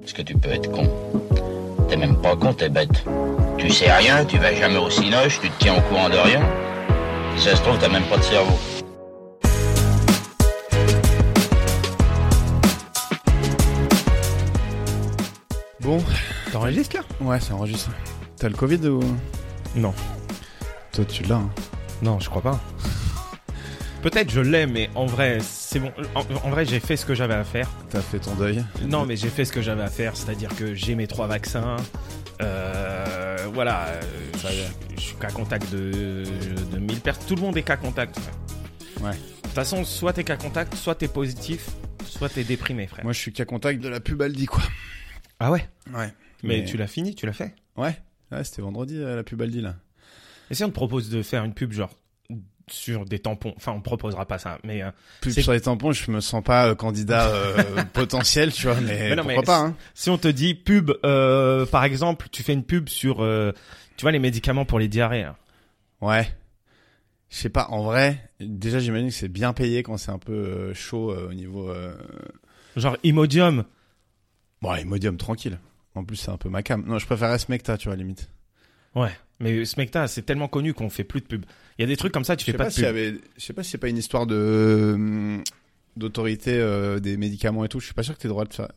Parce que tu peux être con. T'es même pas con, t'es bête. Tu sais rien, tu vas jamais au cinoche, tu te tiens au courant de rien. Si ça se trouve, t'as même pas de cerveau. Bon, T'enregistres là ouais, ça enregistre. T'as le Covid ou Non. Toi, tu l'as. hein. Non, je crois pas. Peut-être je l'ai, mais en vrai, c'est bon. En, en vrai, j'ai fait ce que j'avais à faire. T'as fait ton deuil. Non, mais j'ai fait ce que j'avais à faire, c'est-à-dire que j'ai mes trois vaccins. Euh, voilà, euh, je- je suis cas contact de, de 1000 personnes. Tout le monde est cas contact. frère. Ouais. De toute façon, soit t'es cas contact, soit t'es positif, soit t'es déprimé, frère. Moi, je suis qu'à contact de la pub Aldi, quoi. Ah ouais Ouais. Mais, Mais- tu l'as fini, tu l'as fait. Ouais. Ouais, c'était vendredi euh, la pub Aldi là. Et si on te propose de faire une pub genre sur des tampons, enfin on proposera pas ça, mais euh, Pub C'est- sur les tampons, je me sens pas euh, candidat euh, potentiel, tu vois, mais, Mais non, mais pourquoi pas hein. Si on te dit pub, euh, par exemple, tu fais une pub sur, euh, tu vois, les médicaments pour les diarrhées. hein. là. Ouais. Je sais pas, en vrai, déjà j'imagine que c'est bien payé quand c'est un peu euh, chaud euh, au niveau euh... Genre Imodium. bon, Imodium tranquille. En plus, c'est un peu ma cam. Non, je préférais ce mec là, tu vois, limite. Ouais. Mais ce mec-là, c'est tellement connu qu'on fait plus de pub. Il y a des trucs comme ça, tu Je fais sais pas, pas de s'il pub. y avait, je sais pas si c'est pas une histoire de euh, d'autorité euh, des médicaments et tout. Je suis pas sûr que t'aies le droit de faire.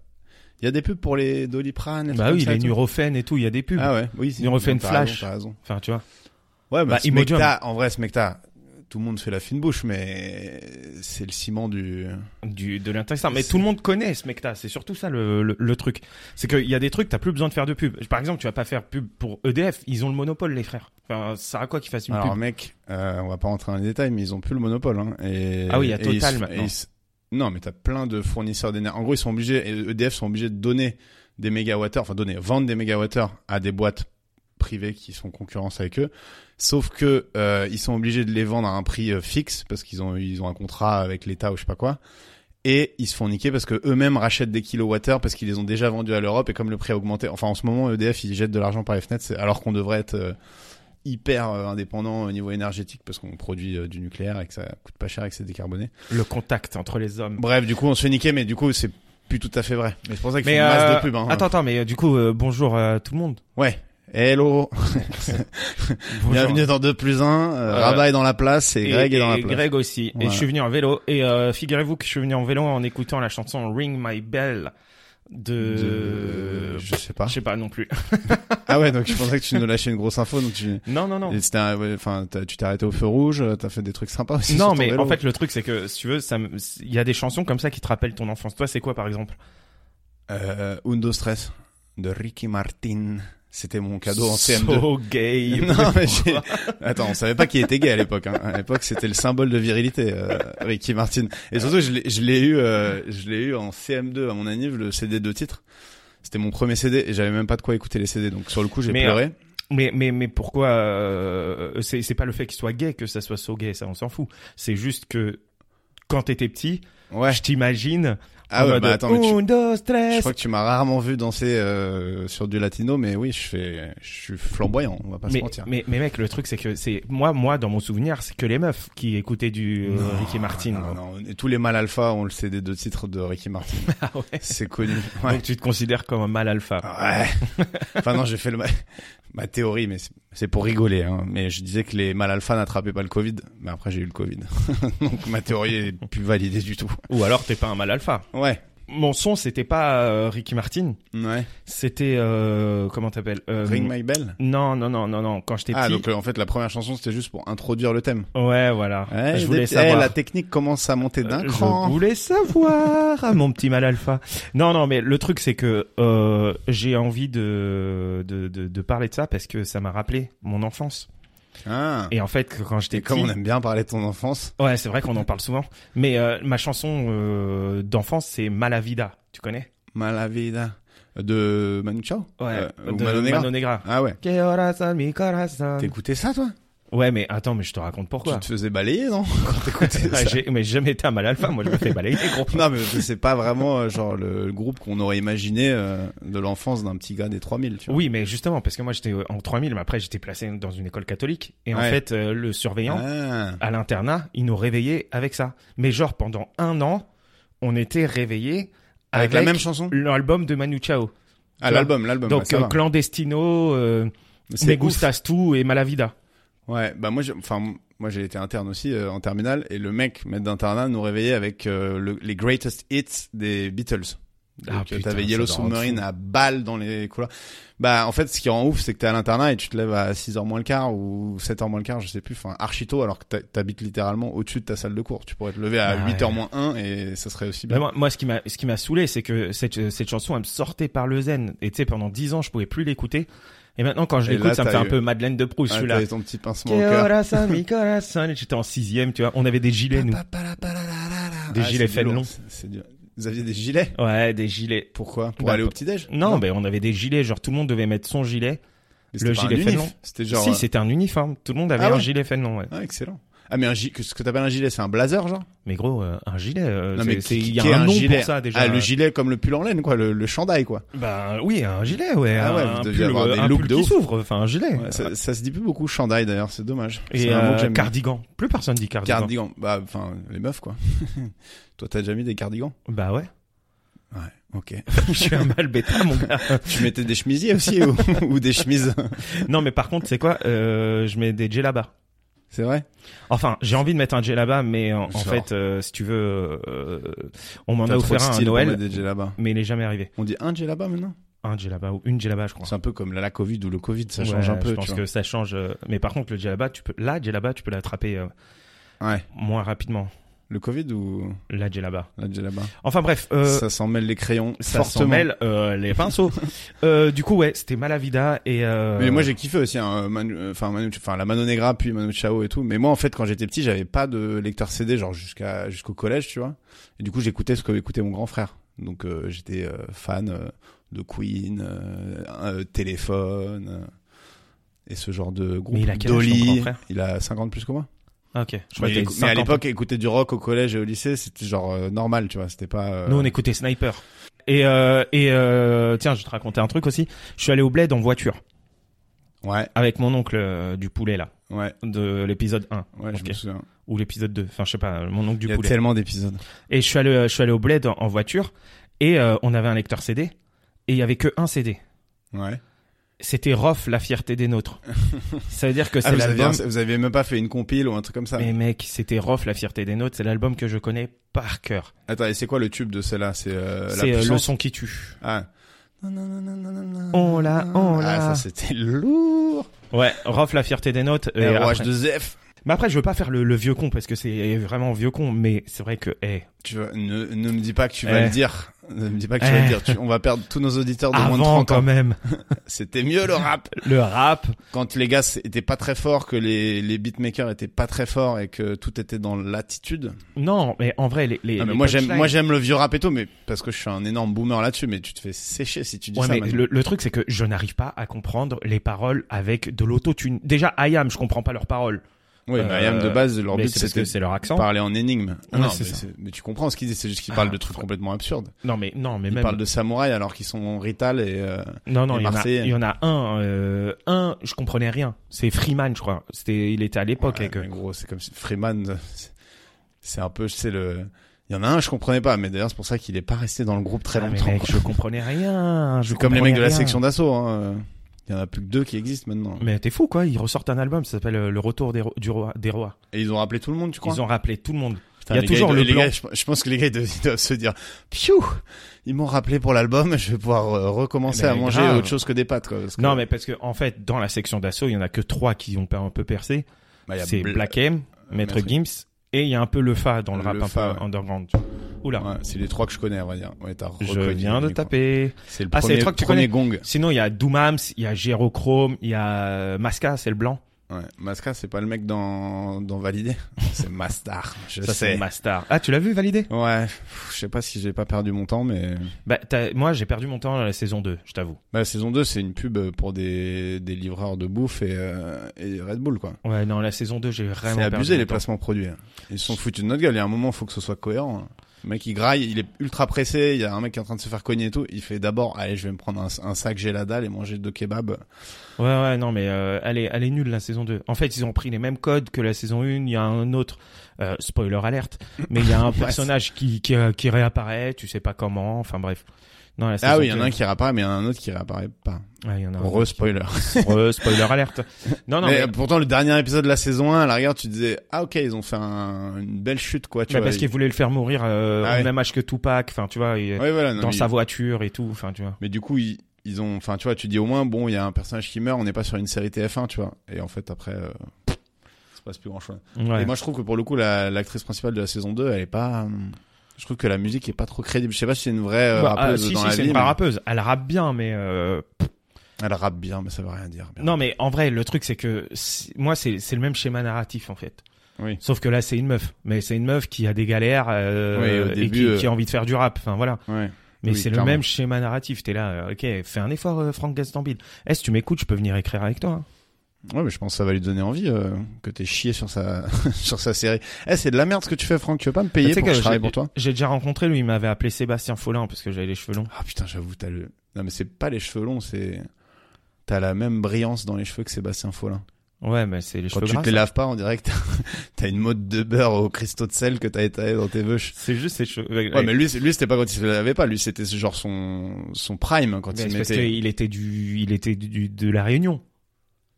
Il y a des pubs pour les Doliprane. et Bah trucs oui, comme ça les et tout. Nurofen et tout, il y a des pubs. Ah ouais, oui. Ils ont fait une t'as flash. raison, T'as raison. Enfin, tu vois. Ouais, bah, Bah, ce Imodium. Mecta, en vrai, ce Mecta, tout le monde fait la fine bouche, mais c'est le ciment du. Du, de l'intestin. Mais C'est- tout le monde connaît ce mec-là. C'est surtout ça le, le, le truc. C'est qu'il y a des trucs, t'as plus besoin de faire de pub. Par exemple, tu vas pas faire pub pour EDF. Ils ont le monopole, les frères. Enfin, ça sert à quoi qu'ils fassent une Alors, pub? mec, euh, on va pas rentrer dans les détails, mais ils ont plus le monopole. Hein, et, Ah oui, il y a et ils se- Total et maintenant. ils se- non, mais t'as plein de fournisseurs d'énergie. En gros, ils sont obligés, et EDF sont obligés de donner des mégawattheures, enfin donner, vendre des mégawattheures à des boîtes privées qui sont en concurrence avec eux. Sauf que euh, ils sont obligés de les vendre à un prix euh, fixe parce qu'ils ont ils ont un contrat avec l'État ou je sais pas quoi. Et ils se font niquer parce que eux-mêmes rachètent des kilowattheures parce qu'ils les ont déjà vendus à l'Europe et comme le prix a augmenté. Enfin, en ce moment, EDF ils jettent de l'argent par les fenêtres c'est- alors qu'on devrait être euh, hyper euh, indépendant au niveau énergétique parce qu'on produit euh, du nucléaire et que ça coûte pas cher et que c'est décarboné. Le contact entre les hommes. Bref, du coup, on se fait niquer, mais du coup, c'est plus tout à fait vrai. Mais c'est pour ça qu'ils font Mais, une masse euh, de pubs. Hein. attends, attends, mais euh, du coup, euh, bonjour à tout le monde. Ouais. Hello. Bonjour. Bienvenue dans 2 plus 1. Rabat est dans la place et, Euh, Et- Greg est dans la et place. Greg aussi. Voilà. Et je suis venu en vélo. Et euh, figurez-vous que je suis venu en vélo en écoutant la chanson Ring My Bell de... De- Je sais pas. euh, Je sais pas non plus. Ah ouais, donc je pensais que tu nous lâchais une grosse info. Donc tu... Non, non, non. Et c'était un- ouais, Enfin, t'as- tu t'es arrêté au feu rouge, euh, t'as fait des trucs sympas aussi. sur Non, ton mais vélo. en fait, le truc, c'est que, si tu veux, ça me- il y a des chansons comme ça qui te rappellent ton enfance. Toi, c'est quoi, par exemple Euh, Undo Stress de Ricky Martin. C'était mon cadeau en CM2. So gay. Non, mais j'ai- Attends, on savait pas qu'il était gay à l'époque. hein. À l'époque, c'était le symbole de virilité, euh, Ricky Martin. Et surtout, je l'ai je l'ai eu, euh, je l'ai eu en CM2 à mon anniv, le CD de titre. C'était mon premier CD et j'avais même pas de quoi écouter les CD. Donc sur le coup, j'ai Mais, pleuré. Mais, mais, mais pourquoi euh, C'est c'est pas le fait qu'il soit gay que ça soit so gay, ça, on s'en fout. C'est juste que quand t'étais petit, ouais. euh, je t'imagine. Ah en ouais, mode, oh, bah attends, mais tu- Un, dos, je tres. crois que tu m'as rarement vu danser euh, sur du latino, mais oui, je fais, je suis flamboyant. On va pas mais, se mentir. mais, mais mec, le truc c'est que c'est moi, moi dans mon souvenir, c'est que les meufs qui écoutaient du euh, Non, Ah, Ricky Martin. Non, non, et tous les mal alpha ont le CD de titre de Ricky Martin. Ah ouais. C'est connu. Ouais. Ah. Donc tu te considères comme un mal alpha. Ouais. enfin non, j'ai fait le ma... ma théorie, mais c'est- c'est pour rigoler. Hein. Mais je disais que les mal alpha n'attrapaient pas le Covid, mais après j'ai eu le Covid, donc ma théorie est plus validée du tout. Ou alors t'es pas un mal alpha. Ouais, Mon son c'était pas euh, Ricky Martin, ouais. c'était euh, comment t'appelles euh, Ring my bell. Non non non non non. Quand j'étais Ah petit. donc euh, en fait la première chanson c'était juste pour introduire le thème. Ouais voilà. Ouais, je voulais des- eh, savoir. la technique commence à monter d'un Euh, Je cran. voulais savoir, ah, mon petit mal alpha. Non, non, mais le truc c'est que euh, j'ai envie de, de, de de parler de ça parce que ça m'a rappelé mon enfance. Ah. Et en fait, que quand j'étais Et comme petit, on aime bien parler de ton enfance. Ouais, c'est vrai qu'on en parle souvent. Mais euh, ma chanson euh, d'enfance, c'est Malavida. Tu connais Malavida de Manu Chao Euh, ou de Mano Negra. Mano Negra. Ah ouais. Que horas a mi corazón. T'écoutais ça toi Ouais, mais attends, mais je te raconte pourquoi. Tu te faisais balayer non Quand t'écoutais ça. Ouais, j'ai- mais j'ai jamais été un mal alpha, moi je me fais balayer, gros. Non, mais c'est pas vraiment euh, genre le groupe qu'on aurait imaginé euh, de l'enfance d'un petit gars des 3000, tu vois. Oui, mais justement, parce que moi j'étais euh, en 3000, mais après j'étais placé dans une école catholique. Et en Ouais. fait, euh, le surveillant, Ah. à l'internat, il nous réveillait avec ça. Mais genre pendant un an, on était réveillés Avec, la même chanson L'album de Manu Chao. Ah, l'album, l'album. Donc ouais, ça euh, va. Clandestino, euh, Mais c'est Me ouf. Gustas Tu et Malavida. Ouais, bah moi, j'ai- enfin m- moi j'ai été interne aussi euh, en terminale et le mec maître d'internat nous réveillait avec euh, le- les greatest hits des Beatles. Donc, Ah, euh, putain, t'avais ça Yellow doit Submarine rendre à balle dans les couloirs. Bah en fait, ce qui rend ouf, c'est que t'es à l'internat et tu te lèves à 6h moins le quart ou 7h moins le quart, je sais plus, enfin archito alors que t'a- t'habites littéralement au-dessus de ta salle de cours. Tu pourrais te lever à Ah, 8h moins 1 et ça serait aussi Bah, bien. moi, moi, ce qui m'a, ce qui m'a saoulé, c'est que cette, cette chanson, elle me sortait par le zen. Et tu sais, pendant 10 ans, je pouvais plus l'écouter. Et maintenant, quand je Et l'écoute, là, ça t'as me fait un eu- peu Madeleine de Proust, Ouais, celui-là. Ah, t'avais ton petit pincement au Que cœur. corazón, mi corazón. Et J'étais en sixième, tu vois. On avait des gilets, nous. Des Ah, c'est gilets du Fénelon. lourd, c'est- c'est du- Vous aviez des gilets Ouais, des gilets. Pourquoi Pour Bah, aller au pour- petit-déj Non, mais on avait des gilets. Genre, tout le monde devait mettre son gilet. Mais le c'était pas un gilet unif, Fénelon. C'était genre. si, euh, c'était un uniforme. Tout le monde avait Ah un ouais gilet Fenlon, ouais. Ah, excellent. Ah, mais un gi- que- ce que t'appelles un gilet, c'est un blazer, genre Mais gros, euh, un gilet, euh, Non, c'est- mais c'est- qui- il y a qui est un, un nom gilet pour ça déjà. Ah, le gilet comme le pull en laine, quoi, le, le chandail, quoi. Bah oui, un gilet, ouais. Ah ouais, un vous deviez pull, avoir euh, des un looks pull de qui ouf. s'ouvre, enfin un gilet. Ouais, ça, ça se dit plus beaucoup chandail, d'ailleurs, c'est dommage. Et c'est un mot euh, que j'aime bien. cardigan. Plus personne dit cardigan. Cardigan. Bah, enfin, les meufs, quoi. Toi, t'as déjà mis des cardigans Bah ouais. Ouais, ok. Je suis un mal bêta, mon gars. tu mettais des chemisiers aussi, ou, ou des chemises Non, mais par contre, c'est quoi Euh, Je mets des djellabas. C'est vrai Enfin, j'ai envie de mettre un djellaba, mais en, en Genre. fait, euh, si tu veux, euh, on m'en T'as a trop de offert un à style pour Noël, mettre des djellabas. mais il est jamais arrivé. On dit un djellaba maintenant Un djellaba ou une djellaba, je crois. C'est un peu comme la, la Covid ou le Covid, ça Ouais, change un peu. Je tu pense vois. que ça change. euh, Mais par contre, le djellaba, tu peux. La djellaba, tu peux l'attraper euh, Ouais, moins rapidement. le Covid ou La djellaba. la djellaba Enfin bref. Euh, Ça s'en mêle les crayons ça fortement. s'en mêle euh, les pinceaux. euh, du coup, ouais, c'était Malavida et. Euh... Mais moi j'ai kiffé aussi, hein, Manu- euh, enfin Manu- enfin la Mano Negra puis Manu Chao et tout. Mais moi en fait quand j'étais petit j'avais pas de lecteur CD genre jusqu'à jusqu'au collège tu vois. Et du coup j'écoutais ce que écoutait mon grand frère. Donc euh, j'étais euh, fan euh, de Queen, euh, euh, Téléphone euh, et ce genre de groupe. Mais il a quel âge, ton grand Dolly, frère il a 50 plus que moi. Ah, ok. Je Mais, crois que t'avais écou- mais à 50. l'époque écouter du rock au collège et au lycée c'était genre euh, normal tu vois. C'était pas. euh, Nous, on écoutait Sniper. Et euh, et euh, tiens, je vais te raconter un truc aussi. Je suis allé au Bled en voiture Ouais, avec mon oncle euh, du poulet là, ouais, de l'épisode 1 ouais, je Ok. me souviens. ou l'épisode 2. Enfin, je sais pas, mon oncle du Il y a poulet. tellement d'épisodes. Et je suis allé je suis allé au Bled en, en voiture et euh, on avait un lecteur CD et il y avait que un CD. Ouais. C'était Rof, la fierté des nôtres. Ça veut dire que Ah, c'est vous, l'album. aviez, vous aviez même pas fait une compile ou un truc comme ça. Mais mec, c'était Rof, la fierté des nôtres. C'est l'album que je connais par cœur. Attends, et c'est quoi le tube de celle-là C'est euh, la c'est euh, le puissance son qui tue. Ah. On l'a, on Ah, ça l'a. c'était lourd. Ouais, Rof, la fierté des notes. Et ROH après- de Zef. Mais après, je veux pas faire le, le vieux con parce que c'est vraiment vieux con, mais c'est vrai que, eh, Tu vas- ne, ne me dis pas que tu vas Eh. le dire. Ne me dis pas que tu Eh. vas le dire. Tu- on va perdre tous nos auditeurs de moins de avant 30 quand ans. même, C'était mieux le rap. le rap, Quand les gars étaient pas très forts, que les, les beatmakers étaient pas très forts et que tout était dans l'attitude. non, mais en vrai, les, les, Ah, mais les moi j'aime, punchlines- moi j'aime le vieux rap et tout, mais parce que je suis un énorme boomer là-dessus, mais tu te fais sécher si tu dis Ouais, ça. mais maintenant. le, le truc, c'est que je n'arrive pas à comprendre les paroles avec de l'autotune. Déjà, I am, je comprends pas leurs paroles. Oui, mais Ayam, de Euh, base, leur mais but c'est parce c'était que c'est leur accent. parler en énigme. Ah Ouais, non, c'est mais, ça. c'est- mais tu comprends ce qu'ils disent, c'est juste qu'ils Ah, parlent de trucs complètement absurdes. Non, mais, non, mais Ils même. parlent de samouraïs alors qu'ils sont en rital et euh, Non, non, et il y, en a, Marseillais. il y en a un, euh, un, je comprenais rien. C'est Freeman, je crois. C'était, il était à l'époque ouais, avec eux. mais gros, c'est comme si Freeman, euh, c'est- c'est un peu, c'est le. Il y en a un, je comprenais pas, mais d'ailleurs c'est pour ça qu'il est pas resté dans le groupe très Ah, mais longtemps. mec, quoi. je comprenais rien. Je C'est comme les mecs de la comprenais rien. section d'assaut. Hein. Il y en a plus que deux qui existent maintenant. Mais t'es fou quoi, ils ressortent un album, ça s'appelle euh, Le Retour des, Ro- du roi, des Rois. Et ils ont rappelé tout le monde, tu crois Ils ont rappelé tout le monde. Putain, il y a les toujours gars, ils le doivent- les blanc. gars, je, je pense que les gars ils doivent, ils doivent se dire, piou, ils m'ont rappelé pour l'album, je vais pouvoir euh, recommencer Mais à manger Eh ben, grave. autre chose que des pâtes. Quoi, parce que- Non mais parce que en fait, dans la section d'assaut, il y en a que trois qui ont un peu percé. Bah, il y a C'est Bla- Black M, euh, Maître Maître- Gims, et il y a un peu le Fa dans le, Le rap un Fa, peu ouais. underground. tu vois. Oula, Ouais, c'est les trois que je connais, on va dire. Ouais, t'as je reconnu viens de les trois. taper. C'est le Ah, c'est les premier, trois que tu premier gong. Sinon, il y a Doomams, il y a Gérochrome, il y a euh, Masca, c'est le blanc. Ouais. Masca, c'est pas le mec dans, dans Validé. c'est Mastar. Je Ça c'est sais. Mastar. Ah, tu l'as vu validé Ouais. pff, Je sais pas si j'ai pas perdu mon temps, mais. Bah t'as- moi, j'ai perdu mon temps à la saison 2, je t'avoue. Bah, la saison 2, c'est une pub pour des, des livreurs de bouffe et, euh, et Red Bull, quoi. Ouais, non, la saison 2, j'ai vraiment C'est perdu abusé, mon les temps. placements produits. hein. Ils se sont foutus de notre gueule. Il y a un moment, faut que ce soit cohérent. hein. Le mec, il graille, il est ultra pressé. Il y a un mec qui est en train de se faire cogner et tout. Il fait d'abord, allez, je vais me prendre un, un sac gel à dalle et manger deux kebabs. Ouais, ouais, non, mais euh, elle, est, elle est nulle la saison 2. En fait, ils ont pris les mêmes codes que la saison 1. Il y a un autre, euh, spoiler alerte, mais il y a un Ouais, personnage qui, qui, euh, qui réapparaît, tu sais pas comment, enfin bref. Non, la Ah saison oui, il y en deux- a un qui réapparaît, mais il y en a un autre qui réapparaît pas. Ah Ouais, il y en a un. Heureux spoiler. Re- spoiler alerte. Non, non, mais, mais, euh, pourtant, le dernier épisode de la saison 1, à la regarde, tu disais, ah ok, ils ont fait un- une belle chute, quoi, tu mais vois. Bah, parce qu'ils voulaient le faire mourir euh, Ah au ouais. même âge que Tupac, enfin tu vois, il- Ouais, voilà, non, dans mais sa voiture et tout, enfin tu vois. Mais du coup, ils, ils ont, enfin, tu vois, tu dis au moins, bon, il y a un personnage qui meurt, on n'est pas sur une série TF1, tu vois. Et en fait, après, euh, il se passe plus grand chose. Ouais. Et moi, je trouve que pour le coup, la- l'actrice principale de la saison 2, elle est pas, hum, je trouve que la musique est pas trop crédible. Je sais pas si c'est une vraie euh, Bah, euh, rappeuse si, dans si, la c'est vie, une vraie mais rappeuse. Elle rappe bien, mais euh, elle rappe bien, mais ça veut rien dire. bien. Non, mais en vrai, le truc, c'est que c'est- moi, c'est c'est le même schéma narratif, en fait. Oui. Sauf que là, c'est une meuf. Mais c'est une meuf qui a des galères euh, Oui, au et début, qui, euh, qui a envie de faire du rap. Enfin, voilà. Ouais. Mais Oui, c'est le clairement. même schéma narratif. T'es là, euh, ok, fais un effort, euh, Franck Gastambide. Eh, si tu m'écoutes, je peux venir écrire avec toi. hein. Ouais, mais je pense que ça va lui donner envie euh, que t'aies chié sur sa sur sa série. Eh, c'est de la merde ce que tu fais, Franck. Tu veux pas me Tu payer sais pour que que je travaille j'ai- pour toi J'ai déjà rencontré lui, il m'avait appelé Sébastien Follin parce que j'avais les cheveux longs. Ah putain, j'avoue, t'as le. Non, mais c'est pas les cheveux longs, c'est t'as la même brillance dans les cheveux que Sébastien Follin. Ouais, mais c'est les Quand cheveux tu gras. te les laves pas, on dirait que t'as- t'as une mode de beurre au cristaux de sel que t'as étalé dans tes veuches. C'est juste ses cheveux. Ouais, mais lui, c'est- lui c'était pas quand il se lavait pas, lui c'était genre son son prime quand Mais il c'est parce mettait. qu'il était du, il était du, de la Réunion.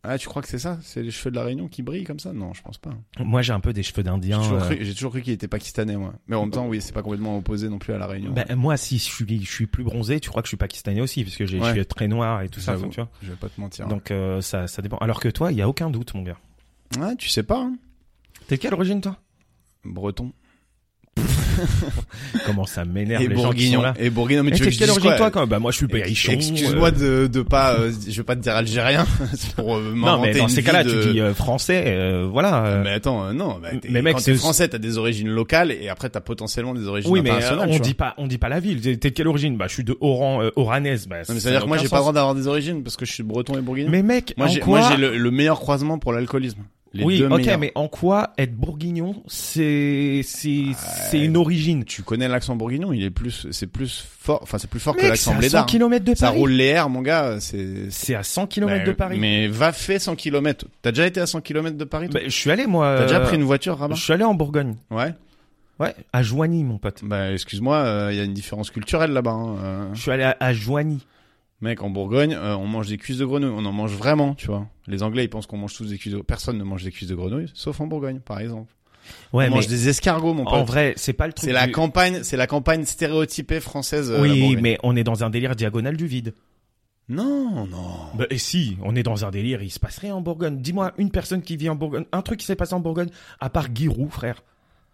Ah, tu crois que c'est ça C'est les cheveux de la Réunion qui brillent comme ça Non, je pense pas. Moi, j'ai un peu des cheveux J'ai d'Indien. toujours, euh, cru- j'ai toujours cru qu'il était pakistanais, moi. Mais en même temps, oui, c'est pas complètement opposé non plus à la Réunion. Ben, moi, si je suis, je suis plus bronzé, tu crois que je suis pakistanais aussi, parce que j'ai Ouais. je suis très noir et tout ça, J'avoue. tu vois. Je vais pas te mentir. Donc euh, ça, ça dépend. Alors que toi, il y a aucun doute, mon gars. Ouais, tu sais pas. hein. T'es de quelle origine, toi Breton. Comment ça m'énerve Et les gens qui sont bourguignon. là. Et bourguignon. Mais Eh, tu t'es veux de que je quelle dise origine, quoi toi, quand même Bah moi, je suis berrichon. Excuse-moi euh, de, de pas, euh, je vais pas te dire algérien. c'est pour euh, Non, mais m'inventer dans une ces vie cas-là, de- tu dis euh, français, euh, voilà. euh, Mais attends, euh, non. Bah, mais mais mec, mec, quand c'est t'es aussi- français, t'as des origines locales et après t'as potentiellement des origines Oui, mais euh, internationales. on tu vois. dit pas, on dit pas la ville. T'es t'es de quelle origine Bah, je suis de Oran, euh, Oranaise. Bah, Non, mais ça ça veut dire n'a que moi, aucun j'ai pas le sens. droit d'avoir des origines parce que je suis breton et bourguignon. Mais mec, moi, en j'ai, quoi moi, j'ai le, le meilleur croisement pour l'alcoolisme. Les Oui, deux ok, meilleurs. mais en quoi être bourguignon, c'est, c'est, c'est Ouais. une origine Tu connais l'accent bourguignon, il est plus, c'est plus fort, enfin, c'est plus fort que Mec, c'est l'accent à blédard. 100 hein. km de Paris. Ça roule les airs, mon gars, c'est, C'est à 100 km de Bah, Paris. Mais va faire 100 km. T'as déjà été à 100 km de Paris, toi Bah, je suis allé moi. T'as déjà euh, pris une voiture, Rabat Je suis allé en Bourgogne. Ouais. Ouais, à Joigny, mon pote. Bah, excuse-moi, il y a une différence culturelle là-bas. hein, euh. Je suis allé à, à Joigny. Mec, en Bourgogne, euh, on mange des cuisses de grenouille. On en mange vraiment, tu vois. Les Anglais, ils pensent qu'on mange tous des cuisses de Personne ne mange des cuisses de grenouille, sauf en Bourgogne, par exemple. Ouais, on mais mange des escargots, mon en pote. vrai, c'est pas le truc. C'est la du- campagne, c'est la campagne stéréotypée française. euh, la Oui, Bourgogne. mais on est dans un délire diagonal du vide. Non, non. Bah, et si, on est dans un délire, il se passe rien en Bourgogne. Dis-moi une personne qui vit en Bourgogne, un truc qui s'est passé en Bourgogne, à part Giroud, frère.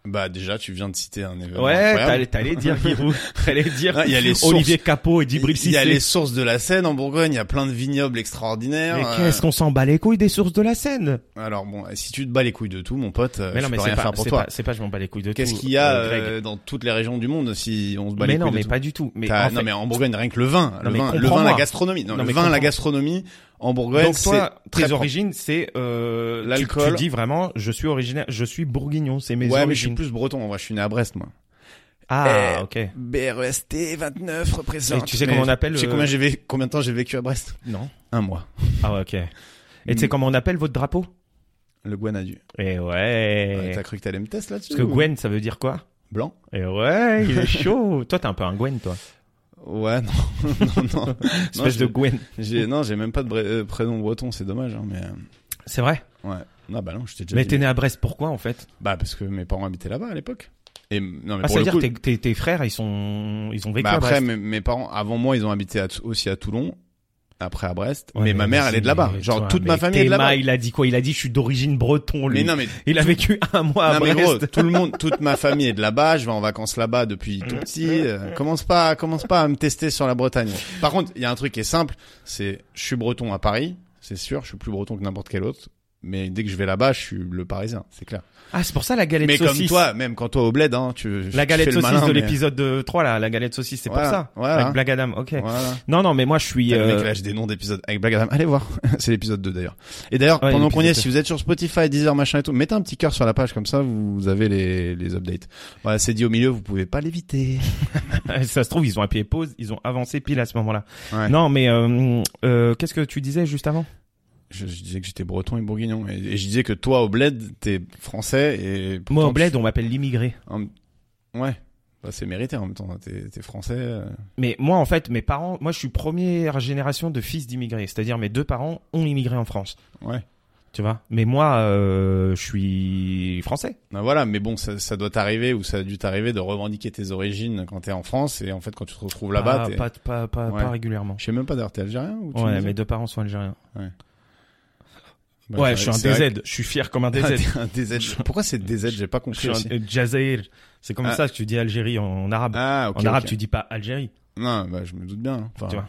Bah déjà, tu viens de citer un événement. ouais, Euh, incroyable. t'allais, t'allais dire Giroud. t'allais dire Ah, Il y a les sources. Olivier Capot et Djibril Il y a Cissé. les sources de la Seine en Bourgogne. Il y a plein de vignobles extraordinaires. Mais euh, qu'est-ce qu'on s'en bat les couilles des sources de la Seine Alors bon, si tu te bats les couilles de tout, mon pote, euh, Mais non, je mais peux c'est rien pas, faire pour c'est toi. pas, c'est pas je m'en bats les couilles de Qu'est-ce tout, qu'il y a euh, Greg. euh, dans toutes les régions du monde si on se bat Mais les non, couilles mais de pas du tout. Mais tout T'as- en Non fait- mais en Bourgogne rien que le vin, Non, le mais vin, le comprends-moi. vin, la gastronomie. Non, Non, mais le vin, la comprends. gastronomie en Bourgogne, Donc c'est toi, très tes propre. origines, c'est euh, tu- L'alcool. Tu dis vraiment, je suis originaire, je suis bourguignon, c'est mes Ouais, mais je suis origines. plus breton. En vrai, je suis né à Brest, moi. Ah, Eh, ok. BREST 29 représente. Et tu sais comment on appelle, Tu sais euh, combien j'ai vé- combien de temps j'ai vécu à Brest Non. Un mois. Ah, ouais, ok. Et Mm. tu sais comment on appelle votre drapeau Le Guanadu. Eh ouais. Ouais, T'as cru que t'allais me tester là-dessus Parce que ou- Gwen, ça veut dire quoi Blanc. Eh ouais, il est chaud. toi, t'es un peu un Gwen, toi. Ouais, non, non, non. Non, Espèce j'ai- de Gwen. j'ai- Non, j'ai même pas de bre- euh, prénom breton, c'est dommage. Hein, mais euh, C'est vrai. ouais. Non, bah non, je t'ai déjà Mais dit. t'es né à Brest, pourquoi en fait Bah parce que mes parents habitaient là-bas à l'époque. Et m- non mais Ah, pour ça le veut dire coup, que tes- tes- tes frères, ils sont, ils ont vécu bah à après Brest. mes, mes parents avant moi ils ont habité à Tou- aussi à Toulon, après à Brest, Ouais, mais ma mère vas-y, elle est de là-bas. mais Genre toi, toute mais ma famille est de Théma, là-bas. il a dit quoi Il a dit je suis d'origine breton lui. Mais non mais, il a vécu un mois à non, mais gros, Brest. tout le monde, toute ma famille est de là-bas. Je vais en vacances là-bas depuis Mm. tout petit. euh, commence pas, commence pas à me tester sur la Bretagne. Par contre, il y a un truc qui est simple, c'est je suis breton à Paris, c'est sûr. Je suis plus breton que n'importe quel autre. mais dès que je vais là-bas, je suis le Parisien, c'est clair. Ah, c'est pour ça la galette mais saucisse. comme toi, même quand toi au bled, hein, tu La galette tu fais le saucisse malin, de mais- l'épisode de 3 là, la galette saucisse, c'est Voilà, pour ça. voilà. Avec Blague à Dame, ok. Voilà. Non, non, mais moi je suis. Putain, le euh, mec lâche des noms d'épisodes avec Black Adam. Allez voir, c'est l'épisode 2 d'ailleurs. Et d'ailleurs, Ouais, pendant qu'on y est, l'épisode si vous êtes sur Spotify, Deezer, machin et tout, mettez un petit cœur sur la page comme ça, vous avez les, les updates. Voilà, c'est dit au milieu, vous pouvez pas l'éviter. ça se trouve, ils ont appuyé pause, ils ont avancé pile à ce moment-là. Ouais. Non, mais euh, euh, qu'est-ce que tu disais juste avant Je, je disais que j'étais breton et bourguignon, et, et je disais que toi au bled, t'es français et pourtant, Moi, au bled, tu- on m'appelle l'immigré. en- ouais, Bah, c'est mérité en même temps. T'es t'es français. euh. Mais moi, en fait, mes parents, moi, je suis première génération de fils d'immigrés. C'est-à-dire, mes deux parents ont immigré en France. Ouais. Tu vois. Mais moi, euh, je suis français. Ben voilà, mais bon, ça, ça doit t'arriver ou ça a dû t'arriver de revendiquer tes origines quand t'es en France et en fait quand tu te retrouves là-bas, Ah, Pas- t'es- pas, pas, pas, Ouais. pas régulièrement. je sais même pas d'ailleurs, t'es algérien ou tu Ouais, me mes dis- deux parents sont algériens. Bah, ouais, c'est je suis vrai- un Bah, c'est vrai DZ. Je suis fier comme un DZ. Un DZ. Pourquoi c'est DZ J'ai pas je compris suis aussi. un Jazair. C'est comme Ah. ça que tu dis Algérie en, en arabe. Ah, ok. en arabe, ok. tu dis pas Algérie. Non, bah, je me doute bien. hein. Enfin, Tu vois.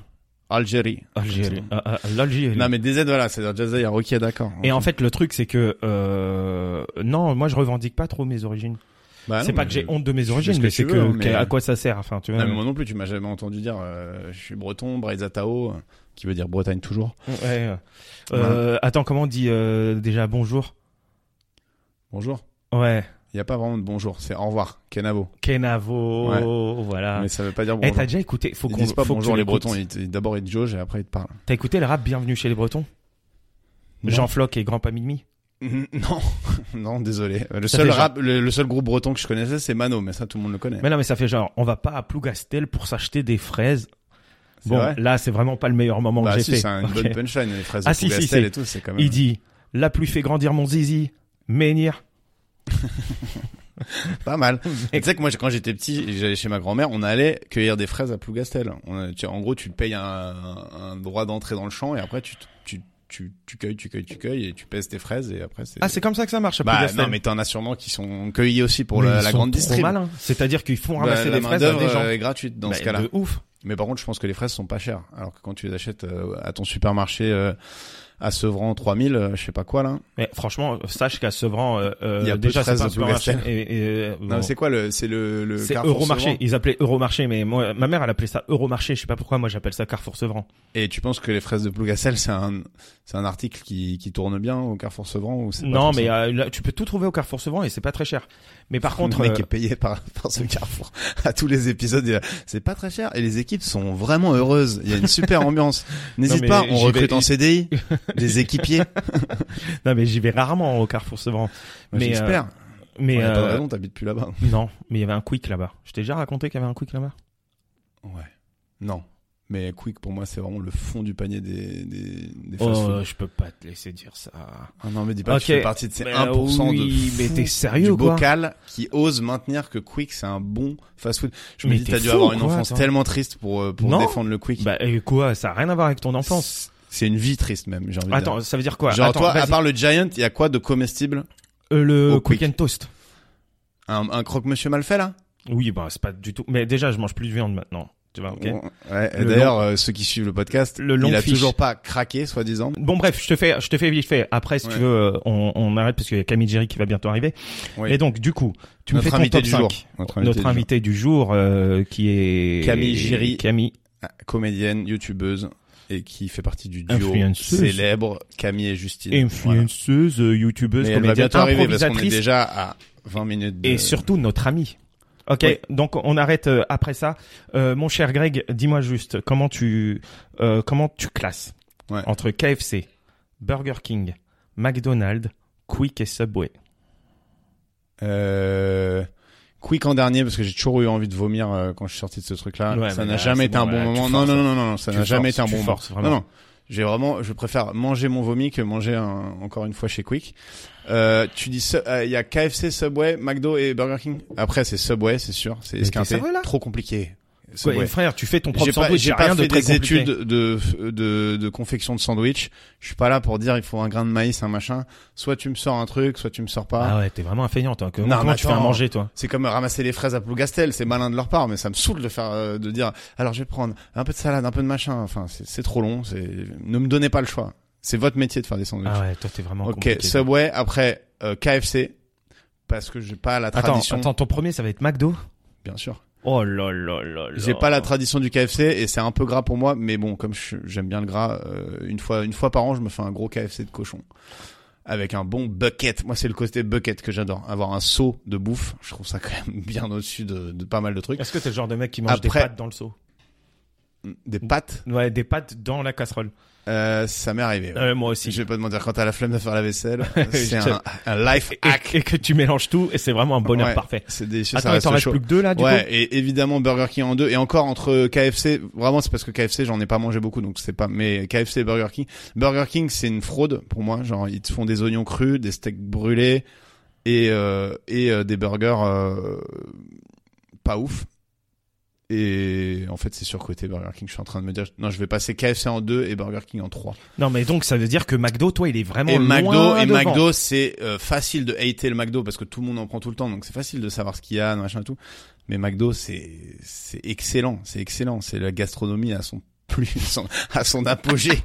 Algérie. Algérie. Exactement. Ah, ah, L'Algérie. Non, mais DZ, voilà, c'est-à-dire Jazair, ok, d'accord. Et en fait, le truc, c'est que euh, non, moi, je revendique pas trop mes origines. Bah, non, c'est pas mais- que j'ai honte euh. de mes fais origines, ce que mais tu c'est veux, que hein, mais- à quoi ça sert Enfin, tu vois. Non, mais moi non plus, tu m'as jamais entendu dire euh, je suis breton, Braizatao, euh, qui veut dire Bretagne toujours. Ouais, euh, euh, Attends, comment on dit euh, déjà bonjour Bonjour. Ouais. Il n'y a pas vraiment de bonjour, c'est au revoir, Kenavo. Kenavo, voilà. Mais ça veut pas dire Eh, bonjour. t'as déjà écouté Faut ils qu'on. disent pas faut que bonjour tu les l'écoutes. Bretons, ils te- d'abord ils te jaugent et après ils te parlent. T'as écouté le rap Bienvenue chez les Bretons Non. Jean Floc et Grand Pamidmi Non, non, désolé. Le Ça seul, fait genre- rap, le, le seul groupe breton que je connaissais, c'est Mano, mais ça tout le monde le connaît. Mais non, mais ça fait genre, on va pas à Plougastel pour s'acheter des fraises. C'est Bon, vrai là, c'est vraiment pas le meilleur moment bah, que j'ai si, fait. c'est une Ok. bonne punchline, les phrases Ah, de si, si, Pougastel si. et tout, c'est quand même. Il dit La pluie fait grandir mon zizi, menhir. Pas mal. Et tu sais que moi, quand j'étais petit, j'allais chez ma grand-mère, on allait cueillir des fraises à Plougastel. On a- tu- en gros, tu payes un, un droit d'entrée dans le champ et après, tu, te- tu, tu, tu cueilles, tu cueilles, tu cueilles et tu pèses tes fraises et après, c'est... Ah, c'est comme ça que ça marche à bah, Plougastel. non, mais t'en as sûrement qui sont cueillis aussi pour Mais la, ils la sont grande trop distrib. malins. C'est-à-dire qu'ils font Bah, ramasser la des fraises à des main-d'œuvre, gens. euh, est gratuite dans Bah, ce cas-là. De ouf. Mais par contre, je pense que les fraises sont pas chères. Alors que quand tu les achètes euh, à ton supermarché euh, à Sevran 3000, euh, je sais pas quoi là. Mais franchement, sache qu'à Sevran, euh, euh, Il y a peu déjà de c'est fraises pas un au Plougastel. supermarché. Et, et, euh, Non, bon. c'est quoi le c'est le le c'est Carrefour Euromarché. Sevran. Ils appelaient Euromarché, mais moi, ma mère, elle appelait ça Euromarché. Je sais pas pourquoi, moi, j'appelle ça Carrefour Sevran. Et tu penses que les fraises de Plougastel, c'est un c'est un article qui qui tourne bien au Carrefour Sevran ou c'est pas Non, mais forcément- euh, là, tu peux tout trouver au Carrefour Sevran et c'est pas très cher. Mais par contre, le euh, mec est payé par, par ce carrefour à tous les épisodes. il a- C'est pas très cher et les équipes sont vraiment heureuses. Il y a une super ambiance. Non, N'hésite mais pas, j'y on vais- recrute en CDI des équipiers. euh, non, mais j'y vais rarement au Carrefour Sevran. Mais, euh, Mais j'espère. Mais Mais a pas de euh, raison, t'habites plus là-bas. non, mais il y avait un quick là-bas. Je t'ai déjà raconté qu'il y avait un quick là-bas. Ouais. Non. Mais Quick, pour moi, c'est vraiment le fond du panier des, des, des Oh, fast-food. je peux pas te laisser dire ça. Ah non, mais dis pas Ok. que tu fais partie de ces Mais, 1% oui, de mais fous t'es sérieux du ou quoi bocal qui osent maintenir que Quick, c'est un bon fast-food. Je Mais me dis, t'es t'as dû fou avoir ou une quoi, enfance toi tellement triste pour, euh, pour Non. défendre le Quick. Bah et quoi, ça a rien à voir avec ton enfance. c'est une vie triste, même, j'ai envie de Attends, dire. ça veut dire quoi Genre, Attends, toi, à vas-y. part le Giant, il y a quoi de comestible Euh, le au quick Quick. and toast. Un, un croque-monsieur mal fait, là Oui, bah c'est pas du tout. Mais déjà, je mange plus de viande maintenant. Tu vois, Ah, ok. Ouais, et Le D'ailleurs, euh, ceux qui suivent le podcast, Le long il a fish. toujours pas craqué, soi-disant. Bon bref, je te fais, je te fais vite fait. Après, si Ouais. tu veux, euh, on, on arrête parce qu'il y a Camille Jerry qui va bientôt arriver. Oui. Et donc, du coup, tu Notre me fais ton invité top du 5. jour. Notre invité du du jour, euh, qui est Camille Jerry. Camille. Ah, comédienne, youtubeuse et qui fait partie du duo Influenceuse. célèbre Camille et Justine. Voilà. influenceuse, euh, youtubeuse, Mais elle va comédienne, bientôt arriver parce qu'on est improvisatrice déjà à 20 minutes de... et surtout notre amie. Ok, Oui. donc on arrête euh, après ça. Euh, mon cher Greg, dis-moi juste comment tu euh, comment tu classes Ouais. entre KFC, Burger King, McDonald's, Quick et Subway. Euh... Quick en dernier parce que j'ai toujours eu envie de vomir euh, quand je suis sorti de ce truc-là. Ouais, ça mais n'a là, jamais c'est été bon, un bon là, tu moment. Non, forces. non, non, non, non, ça Tu n'a jamais forces, été un tu bon moment. forces, Non, vraiment. non. J'ai vraiment, je préfère manger mon vomi que manger un- encore une fois chez Quick. Euh, tu dis, Su- euh, il y a KFC, Subway, McDo et Burger King. Après, c'est Subway, c'est sûr. C'est esquinté. sérieux, là Trop compliqué. Quoi, Subway. et frère, tu fais ton propre J'ai pas, sandwich, j'ai j'ai pas rien fait de très des compliqué. études de, de, de confection de sandwich. Je suis pas là pour dire il faut un grain de maïs, un machin. Soit tu me sors un truc, soit tu me sors pas. Ah ouais, t'es vraiment un feignant toi. Que- Non, comment mais tu fais à attends. manger toi C'est comme ramasser les fraises à Plougastel, c'est malin de leur part, mais ça me saoule de faire, euh, de dire alors je vais prendre un peu de salade, un peu de machin. Enfin, c'est c'est trop long. C'est ne me donnez pas le choix. C'est votre métier de faire des sandwichs. Ah ouais, toi t'es vraiment. ok, compliqué. Subway, après euh, KFC, parce que j'ai pas la Attends, tradition. attends, ton premier ça va être McDo. Bien sûr. Oh là là là euh. là. J'ai pas la tradition du KFC et c'est un peu gras pour moi, mais bon, comme je- j'aime bien le gras, euh, une fois une fois par an, je me fais un gros KFC de cochon avec un bon bucket. Moi, c'est le côté bucket que j'adore. Avoir un seau de bouffe, je trouve ça quand même bien au-dessus de, de pas mal de trucs. Est-ce que t'es le genre de mec qui mange des Après- pâtes dans le seau Des pâtes, Ouais, des pâtes dans la casserole. euh, ça m'est arrivé. ouais. Euh, moi Si aussi. je vais pas te mentir, quand t'as la flemme de faire la vaisselle, c'est Je- un, un life Et, hack. et que tu mélanges tout et c'est vraiment un bonheur Ouais, parfait. C'est délicieux, ça Attends, il reste t'en reste chaud. plus que deux là du ouais, coup et évidemment Burger King en deux. Et encore entre KFC, vraiment c'est parce que KFC j'en ai pas mangé beaucoup, donc c'est pas. Mais KFC et Burger King, Burger King c'est une fraude pour moi. Genre ils te font des oignons crus, des steaks brûlés et euh, et euh, des burgers euh, pas ouf. Et en fait c'est surcoté Burger King. Je suis en train de me dire non je vais passer KFC en deux et Burger King en trois. Non mais donc ça veut dire que McDo, toi, il est vraiment Et loin McDo, et devant. McDo, c'est euh, facile de hater le McDo parce que tout le monde en prend tout le temps, donc c'est facile de savoir ce qu'il y a, machin et tout. Mais McDo, c'est c'est excellent, c'est excellent, c'est la gastronomie à son plus son- à son apogée.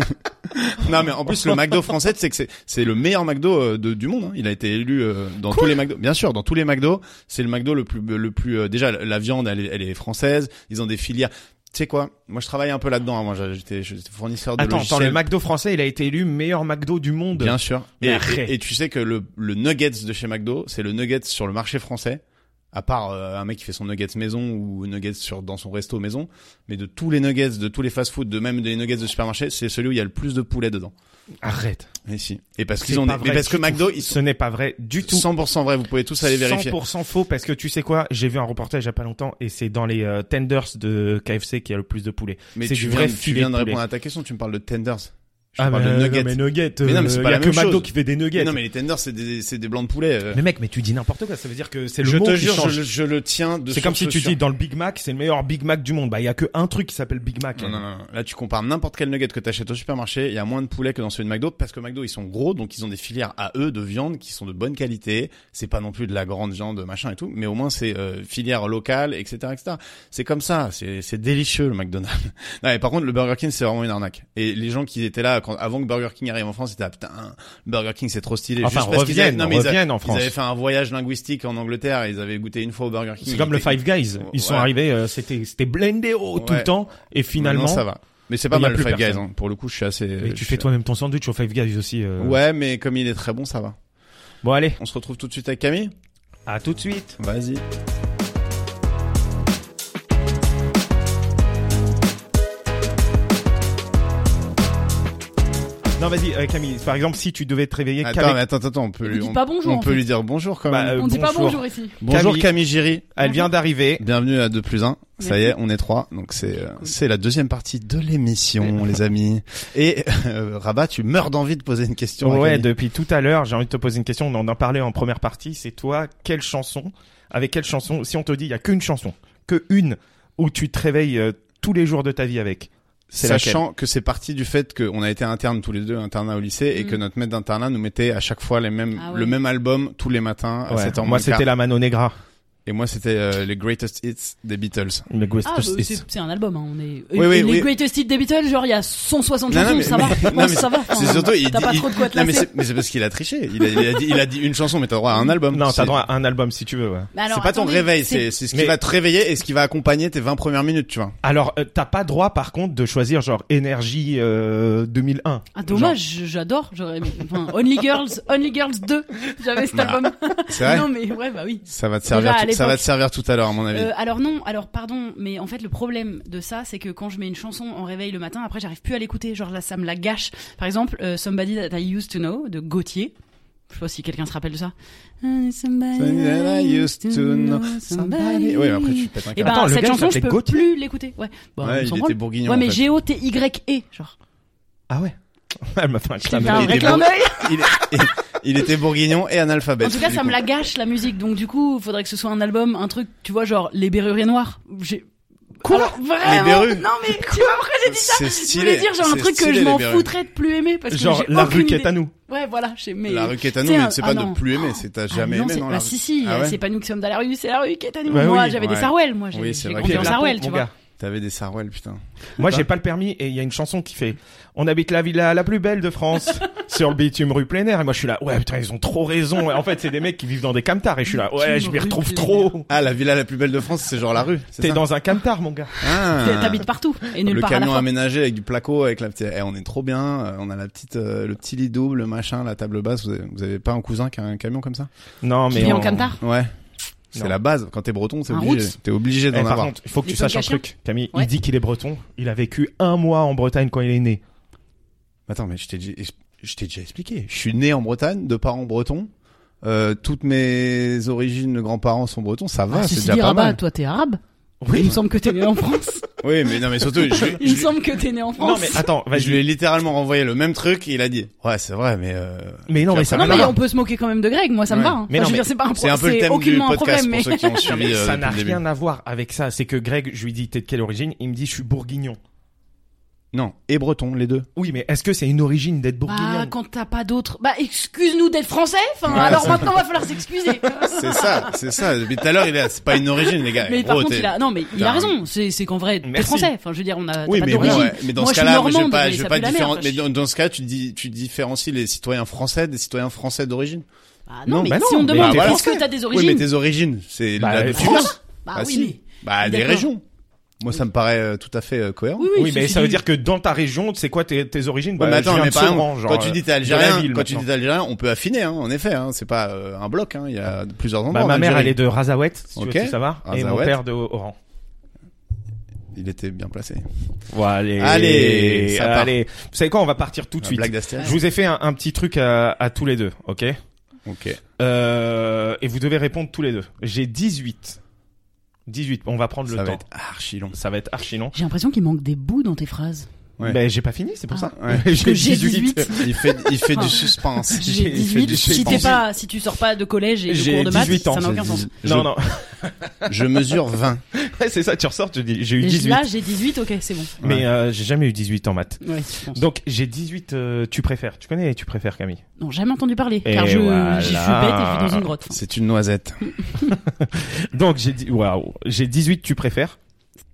non mais en plus le McDo français, c'est que c'est c'est le meilleur McDo euh, de- du monde. hein. Il a été élu euh, dans tous les McDo, bien sûr, dans tous les McDo, c'est le McDo le plus le plus euh, déjà la viande, elle est, elle est française. Ils ont des filières. Tu sais quoi Moi, je travaille un peu là-dedans. hein. Moi, j'étais j'étais fournisseur de Attends, attends, logiciels. le McDo français, il a été élu meilleur McDo du monde. Bien sûr. Mais Et, arrête. et- et tu sais que le, le Nuggets de chez McDo, c'est le Nuggets sur le marché français. À part euh, un mec qui fait son Nuggets maison ou Nuggets sur, dans son resto maison. Mais de tous les Nuggets, de tous les fast-food, de même des Nuggets de supermarché, c'est celui où il y a le plus de poulet dedans. Arrête. Et si. Et parce C'est qu'ils ont pas des- vrai mais parce que du McDo, ils sont Ce n'est pas vrai du tout. 100% vrai. Vous pouvez tous aller vérifier. 100% faux parce que tu sais quoi, j'ai vu un reportage il y a pas longtemps et c'est dans les euh, tenders de KFC qu'il y a le plus de poulet. Mais c'est tu du viens, vrai tu filet viens de de poulet. répondre à ta question. Tu me parles de tenders. Je Ah, te parle mais, de euh, nuggets. non, mais nuggets. Mais non, mais c'est euh, pas y a la que même McDo chose. qui fait des nuggets. Non, mais les tenders, c'est des, c'est des blancs de poulet. euh. Mais mec, mais tu dis n'importe quoi. Ça veut dire que c'est le je mot te qui jure, change. je, je le tiens de C'est comme si source tu sûre. dis dans le Big Mac, c'est le meilleur Big Mac du monde. Bah, il y a que un truc qui s'appelle Big Mac. Non, non, non. Là, tu compares n'importe quel nugget que t'achètes au supermarché, il y a moins de poulet que dans celui de McDo, parce que McDo, ils sont gros, donc ils ont des filières à eux de viande qui sont de bonne qualité. C'est pas non plus de la grande viande, machin et tout, mais au moins c'est euh, filière locale, etc., etc. C'est comme ça, c'est c'est délicieux le McDonald's. non, mais par contre, le Burger King, c'est vraiment une arnaque. Et les gens qui étaient là quand, avant que Burger King arrive en France, ils étaient ah, putain, Burger King, c'est trop stylé. Enfin, Juste parce qu'ils avaient- reviennent, non, mais ils avaient- reviennent en France. Ils avaient fait un voyage linguistique en Angleterre, et ils avaient goûté une fois au Burger King. C'est comme Ils le étaient- Five Guys. Ils sont Ouais. arrivés, euh, c'était c'était blendé au tout Ouais. le temps et finalement. Maintenant, ça va. Mais c'est pas il y a mal le plus Five Guys, personne. hein. pour le coup, je suis assez. Mais je tu suis- fais toi-même ton sandwich au Five Guys aussi. euh. Ouais, mais comme il est très bon, ça va. Bon allez, On se retrouve tout de suite avec Camille à tout de suite. Vas-y. Non vas-y euh, Camille. Par exemple, si tu devais te réveiller Attends, mais qu'avec, attends, attends, on peut Il lui, dit on, pas bonjour, on en peut fait. lui dire bonjour quand Bah, même. euh, On dit pas bonjour. bonjour ici. bonjour Camille. Camille, Giry. elle vient d'arriver. Bienvenue à 2 plus 1. Ça y est, Merci. on est trois. Donc c'est euh, c'est la deuxième partie de l'émission, les amis. Et euh, Rabat, tu meurs d'envie de poser une question. à ouais, Camille. depuis tout à l'heure, j'ai envie de te poser une question. On en a parlé en première partie. C'est toi, quelle chanson Avec quelle chanson Si on te dit, il y a qu'une chanson, que une où tu te réveilles euh, tous les jours de ta vie avec. C'est laquelle Sachant que c'est parti du fait qu'on a été internes tous les deux, internats au lycée, et Mm. que notre maître d'internat nous mettait à chaque fois les mêmes, Ah ouais. le même album tous les matins à Ouais. 7h Moi, c'était la Mano Negra. Et moi, c'était euh, les Greatest Hits des Beatles. Le Ah, Greatest bah, c'est Hits. c'est un album, hein, on est. Oui, oui, et les oui. Greatest Hits des Beatles, genre il y a 160 Non, non, chansons, mais- ça va. mais- non, Ouais, mais ça Ah. va. C'est enfin, surtout, il T'as dit- pas il- trop de quoi te non, mais lasser. c'est, mais c'est parce qu'il a triché. Il a, il a dit, il a dit une chanson, mais t'as droit à un album. Non, C'est- t'as droit à un album si tu veux. ouais. Mais alors, c'est pas ton attendez, réveil, c'est, c'est ce qui Mais- va te réveiller et ce qui va accompagner tes 20 premières minutes, tu vois. Alors, euh, t'as pas droit, par contre, de choisir genre énergie euh, 2001. Ah, dommage, je- j'adore. J'aurais aimé. Enfin, Only Girls, Only Girls 2. J'avais cet Bah, album. C'est vrai? non, mais ouais, bah oui. Ça va te servir, Déjà, à tout, ça va l'époque- te servir tout à l'heure, à mon avis. Euh, alors non, alors pardon, mais en fait le problème de ça, c'est que quand je mets une chanson en réveil le matin, après j'arrive plus à l'écouter, genre là ça me la gâche. Par exemple, euh, Somebody That I Used to Know de Gauthier. Je sais pas si quelqu'un se rappelle de ça. Euh, Somebody Somebody that I used to know, somebody. Oui, mais après, tu pètes un Et câble. ben Attends, le cette gars, il chanson, je s'appelait peux Gauthier plus l'écouter. Ouais. Bon, ben, on ouais, s'en il branle. était bourguignon. Ouais, en mais fait. G O T Y E, genre. Ah ouais. Elle m'a fait un clin Il y d'œil. a un il vrai est clin beau. d'œil. il, il était bourguignon et analphabète. En tout cas, du ça me coup. la gâche la musique. Donc du coup, faudrait que ce soit un album, un truc, tu vois, genre Les Berruriers Noirs. J'ai Quoi Alors, vraiment Berrues Non mais tu vois après j'ai dit ça. C'est Je stylé. voulais dire genre un c'est truc que stylé, je les m'en berrues. foutrais de plus aimer parce que Genre j'ai la aucune rue qui est idée. à nous. Ouais, voilà, j'ai mais La rue qui est à nous, C'est mais un- c'est ah pas non. de plus aimer, c'est t'as Ah jamais non, aimé c'est- dans bah la rue. si si, Ah ouais c'est pas nous qui sommes dans la rue, c'est la rue qui est à nous. Ouais, moi, oui. j'avais Ouais. des Sarwell, moi, j'ai Oui, c'est j'ai vrai grandi qu'il y en avait la Sarwell, pompe, tu mon vois. gars. T'avais des Sarwell, putain. Moi, Bah. j'ai pas le permis et il y a une chanson qui fait On habite la villa la plus belle de France sur le bitume rue plein air. Et moi, je suis là, ouais, putain, ils ont trop raison. Et en fait, c'est des mecs qui vivent dans des camtars et je suis là, ouais, je m'y Bitume retrouve rue plein trop. Ah, la villa la plus belle de France, c'est genre la rue. c'est T'es ça dans un camtar, mon gars. Ah. T'habites partout et nulle le part à la camion fois. aménagé avec du placo, avec la petite. Eh, on est trop bien. euh, On a la petite, euh, le petit lit double, machin, la table basse. Vous avez, vous avez pas un cousin qui a un camion comme ça Non, Qui mais. vit on- en camtar. Ouais. C'est Non. la base. Quand t'es breton, t'es Un obligé. roots. T'es obligé Eh, d'en par avoir. contre, il faut que Les tu saches un Tolkachiens. truc, Camille. Ouais. Il dit qu'il est breton. Il a vécu un mois en Bretagne quand il est né. Attends, mais je t'ai déjà, je t'ai déjà expliqué. Je suis né en Bretagne, de parents bretons. Euh, toutes mes origines de grands-parents sont bretons. Ça va, Ah, c'est ceci déjà dit, pas Rabat, mal. toi t'es arabe Il me Oui. semble que t'es né en France. Oui, mais non, mais surtout, je, Il me je, semble que t'es né en Non, France. mais attends, vas-y. je lui ai littéralement renvoyé le même truc et il a dit, ouais, c'est vrai, mais euh, Mais non, mais ça Non, n'a mais rien à on peut se moquer quand même de Greg, moi ça me Ouais. va. hein. Mais non, Enfin, je veux mais dire, c'est pas un c'est un problème, peu le thème du aucunement un podcast problème, mais pour ceux qui ont suivi euh, ça depuis n'a le début. rien à voir avec ça. C'est que Greg, je lui dis, t'es de quelle origine Il me dit, je suis bourguignon. Non, et breton, les deux. Oui, mais est-ce que c'est une origine d'être bourguignon Bah, quand t'as pas d'autres. Bah, excuse-nous d'être français, enfin, Ouais, alors c'est- maintenant va falloir s'excuser. C'est ça, c'est ça. Depuis tout à l'heure, il est là. C'est pas une origine, les gars. Mais En par gros, contre, t'es- il a, non, mais il t'as a un- raison. C'est, c'est qu'en vrai, t'es Merci. français. Enfin, je veux dire, on a, t'as Oui, pas mais bon, d'origine. ouais. mais dans Moi, ce je suis cas-là, moi, je vais normande, pas, mais je ça vais pas pue la merde, différen- enfin, Mais je- dans, dans ce cas, tu dis, tu différencies les citoyens français des citoyens français d'origine. Ah, non, Non, mais bah si non, on mais demande, t'es est-ce français. que t'as des Oui, mais origines? tes origines, c'est Bah, la euh, de France. France. Bah si. oui, Bah, des D'accord. régions. Moi, ça me paraît euh, tout à fait euh, cohérent. mais. Oui, ceci mais ça veut dit, dire que dans ta région, c'est quoi tes, tes origines Ouais, Bah, mais je attends, viens mais de par Sevran, exemple, genre, quand tu euh, dis t'es de la algérien, ville, quand tu dis maintenant. t'es algérien, on peut affiner, hein, en effet, hein, c'est pas euh, un bloc, hein, il y a plusieurs endroits. Bah, ma en mère, elle Algérie. est de Razaouet, si Ok. Ah, tu veux tout savoir, et mon Razaouet. père de Oran. Il était bien placé. allez, Allez, ça part. allez. Vous savez quoi On va partir tout de La suite. Blague d'Astérix. Je vous ai fait un, un petit truc à, à tous les deux, ok Ok. euh, Et vous devez répondre tous les deux. J'ai 18. 18. On va prendre Ça le va temps. être archi long. Ça va être archi long. J'ai l'impression qu'il manque des bouts dans tes phrases. Ouais. Ben, j'ai pas fini, c'est pour Ah. ça. Ouais. Que j'ai 18. Il fait, il fait Ah. du suspense. Il J'ai fait 18. du Si t'es suspense. pas, si tu sors pas de collège et de J'ai cours de maths, 18 ans, ça n'a Je- aucun sens. Je, Non, non. je mesure 20. Ouais, c'est ça, tu ressors, tu dis, j'ai eu Et 18. Là, j'ai 18, ok, c'est bon. Mais euh, j'ai jamais eu 18 en maths. Ouais, je pense. Donc j'ai 18 euh, tu préfères. Tu connais tu préfères Camille Non, jamais entendu parler. Et Car je, voilà. je suis bête et je suis dans une grotte. C'est une noisette. Donc j'ai dit waouh, j'ai 18 tu préfères.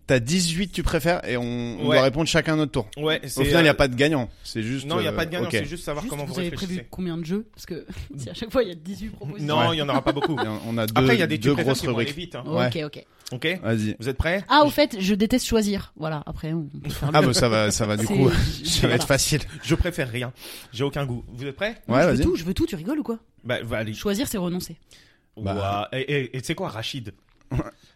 T'as 18, tu préfères, et on, on Ouais. doit répondre chacun notre tour. Ouais, euh, Au final, il n'y a pas de gagnant. C'est juste. Non, il y a euh, pas de gagnant, ok. c'est juste savoir Juste, comment vous, vous avez prévu combien de jeux Parce que si à chaque fois il y a 18 propositions. Non, il y en aura pas beaucoup. Et on- On a deux, Après il y a des tu deux préfères grosses qui vont aller rubriques. vite hein. Ok, ok. OK Vas-y. Vous êtes prêts Ah, au fait, je déteste choisir. Voilà, après, on peut faire le- Ah, bah, ça va, ça va, du C'est- coup. je- Ça va voilà. être facile. Je préfère rien. J'ai aucun goût. Vous êtes prêts Ouais, je veux vas-y. tout, je veux tout, tu rigoles ou quoi Bah va aller. Choisir, c'est renoncer. Bah. Ouah. Et- Et et tu sais quoi Rachid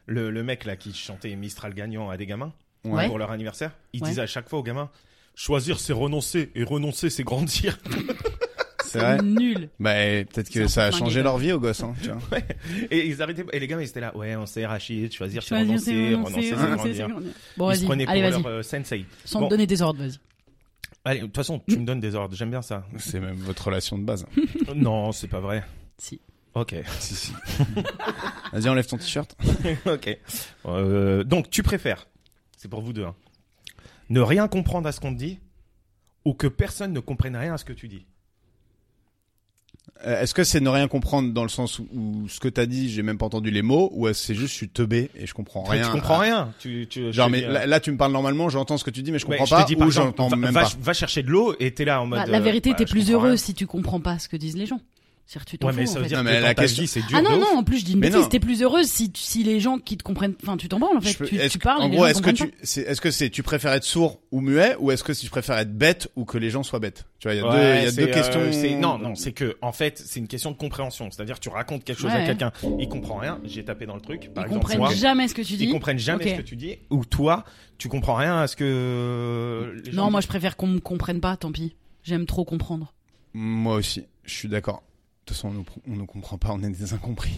le, le mec là qui chantait Mistral gagnant à des gamins Ouais. pour leur anniversaire, il Ouais. disait à chaque fois aux gamins choisir c'est renoncer et renoncer c'est grandir. C'est vrai. Nul. Bah, et peut-être C'est que un ça a peu changé flingué, leur vie aux gosses, hein, tu vois. Et ils arrêtaient et les gamins ils étaient là ouais on sait Rachid choisir c'est Choisir, c'est renoncer, renoncer, renoncer c'est renoncer, grandir. c'est grandir. Bon, ils se vas-y, prenaient pour allez, vas-y. leur euh, sensei. Sans Bon. te donner des ordres, vas-y. Allez, de toute façon, tu me donnes des ordres, j'aime bien ça. C'est même votre relation de base. non, c'est pas vrai. Si. Ok, si, si. Vas-y, enlève ton t-shirt. ok. Euh, donc, tu préfères, c'est pour vous deux, hein, ne rien comprendre à ce qu'on te dit ou que personne ne comprenne rien à ce que tu dis Euh, Est-ce que c'est ne rien comprendre dans le sens où, où ce que t'as dit, j'ai même pas entendu les mots, ou est-ce que c'est juste je suis teubé et je Bah, comprends rien Tu comprends rien. Tu, tu, Genre, tu- mais euh, là, là, tu me parles normalement, j'entends ce que tu dis, mais je ouais, comprends pas, je te dis, par ou exemple, j'entends va- même va, pas. va chercher de l'eau et t'es là en mode. Bah, la euh, vérité, ouais, t'es je plus comprends heureux rien. si tu comprends pas ce que disent les gens. C'est-à-dire, tu t'en Ouais, mais fous, ça en veut fait. dire Non, que mais dans la ta question- vie, c'est dur. Ah non, de ouf. non, en plus, je dis une Mais bêtise. non. T'es plus heureuse si, si les gens qui te comprennent. Enfin, tu t'en branles en fait. Je peux- tu, est-ce- tu parles en et les gros, gens est-ce que comprennent tu, c'est, est-ce que c'est, tu préfères être sourd ou muet, ou est-ce que tu préfères être bête ou que les gens soient bêtes Tu vois, il y a deux, il Ouais, y a c'est, deux euh, questions. c'est- Non, non, c'est que en fait, c'est une question de compréhension. C'est-à-dire, tu racontes quelque chose à Ouais. quelqu'un, il comprend rien. J'ai tapé dans le truc. pas. Par Ils exemple, comprennent moi, jamais ce que tu ils dis. comprennent jamais Ok. ce que tu dis. Ou toi, tu comprends rien à ce que. les gens Non, moi, disent. je préfère qu'on me comprenne pas, tant pis. J'aime trop comprendre. Moi aussi, je suis d'accord. De toute façon, on nous, on nous comprend pas, on est des incompris.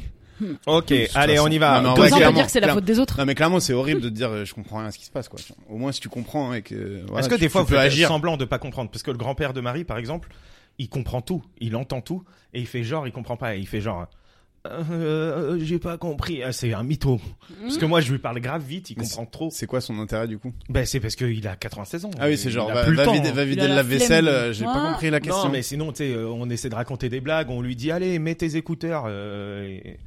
Ok, De toute allez, façon. on y va. Non, mais en Comme Ouais, ça, on peut clairement, dire que c'est la clairement. faute des autres. Non, mais clairement, c'est horrible de te dire, euh, je comprends rien à ce qui se passe, quoi. Tu vois. Au moins, si tu comprends hein, et que, voilà, Est-ce que tu- des fois, tu vous peux faites agir. semblant de pas comprendre Parce que le grand-père de Marie, par exemple, il comprend tout, il entend tout, et il fait genre, il comprend pas, et il fait genre. euh, euh, j'ai pas compris, Ah, c'est un mytho. Mmh. Parce que moi je lui parle grave vite, il Mais comprend trop. C'est quoi son intérêt, du coup? Ben c'est parce qu'il a 96 ans. Ah oui, c'est genre, Il a va, plus le va temps. hein. vider, va vider a le la lave-vaisselle, flemme. euh, j'ai Ouais. pas compris la question. Non, mais sinon, tu sais, euh, on essaie de raconter des blagues, on lui dit, allez, mets tes écouteurs. euh, et-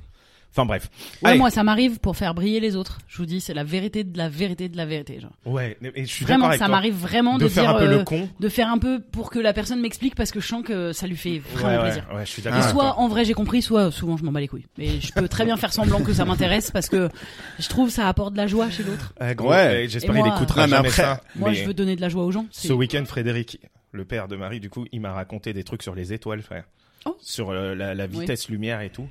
Enfin bref. Ouais, Allez. moi, ça m'arrive pour faire briller les autres. Je vous dis, c'est la vérité de la vérité de la vérité. Genre. Ouais, mais- et je suis d'accord Vraiment, avec ça toi. m'arrive vraiment de, de faire dire, un peu euh, le con. de faire un peu pour que la personne m'explique parce que je sens que ça lui fait vraiment ouais, plaisir. ouais, ouais, je suis Ah, Et d'accord. avec soit toi. en vrai j'ai compris, soit souvent je m'en bats les couilles. Mais je peux très bien faire semblant que ça m'intéresse parce que je trouve ça apporte de la joie chez l'autre. Ah, gros, Ouais. eh, j'espère Et il moi, Non, écoutera mais jamais après- ça. Moi mais je veux donner de la joie aux gens. c'est- ce week-end, Frédéric, le père de Marie, du coup, il m'a raconté des trucs sur les étoiles, frère. Oh. Sur euh, la, la Oui. vitesse lumière et tout.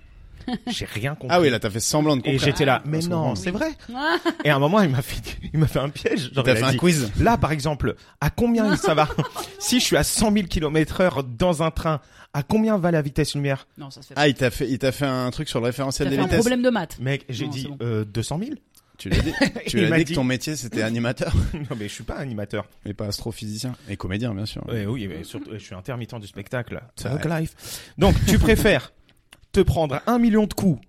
J'ai rien compris. Ah oui, là, t'as fait semblant de Et comprendre. j'étais là, Ah, mais parce que non, bon, c'est vrai. Ah, Et à un moment, il m'a fait, il m'a fait un piège. Genre, T'as il a fait un dit, quiz. Là, par exemple, à combien ça va Si je suis à 100 000 km heure dans un train, à combien va la vitesse lumière non, ça se fait pas. Ah, il t'a fait, il t'a fait un truc sur le référentiel T'as des fait un vitesses. problème de maths. Mec, j'ai Non, dit c'est bon. euh, 200 000 Tu l'as dit, tu Il l'as m'a dit, dit. que ton métier c'était animateur, Non, mais je suis pas animateur. mais pas astrophysicien et comédien bien sûr. Ouais, Eh oui, Mhm. mais surtout, je suis intermittent du spectacle. C'est Talk life. Donc, tu préfères te prendre un million de coups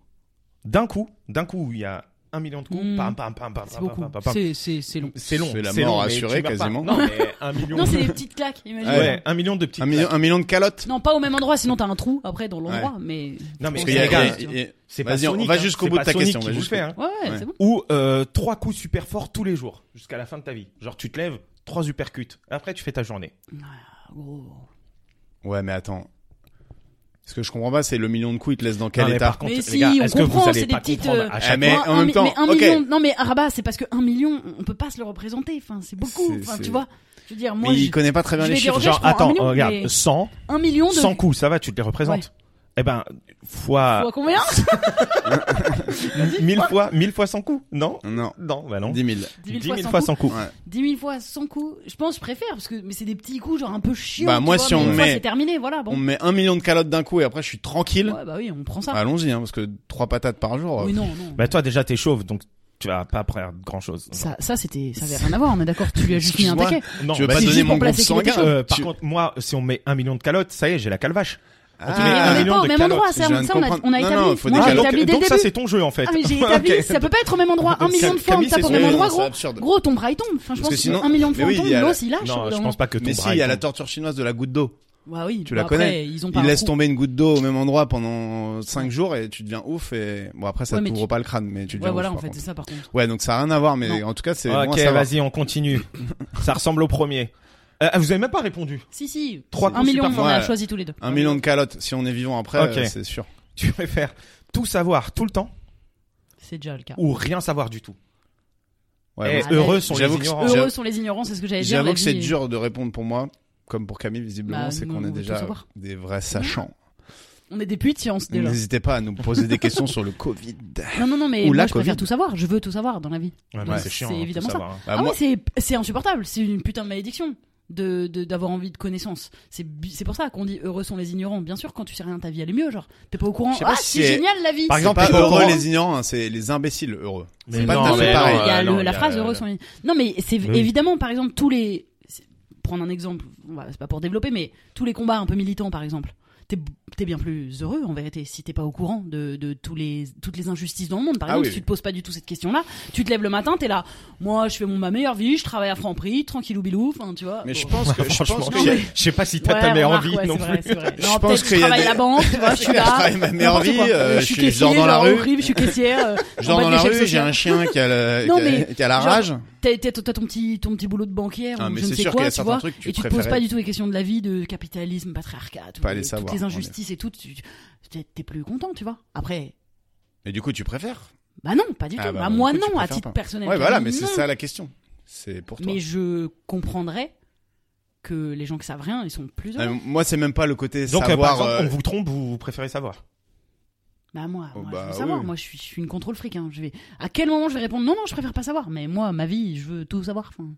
d'un coup, d'un coup, il y a un million de coups, Mm. pam, pam, pam, pam, C'est pam, beaucoup. pam, pam, pam. C'est- C'est c'est long. C'est long. C'est la long, mort mais tu assurée, meurs pas. quasiment. Non, mais un million. Non, c'est des petites claques, imagine. Ouais. Ouais, un million de petites. Un million, un million de calottes. Non, pas au même endroit, sinon t'as un trou après dans l'endroit, mais. Non, mais Parce Parce qu'il y les a- gars, il y a- il y a- c'est pas Vas-y, on Sonic, va hein, jusqu'au c'est bout de pas ta Sonic question, qui on va vous le jusqu'au fait, hein. Ouais, ouais, Ouais. c'est bon. Ou euh, trois coups super forts tous les jours jusqu'à la fin de ta vie. Genre tu te lèves, trois uppercuts. Après tu fais ta journée. Ah, gros. Ouais, mais attends. Ce que je comprends pas, c'est le million de coups, il te laisse dans quel Non, mais état par contre, Mais les si, gars, on est-ce que vous comprend, allez c'est des pas petites, comprendre euh, à Eh, chaque mais- fois Moi, en un même mi- temps, mais un ok. million, non mais Rabat, c'est parce que un million, on peut pas se le représenter. Enfin, c'est beaucoup. C'est- Enfin, c'est- tu vois, je veux dire, Mais moi, il je- connaît pas très bien je les vais chiffres. dire- genre. je Genre prends attends, un million, regarde, mais- 100, un million de 100 coups, ça va, tu te les représentes. Eh ben fois Ah, Fois combien 1000 fois 1000 fois 100 coups, non Non, Non, bah non. 10 000. 10 10 000 fois fois 100 coups. 100 coups. Ouais. 10 000 fois 100 coups, je pense que je préfère parce que mais c'est des petits coups genre un peu chiants. Bah, tu moi, vois, si mais on une fois, met- c'est terminé, voilà. Bon. On me met un million de calottes d'un coup et après je suis tranquille. Ouais, bah oui, on prend ça. Allons-y, hein, parce que trois patates par jour. oui, non, non. Bah toi déjà t'es chauve donc tu vas pas prendre grand chose. ça, ça c'était, ça avait rien à voir. On est d'accord. Tu lui as juste mis un Excuse-moi. taquet. Non, tu veux bah pas si, juste donner mon pour groupe placer qu'il était sanguin chaud. euh, par Tu- contre moi si on met un million de calottes, ça y est, j'ai la calvache. Ah, tu Mais mets un on n'est million pas au de même calottes, endroit. je C'est viens de ça, on a, comprendre. on a Non, établi. non, faut des moi, j'ai calottes. établi donc dès donc le ça début. c'est ton jeu en fait. Ah, mais j'ai établi, Ok. ça peut pas être au même endroit. Un Donc, million de fois, on Camille, tape c'est au même son- endroit, c'est gros. absurde. Gros, ton bras il tombe. Enfin, je Parce pense que que sinon- un million de mais fois, oui, on il y a tombe. la- L'os, il lâche. Non, je pense pas que ton hein. Mais si, bras il y a est la con. torture chinoise de la goutte d'eau. Bah oui. Tu bah la après, connais. Ils ont pas Il un laisse trou. tomber une goutte d'eau au même endroit pendant cinq jours et tu deviens ouf. Et bon, après ça Ouais, te mais t'ouvre tu- pas le crâne, mais tu deviens Ouais, voilà, ouf, en par fait, contre. c'est ça par contre. Ouais, donc ça a rien à voir, mais Non. en tout cas, c'est bon Ok, à savoir. vas-y, on continue. ça ressemble au premier. Euh, ah, vous avez même pas répondu. Si, si. Trois Un coups million, super on a Ouais. choisi tous les deux. Un million de calottes, si on est vivant après, Ok. euh, c'est sûr. Tu préfères tout savoir tout le temps C'est déjà le cas. ou rien savoir du tout Ouais, Eh, bon, Ah, Heureux sont les j'avoue que- ignorants. J'avoue- Heureux sont les ignorants, c'est ce que j'allais dire. J'avoue la que c'est vie est- dur de répondre pour moi, comme pour Camille, visiblement, Bah, c'est nous, qu'on on est veut tout déjà savoir. des vrais sachants. On est des puits de science déjà. N'hésitez pas à nous poser des questions sur le Covid. Bah, Non, non, non, mais Ou la moi je préfère Covid. tout savoir. Je veux tout savoir dans la vie. Ouais, Ouais, mais c'est chiant. c'est hein, tout évidemment ça. savoir, hein. Bah, ah moi, oui, c'est c'est insupportable. C'est une putain de malédiction de de- d'avoir envie de connaissances. C'est bi- c'est pour ça qu'on dit heureux sont les ignorants. Bien sûr, quand tu sais rien, ta vie elle est mieux. Genre, t'es pas au courant. Je sais pas Ah, si c'est c'est- génial la vie. Par c'est exemple, pas t'es pas au heureux courant. les ignorants, hein, c'est les imbéciles heureux. Mais C'est pas non, tout à fait mais pareil. non, il y a euh, non, le- la il y a- phrase heureux sont les. Non, mais c'est Oui. évidemment, par exemple, tous les. c'est- Prendre un exemple, on va- c'est pas pour développer, mais tous les combats un peu militants, par exemple. T'es t'es bien plus heureux en vérité si t'es pas au courant de, de tous les, toutes les injustices dans le monde. Par Ah exemple, oui. si tu te poses pas du tout cette question-là, tu te lèves le matin, t'es là, moi je fais mon, ma meilleure vie, je travaille à Franprix, tranquillou bilou, enfin tu vois. Mais je Bon. pense que, je Franchement, pense Non, que mais- j'ai- je sais pas si t'as Ouais, ta meilleure remarque, vie ouais, non c'est vrai, plus. c'est vrai. Je Non, pense peut-être qu'il je y a travaille des- à la banque, tu vois, je suis Je là. travaille ma meilleure N'importe vie, quoi. euh, je suis je suis- je dors caissier, dans la genre, rue. horrible, je suis caissière. euh, Je en dors bas dans de la l'échelle rue, j'ai sociale. un chien qui a la, Non, qui a- mais- qui a la genre- rage. T'as t'as- t'as ton petit ton petit boulot de banquière Ah, ou mais je ne c'est sais sûr qu'il y quoi, a tu certains vois, trucs que tu et tu te poses préférais. pas du tout les questions de la vie, de capitalisme, patriarcat, tout- Pas les savoir, toutes les en injustices et tout, tu- t'es t'es plus content, tu vois. Après, Et du coup, tu préfères? bah non, pas du tout. Ah, bah, Bah du moi coup, tu non, à préfères titre pas. personnel. Ouais, voilà, mais non. c'est ça la question. C'est pour toi. Mais je comprendrais que les gens qui savent rien, ils sont plus Euh, heureux. Moi, c'est même pas le côté Donc, euh, par savoir. exemple, euh, on vous trompe ou vous préférez savoir Bah moi, Oh, moi bah, je veux savoir. oui. Moi, je suis, je suis une contrôle fric. Hein. Je vais. À quel moment je vais répondre Non, non, je préfère pas savoir. Mais moi, ma vie, je veux tout savoir. Enfin,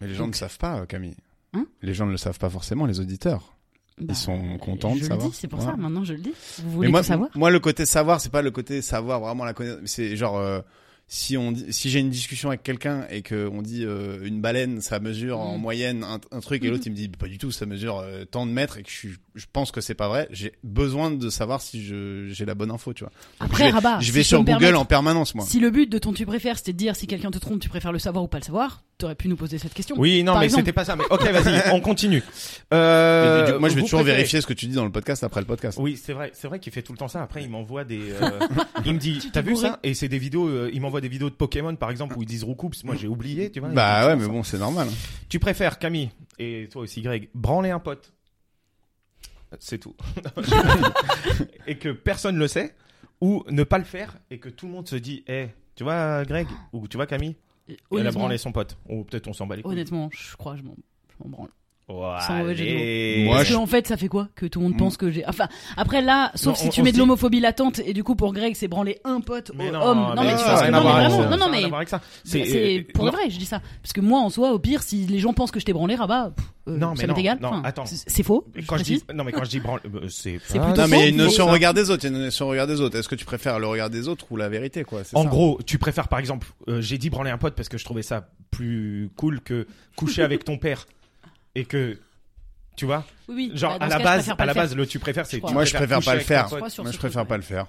Mais les gens ne savent pas, euh, Camille. Hein les gens ne le savent pas forcément, les auditeurs. bah, sont contents de je savoir. le dis, c'est pour Voilà. ça. Maintenant, je le dis. Vous Mais voulez moi, tout savoir moi, le côté savoir, c'est pas le côté savoir vraiment la connaissance. C'est genre euh, si on dit- si j'ai une discussion avec quelqu'un et que on dit euh, une baleine, ça mesure en Mhm. moyenne un, un truc Mm-hmm. et l'autre il me dit pas du tout, ça mesure euh, tant de mètres et que je, suis- je pense que c'est pas vrai. J'ai besoin de savoir si je j'ai la bonne info, tu vois. Donc, je Après, vais- Rabat, je Ah, si vais peux sur me Google permettre, en permanence, moi. Si le but de ton tu préfères, c'était de dire si quelqu'un te trompe, tu préfères le savoir ou pas le savoir, t'aurais pu nous poser cette question. Oui, non, Par mais exemple. c'était pas ça. Mais ok, vas-y, on continue. Mais Euh, du coup, moi, je vais vous toujours préférez- vérifier ce que tu dis dans le podcast après le podcast. Oui, c'est vrai, c'est vrai qu'il fait tout le temps ça. Après, il m'envoie des. euh, il me dit, t'as vu ça Et c'est des vidéos. euh, il m'envoie des vidéos de Pokémon, par exemple, où ils disent Roucoups. Moi, j'ai oublié, tu vois. Bah ouais, mais bon, c'est normal. Tu préfères, Camille, et toi aussi, Greg, branler un pote. C'est tout. et que personne le sait, ou ne pas le faire et que tout le monde se dit, eh, tu vois, Greg, ou tu vois, Camille, Et elle a honnêtement, branlé son pote. Ou peut-être on s'en bat les couilles. honnêtement, je crois, je m'en je m'en branle. Oh, Sans mauvais jeu de mots. allez. Moi, Parce je- Mm. que, en fait, ça fait quoi que tout le monde pense que j'ai. Enfin, après là, sauf Non, si on- tu on mets se de dit- l'homophobie latente et du coup pour Greg c'est branler un pote Mais au- non, homme. Non mais, mais tu ça vois, a rien non, à voir mais avec vraiment, ça. non non Ça a rien à voir mais avec ça. c'est euh, pour de non. vrai, je dis ça parce que moi en soi, au pire, si les gens pensent que je t'ai branlé, ah bah pff, euh, Non, mais ça m'est non, égal. non, Enfin, attends. c'est c'est faux. Quand je dis, précise. non mais quand je dis branle, euh, c'est C'est pas- plutôt Non, mais il y a une faux, notion mais- regard des autres. Il y a une notion regard des autres. Est-ce que tu préfères le regard des autres ou la vérité, quoi c'est En ça. gros, tu préfères par exemple, euh, j'ai dit branler un pote parce que je trouvais ça plus cool que coucher avec ton père et que tu vois, Oui, oui. genre Bah, dans à la ce cas, je base, préfère pas à la le faire. base le tu préfères c'est Je tu Moi, je préfère coucher pas le avec ton faire. pote. Je Moi, crois sur je ce préfère truc, pas ouais. le faire.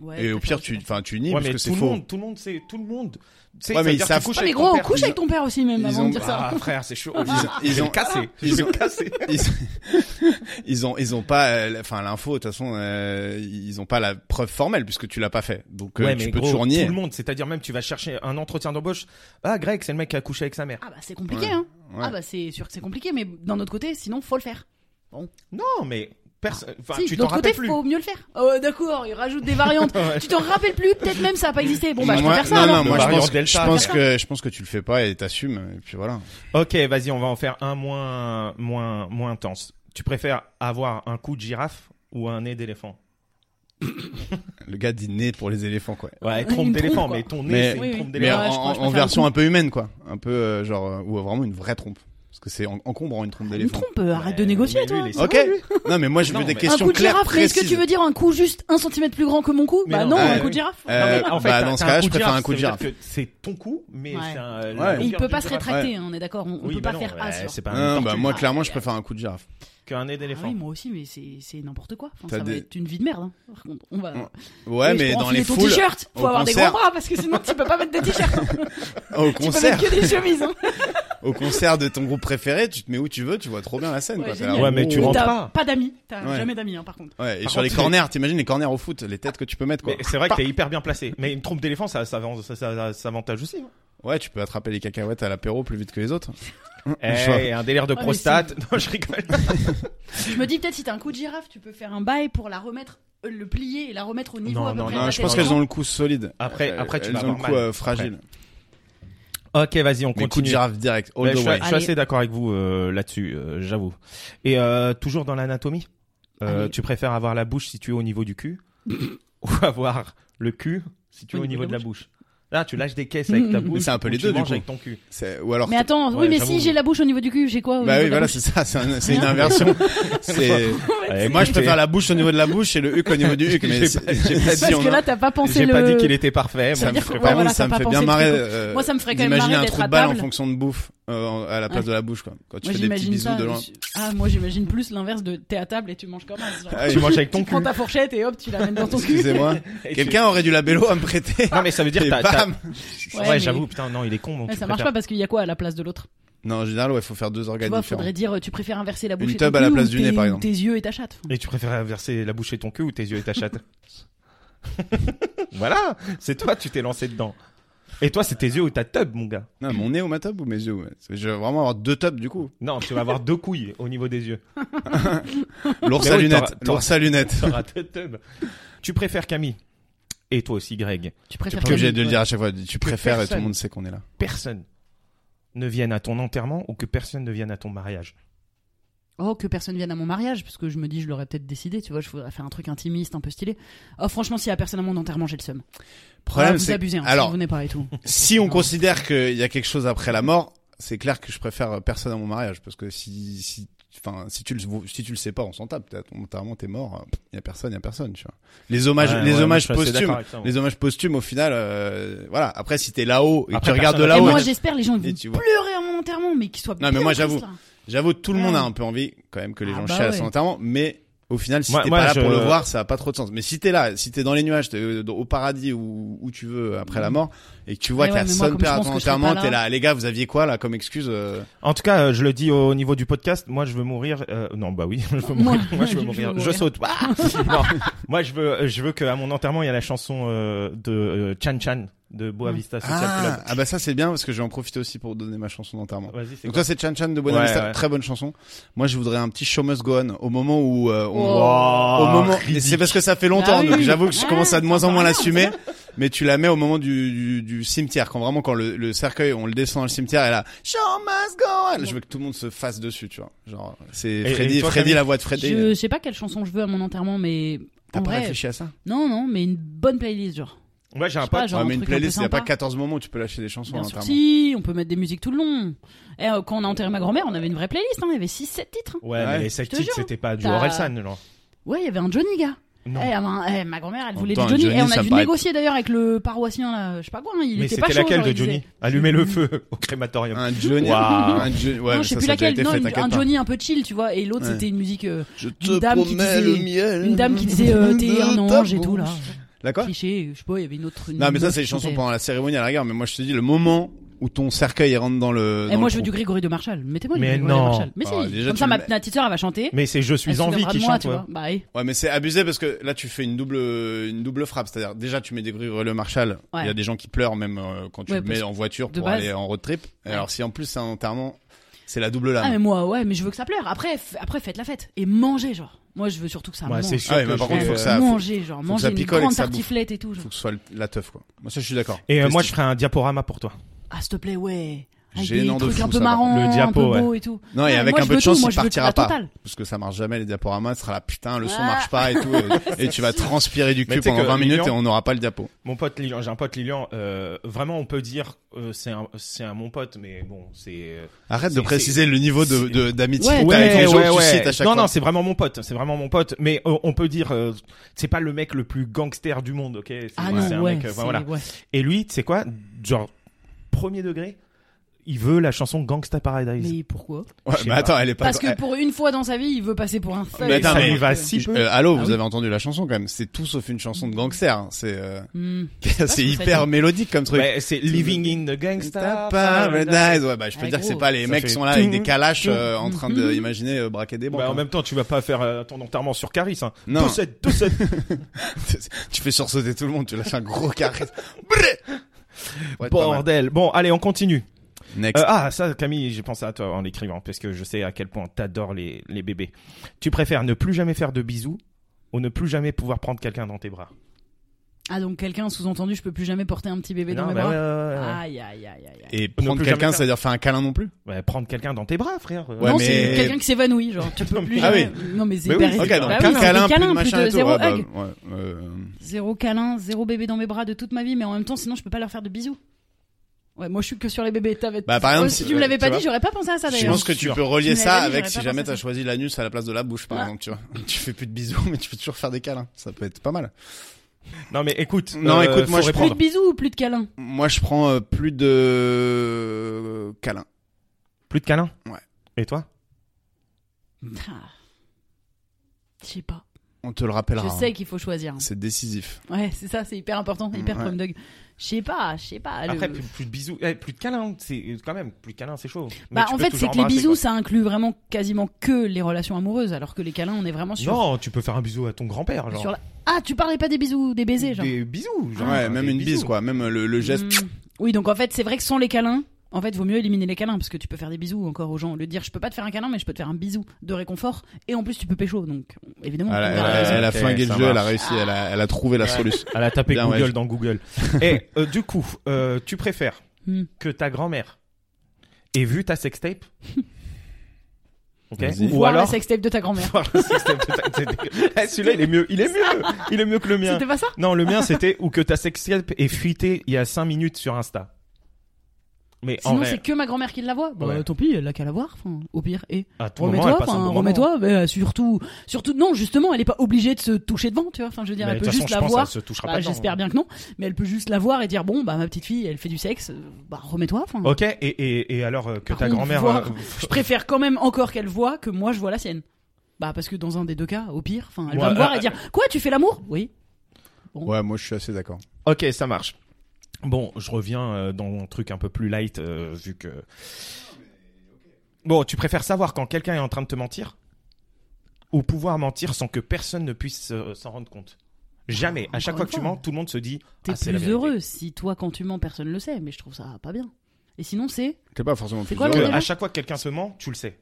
Ouais, Et au je pire, préfère tu, aussi. enfin, tu nies Ouais, parce mais que c'est tout le faux. monde, tout le monde c'est tout le monde. C'est Ouais, mais ils c'est-à-dire que tu savent- couches Ah mais avec ton gros, père, couche ils avec ton père aussi même ils avant ont- de dire ça. Ah frère, c'est chaud. Ils- ils Ils ont- ont cassé. ils Ils ont- ont cassé. Ils, ils ont, ils ont pas, euh, la- enfin, l'info. De toute façon, euh, ils ont pas la preuve formelle puisque tu l'as pas fait. Donc, euh, Ouais, tu mais peux gros, toujours nier. tout le monde, c'est-à-dire même tu vas chercher un entretien d'embauche. Ah Greg, c'est le mec qui a couché avec sa mère. Ah bah c'est compliqué Ouais. hein. Ouais. Ah bah c'est sûr que c'est compliqué mais d'un autre côté, sinon faut le faire. Non, Oh, mais personne enfin si, tu de t'en l'autre côté, rappelles plus. faut mieux le faire. Oh, d'accord, il rajoute des variantes. tu t'en rappelles plus, peut-être même ça n'a pas existé. Bon, bah, je Moi- préfère ça. non, alors. non, moi, je Variant pense, que, je Delta. pense que, je pense que tu le fais pas et t'assumes, et puis voilà. Ok, vas-y, on va en faire un moins, moins, moins intense. Tu préfères avoir un cou de girafe ou un nez d'éléphant Le gars dit né pour les éléphants, quoi. Ouais, Une trompe trompe, d'éléphant, quoi. mais ton nez, Mais- c'est Oui, une trompe oui. Mais d'éléphant. en, je crois que je en préfère version une un peu humaine, quoi. Un peu, euh, genre, euh, ou vraiment une vraie trompe. Parce que c'est en- encombrant une trompe Tu me d'éléphant. trompes, euh, arrête de Ouais, négocier, mais toi. lui, il est Ok. Non, mais moi, je Non, veux des mais- Un questions coup de claires, girafe, mais est-ce que précises. tu veux dire un coup juste un centimètre plus grand que mon coup Mais Bah non. ah non, Ah, un ouais. coup de girafe. Euh, Non, mais en fait, bah, t'as- dans ce t'as cas-là, coup je de préfère girafe, un coup de ça veut girafe. dire que C'est ton cou, mais Ouais. c'est un. la Ouais. longueur Il peut du pas se girafe. rétracter, hein, on est d'accord. On, on Oui, peut bah pas non, faire ouais, ah sur. C'est pas Ah, un bah, tortue moi, clairement, je préfère un coup de girafe. qu'un nez Ah oui, d'éléphant. moi aussi, mais c'est c'est n'importe quoi. Enfin, T'as ça va des- être une vie de merde. hein. Par contre, on va. Ouais, Oui, mais pour dans enfiler les ton foules, t-shirt, faut au avoir des concert- gros bras parce que sinon tu peux pas mettre de t-shirt. au tu peux mettre concert, que des chemises. hein. au concert de ton groupe préféré, tu te mets où tu veux, tu vois trop bien la scène, Ouais, quoi. T'as génial. l'air- Ouais, mais tu Ou rentres t'as pas. Pas d'amis, t'as Ouais. jamais d'amis, hein, par contre. Ouais, et Par sur les contre, corners, t'imagines les corners au foot, les têtes que tu peux mettre, quoi. Mais c'est vrai que t'es hyper bien placé. Mais une trompe d'éléphant, ça, ça, ça, ça- ça avantage aussi. hein. Ouais, tu peux attraper les cacahuètes à l'apéro plus vite que les autres. Mm, Eh, un délire de Ah, mais prostate. Non, je rigole. Je me dis peut-être si t'as un coup de girafe, tu peux faire un bail pour la remettre, euh, le plier et la remettre au niveau. Non, à peu non, près non, de la je tête pense des qu'elles gens. ont le coup solide. Après- Euh, après, tu elles vas ont avoir le coup mal. euh, fragile. Ok, vas-y, on Mais coup de continue. girafe direct, all Ouais, the je, suis- way. je suis Allez. assez d'accord avec vous euh, là-dessus, euh, j'avoue. Et euh, toujours dans l'anatomie, euh, Allez. tu préfères avoir la bouche située au niveau du cul ou avoir le cul situé au niveau de la bouche Là, tu lâches des caisses avec ta Mais bouche. c'est un peu ou les tu deux, du manges coup. avec ton cul. C'est- Ou alors Mais attends, Ouais, oui, mais j'avoue. si j'ai la bouche au niveau du cul, j'ai quoi au Bah niveau oui, de voilà, la bouche c'est ça, Ah, c'est un- c'est une inversion. C'est- Eh, Moi, je écoutez, préfère la bouche au niveau de la bouche et le huc au niveau du huc, mais J'ai si- pas- j'ai pas si Parce on que a- là, t'as pas pensé J'ai le. pas dit qu'il était parfait. mais Ça veut dire je que- préfère- Par ouais, voilà, contre, ça t'as me pas fait pensé bien le marrer. truc. euh, Moi, ça me ferait quand même d'imaginer marrer un d'être trou de à balle en table. fonction de bouffe euh, à la place Ouais. de la bouche, quoi. Quand tu Moi, fais des petits j'imagine bisous ça. de loin. je- Ah, moi, j'imagine plus l'inverse de t'es à table et tu manges comme un. genre. Ah, Tu manges avec ton Tu cul. prends ta fourchette et hop, tu l'amènes dans ton cul. Excusez-moi. Et tu- Quelqu'un aurait du labello à me prêter. Ah, Non, mais ça veut dire Et t'as- t'as- bam Ouais, mais- j'avoue, putain, non, il est con. donc Ouais, tu ça marche pas préfères- parce qu'il y a quoi à la place de l'autre Non, en général, ouais, faut faire deux Tu organes vois, différents. faudrait dire euh, tu préfères inverser la bouche Une et ton teub à la cul place ou du nez, tes- par ou exemple. tes yeux et ta chatte. Enfin, Et tu préfères verser la bouche et ton cul ou tes yeux et ta chatte Voilà, c'est toi, tu t'es lancé dedans. Et toi, c'est tes yeux ou ta tub, mon gars. Non, mon nez ou ma tub ou mes yeux ouais. Je vais vraiment avoir deux tubs du coup. Non, tu vas avoir deux couilles au niveau des yeux. L'ours Mais à oui, lunettes. t'auras- L'ours à lunettes. Tu auras deux tubs. Tu préfères Camille et toi aussi Greg. Tu Tu préfères es obligé Camille. de le dire à chaque fois. Tu préfères et tout le personne. monde sait qu'on est là. Personne ne vienne à ton enterrement ou que personne ne vienne à ton mariage. Oh, que personne vienne à mon mariage, parce que je me dis, je l'aurais peut-être décidé, tu vois, je voudrais faire un truc intimiste, un peu stylé. Oh, franchement, s'il y a personne à mon enterrement, j'ai le seum. Problème, Ah, vous c'est. abusez, hein, Alors, si vous venez pas et tout. Si on Non. considère qu'il y a quelque chose après la mort, c'est clair que je préfère personne à mon mariage parce que si si enfin si tu le si tu le sais pas, on s'en tape. T'es à ton enterrement, t'es mort. Il y a personne, il y a personne. Tu vois. Les hommages, Ouais, les ouais, moi, je hommages suis assez d'accord posthumes. avec ça, moi. Les hommages posthumes, au final, euh, voilà. Après, si t'es là-haut et que tu Après, regardes de personne n'a- et ouais. là-haut, moi, j'espère, les gens, ils Et vont tu vois. pleurer à mon enterrement, mais qu'ils soient mais bien moi, tristes, j'avoue. là. j'avoue, tout le monde Ouais. a un peu envie quand même que les Ah, gens bah chient à ouais. son enterrement, mais Au final, si Moi- t'es moi, pas là je- pour le voir, ça a pas trop de sens. Mais si t'es là, si t'es dans les nuages, t'es au paradis ou où tu veux euh, après la mort, et que tu vois Ouais, que la ouais, Mm. mais moi, sonne comme je perd pense ton que je serai enterrement, pas t'es là. là. Les gars, vous aviez quoi là comme excuse euh, En tout cas, euh, je le dis au niveau du podcast, moi je veux mourir. euh, non, bah oui, je veux Moi, mourir. Moi, je veux mourir. Je saute. Ah Non, moi je veux, euh, je veux qu'à mon enterrement il y a la chanson euh, de euh, Chan Chan de Boa Vista Social Club. ah, ah bah ça c'est bien parce que je vais en profiter aussi pour donner ma chanson d'enterrement. Vas-y, c'est Donc toi quoi c'est Chan Chan de Ouais, Bonamista, ouais. très bonne chanson. Moi je voudrais un petit Show Must Go On au moment où euh, on, Oh, au moment ridicule. c'est parce que ça fait longtemps Bah oui. donc j'avoue que je Ah, commence à de ça moins en va. moins l'assumer mais tu la mets au moment du, du, du cimetière quand vraiment quand le, le cercueil on le descend dans le cimetière et là show must go on je veux que tout le monde se fasse dessus tu vois genre c'est Et- Freddy et toi, Freddy Camille la voix de Freddy Je sais pas quelle chanson je veux à mon enterrement, mais t'as en pas vrai, réfléchi à ça non, non, mais une bonne playlist, genre. Ouais, j'ai Je un sais pas, pote. genre ouais, un mais une truc un peu playlist il y a pas sympa. 14 moments où tu peux lâcher des chansons hein, Bien à sûr, l'enterrement. si, on peut mettre des musiques tout le long. Et euh, quand on a enterré ma grand-mère, on avait une vraie playlist, hein, il y avait 6-7 titres. hein. Ouais, Ouais. mais les sept Je te titres, jure. c'était pas du T'as- Orelsan, genre. Ouais, il y avait un Johnny, gars. Non. Eh, ah ben, eh, ma grand-mère, elle En voulait même temps, du Johnny. Johnny, et on ça a me dû paraît- négocier d'ailleurs avec le paroissien, là, je sais pas quoi, hein, il mais était pas c'était chaud. laquelle genre, de il disait- Johnny Allumer le feu au crématorium. un Johnny Waouh. un Johnny ouais non, mais je sais ça, plus ça a déjà laquelle, été non, fait, une- t'inquiète un pas. Johnny un peu chill, tu vois, et l'autre Ouais. c'était une musique, euh, je te une dame qui promets disait- le euh, miel une dame qui disait euh, t'es un ange et tout là, là quoi cliché, je sais pas, il y avait une autre. une non mais ça meuf c'est les qui chansons chantait. pendant la cérémonie à la gare mais moi je te dis le moment où ton cercueil il rentre dans le Et dans Eh, moi le je veux trou. du Grégory de Marshall, mettez-moi du Mais Grégory de non. Marshall. Mais si, Ah, déjà, comme tu ça le ma mets- petite sœur elle va chanter. Mais c'est Je suis Elle se en vie souviendra de qui moi, chante, Ah, tu ouais. vois. Bah, eh. Ouais, mais c'est abusé parce que là, tu fais une double, une double frappe. C'est-à-dire, déjà, tu mets des grues le Marshall. Ouais. Il y a des gens qui pleurent même euh, quand tu Ouais, le mets parce en voiture de pour base. aller en road trip. Et Alors, si en plus c'est un enterrement, c'est la double lame. Ah mais moi ouais, mais je veux que ça pleure. Après f- après faites la fête et mangez genre. Moi je veux surtout que ça Ouais, mange. c'est sûr. Ah ouais, que mais par je contre, vais, faut euh, que ça- manger genre, que manger ça une picole et que grande ça bouffe. tartiflette et tout. genre. Faut que ce soit le- la teuf, quoi. Moi, ça, je suis d'accord. Et euh, moi, je Plastique. ferai un diaporama pour toi. Ah s'il te plaît ouais. Avec des Gênant de trucs fou, un peu ça, par contre. marrants, Le un diapo, peu ouais. beaux et tout. Non, et Ouais, avec Ah, moi, un je peu de veux chance, tout, moi, il je veux partira la pas. totale. Parce que ça marche jamais, les diaporamas. Ce sera la putain, le son Ah. marche pas et tout. Et, et tu vas transpirer du Mais cul tu sais pendant que 20 minutes Lilian- et on n'aura pas le diapo. Mon pote Lilian, j'ai un pote Lilian, euh, vraiment on peut dire euh, c'est un c'est un mon pote mais bon, c'est euh, Arrête de C'est- préciser le niveau de, c'est- de- d'amitié que t'as avec les gens que tu cites à chaque Non fois. non, c'est vraiment mon pote, c'est vraiment mon pote mais euh, on peut dire euh, c'est pas le mec le plus gangster du monde, OK C'est Ah c'est non, un ouais, mec euh, c'est- voilà. ouais. Et lui, tu sais quoi Genre premier degré, il veut la chanson Gangsta Paradise. Mais pourquoi Ouais, je sais mais attends, elle est pas, Parce que pour une fois dans sa vie, il veut passer pour un faible. Mais attends, ça mais- lui va si. si peu. Euh, allô, Ah vous oui. avez entendu la chanson quand même. C'est tout sauf une chanson de gangster. hein. C'est euh, c'est hyper mélodique comme truc. Ouais, c'est Living in the Gangsta Gangsta Ah, Paradise. Ouais, bah je peux Ouais, dire que c'est gros. pas les Ça mecs qui fait sont là avec tout, des calaches tout. euh, en train Mhm. d'imaginer euh, braquer des banques. Bah, en hein. même temps, tu vas pas faire euh, ton enterrement sur Caris. Hein. Non. 2-7, 2-7. tu fais sursauter tout le monde. Tu lâches un gros carré. Brrr. Ouais, pas mal. Bordel. Bon, allez, on continue. Next. Euh, ah, ça, Camille, j'ai pensé à toi en l'écrivant, parce que je sais à quel point t'adores les, les bébés. Tu préfères ne plus jamais faire de bisous ou ne plus jamais pouvoir prendre quelqu'un dans tes bras Ah donc quelqu'un sous-entendu, je peux plus jamais porter un petit bébé dans Non, mes bah bras. Ah. ouais, ouais, ouais, ouais. Aïe aïe aïe aïe. aïe. Et plus prendre jamais quelqu'un, faire. ça veut dire faire un câlin non plus. Ouais, prendre quelqu'un dans tes bras, frère. Euh, Ouais, non, mais- c'est quelqu'un qui s'évanouit, genre tu peux plus Ah jamais. Non mais c'est Mais Eh, oui, hyper c'est Ok, clair. donc Bah oui, un c'est câlin, des câlins, plus de machin plus de et tout. zéro Ouais, bah, hug. ouais, euh, Zéro câlin, zéro bébé dans mes bras de toute ma vie, mais en même temps, sinon je peux pas leur faire de bisous. Ouais, moi je suis que sur les bébés. T'avais- Bah, par exemple, Oh, si- si tu me l'avais tu pas vois. dit, j'aurais pas pensé à ça Je d'ailleurs. pense que tu Sûr. peux relier Tu me ça l'avais dit, avec j'aurais si pas jamais pensé à t'as ça. choisi l'anus à la place de la bouche, par Ah. exemple, tu vois. Tu fais plus de bisous, mais tu peux toujours faire des câlins. Ça peut être pas mal. Non, mais écoute. euh, Non, écoute, moi, faut je prends- Plus répondre. de bisous ou plus de câlins Moi, je prends euh, plus de euh, câlins. Plus de câlins Ouais. Et toi Hmm. Ah. Je sais pas. On te le rappellera. Je hein. sais qu'il faut choisir. C'est décisif. Ouais, c'est ça, c'est hyper important, hyper Ouais. prom dog. Je sais pas, je sais pas. le- Hmm, Après, plus, plus de bisous. Eh, plus de câlins, c'est quand même. Plus de câlins, c'est chaud. Mais Bah, tu en peux fait, toujours c'est que les embrasser, bisous, quoi. ça inclut vraiment quasiment que les relations amoureuses, alors que les câlins, on est vraiment sur. Non, tu peux faire un bisou à ton grand-père, genre. sur la- Ah, tu parlais pas des bisous, des baisers, genre. Des bisous, genre. ouais, même des une bise, bisous. quoi. Même euh, le, le geste. Mm. Oui, donc en fait, c'est vrai que sans les câlins, en fait, vaut mieux éliminer les câlins, parce que tu peux faire des bisous encore aux gens. Le dire, je peux pas te faire un câlin, mais je peux te faire un bisou de réconfort, et en plus, tu peux pécho, donc évidemment. Ah, Elle, a- on elle verra a- la raison. elle a Ok, flingué le ça jeu, elle a marche. réussi, elle a, elle a trouvé la solution. Elle a tapé Bien, Google ouais. dans Google. Et euh, du coup, euh, tu préfères Hmm. que ta grand-mère ait vu ta sextape Ok. Vas-y. Ou Voir la alors sextape de ta grand-mère. Voir la sextape de ta- c'est dégueu. Eh, Celui-là, il est mieux. Il est mieux. Il est mieux que le mien. C'était pas ça Non, le mien, c'était ou que ta sextape est fuitée il y a 5 minutes sur Insta. Mais en Sinon, vrai, c'est que ma grand-mère qui la voit. Bah, Ouais. tant pis, elle a qu'à la voir, enfin, au pire, et. à tout moment, Remets-toi, elle passe un enfin, bon moment. remets-toi, mais, euh, surtout, surtout, non, justement, elle est pas obligée de se toucher devant, tu vois. Enfin, je veux dire, Mais de elle toute peut façon, juste je la pense voir. qu'elle se touchera Bah, pas dedans. hein. J'espère bien que non, mais elle peut juste la voir et dire bon, bah ma petite fille, elle fait du sexe, euh, bah remets-toi. Enfin, Ok, et, et, et alors euh, que Par ta contre, grand-mère. voir- euh, je préfère quand même encore qu'elle voit que moi je vois la sienne. Bah parce que dans un des deux cas, au pire, enfin, elle Ouais, va me voir euh, et dire quoi, tu fais l'amour Oui. Ouais, moi je suis assez d'accord. Ok, ça marche. Bon, je reviens euh, dans un truc un peu plus light, euh, vu que. Bon, tu préfères savoir quand quelqu'un est en train de te mentir ou pouvoir mentir sans que personne ne puisse euh, s'en rendre compte Jamais. à Encore chaque fois une que tu fois. mens, tout le monde se dit. T'es Ah, c'est la plus vérité. heureux si toi quand tu mens personne le sait, mais je trouve ça pas bien. Et sinon c'est T'es pas forcément plus quoi le heureux. délire Euh, À chaque fois que quelqu'un se ment, tu le sais.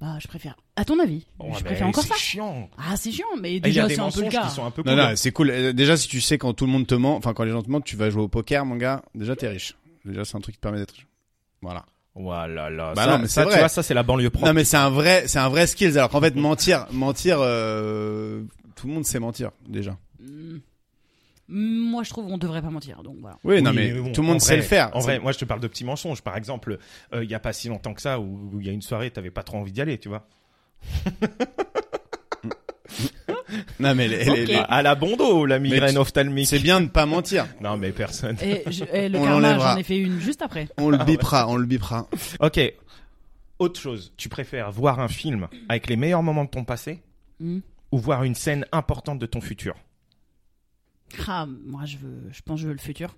bah je préfère. À ton avis, Ouais, je mais préfère encore c'est ça. chiant. Ah c'est chiant, mais Et Il y a déjà des c'est un peu mensonges le cas. qui sont un peu Non, cool. non, c'est cool. Euh, Déjà, si tu sais quand tout le monde te ment, enfin quand les gens te mentent, tu vas jouer au poker, mon gars. Déjà, t'es riche. Déjà, c'est un truc qui te permet d'être riche. Voilà. Voilà, là. Bah ça, non, mais ça, c'est tu vrai. vois, ça, c'est la banlieue propre. Non, mais c'est un vrai, c'est un vrai skills. Alors qu'en fait, mentir, mentir, euh, tout le monde sait mentir déjà. Hmm. Moi je trouve on devrait pas mentir, donc voilà. Oui, non, Oui, mais, bon, tout le monde en sait le vrai- faire. En C'est- vrai, moi je te parle de petits mensonges. Par exemple, euh, il y a pas si longtemps que ça, où où il y a une soirée, t'avais pas trop envie d'y aller, tu vois. Non, mais les- les- Ok. les- Et- À la bondo, la migraine tu- ophtalmique. c'est bien de pas mentir. Non, mais personne. Et, je- et le On karma, l'enlèvera. j'en ai fait une juste après. On le bipera, on le bipera. Ok. Autre chose, tu préfères voir un film avec les meilleurs moments de ton passé Hmm. ou voir une scène importante de ton futur Ah, moi je veux, je pense que je veux le futur,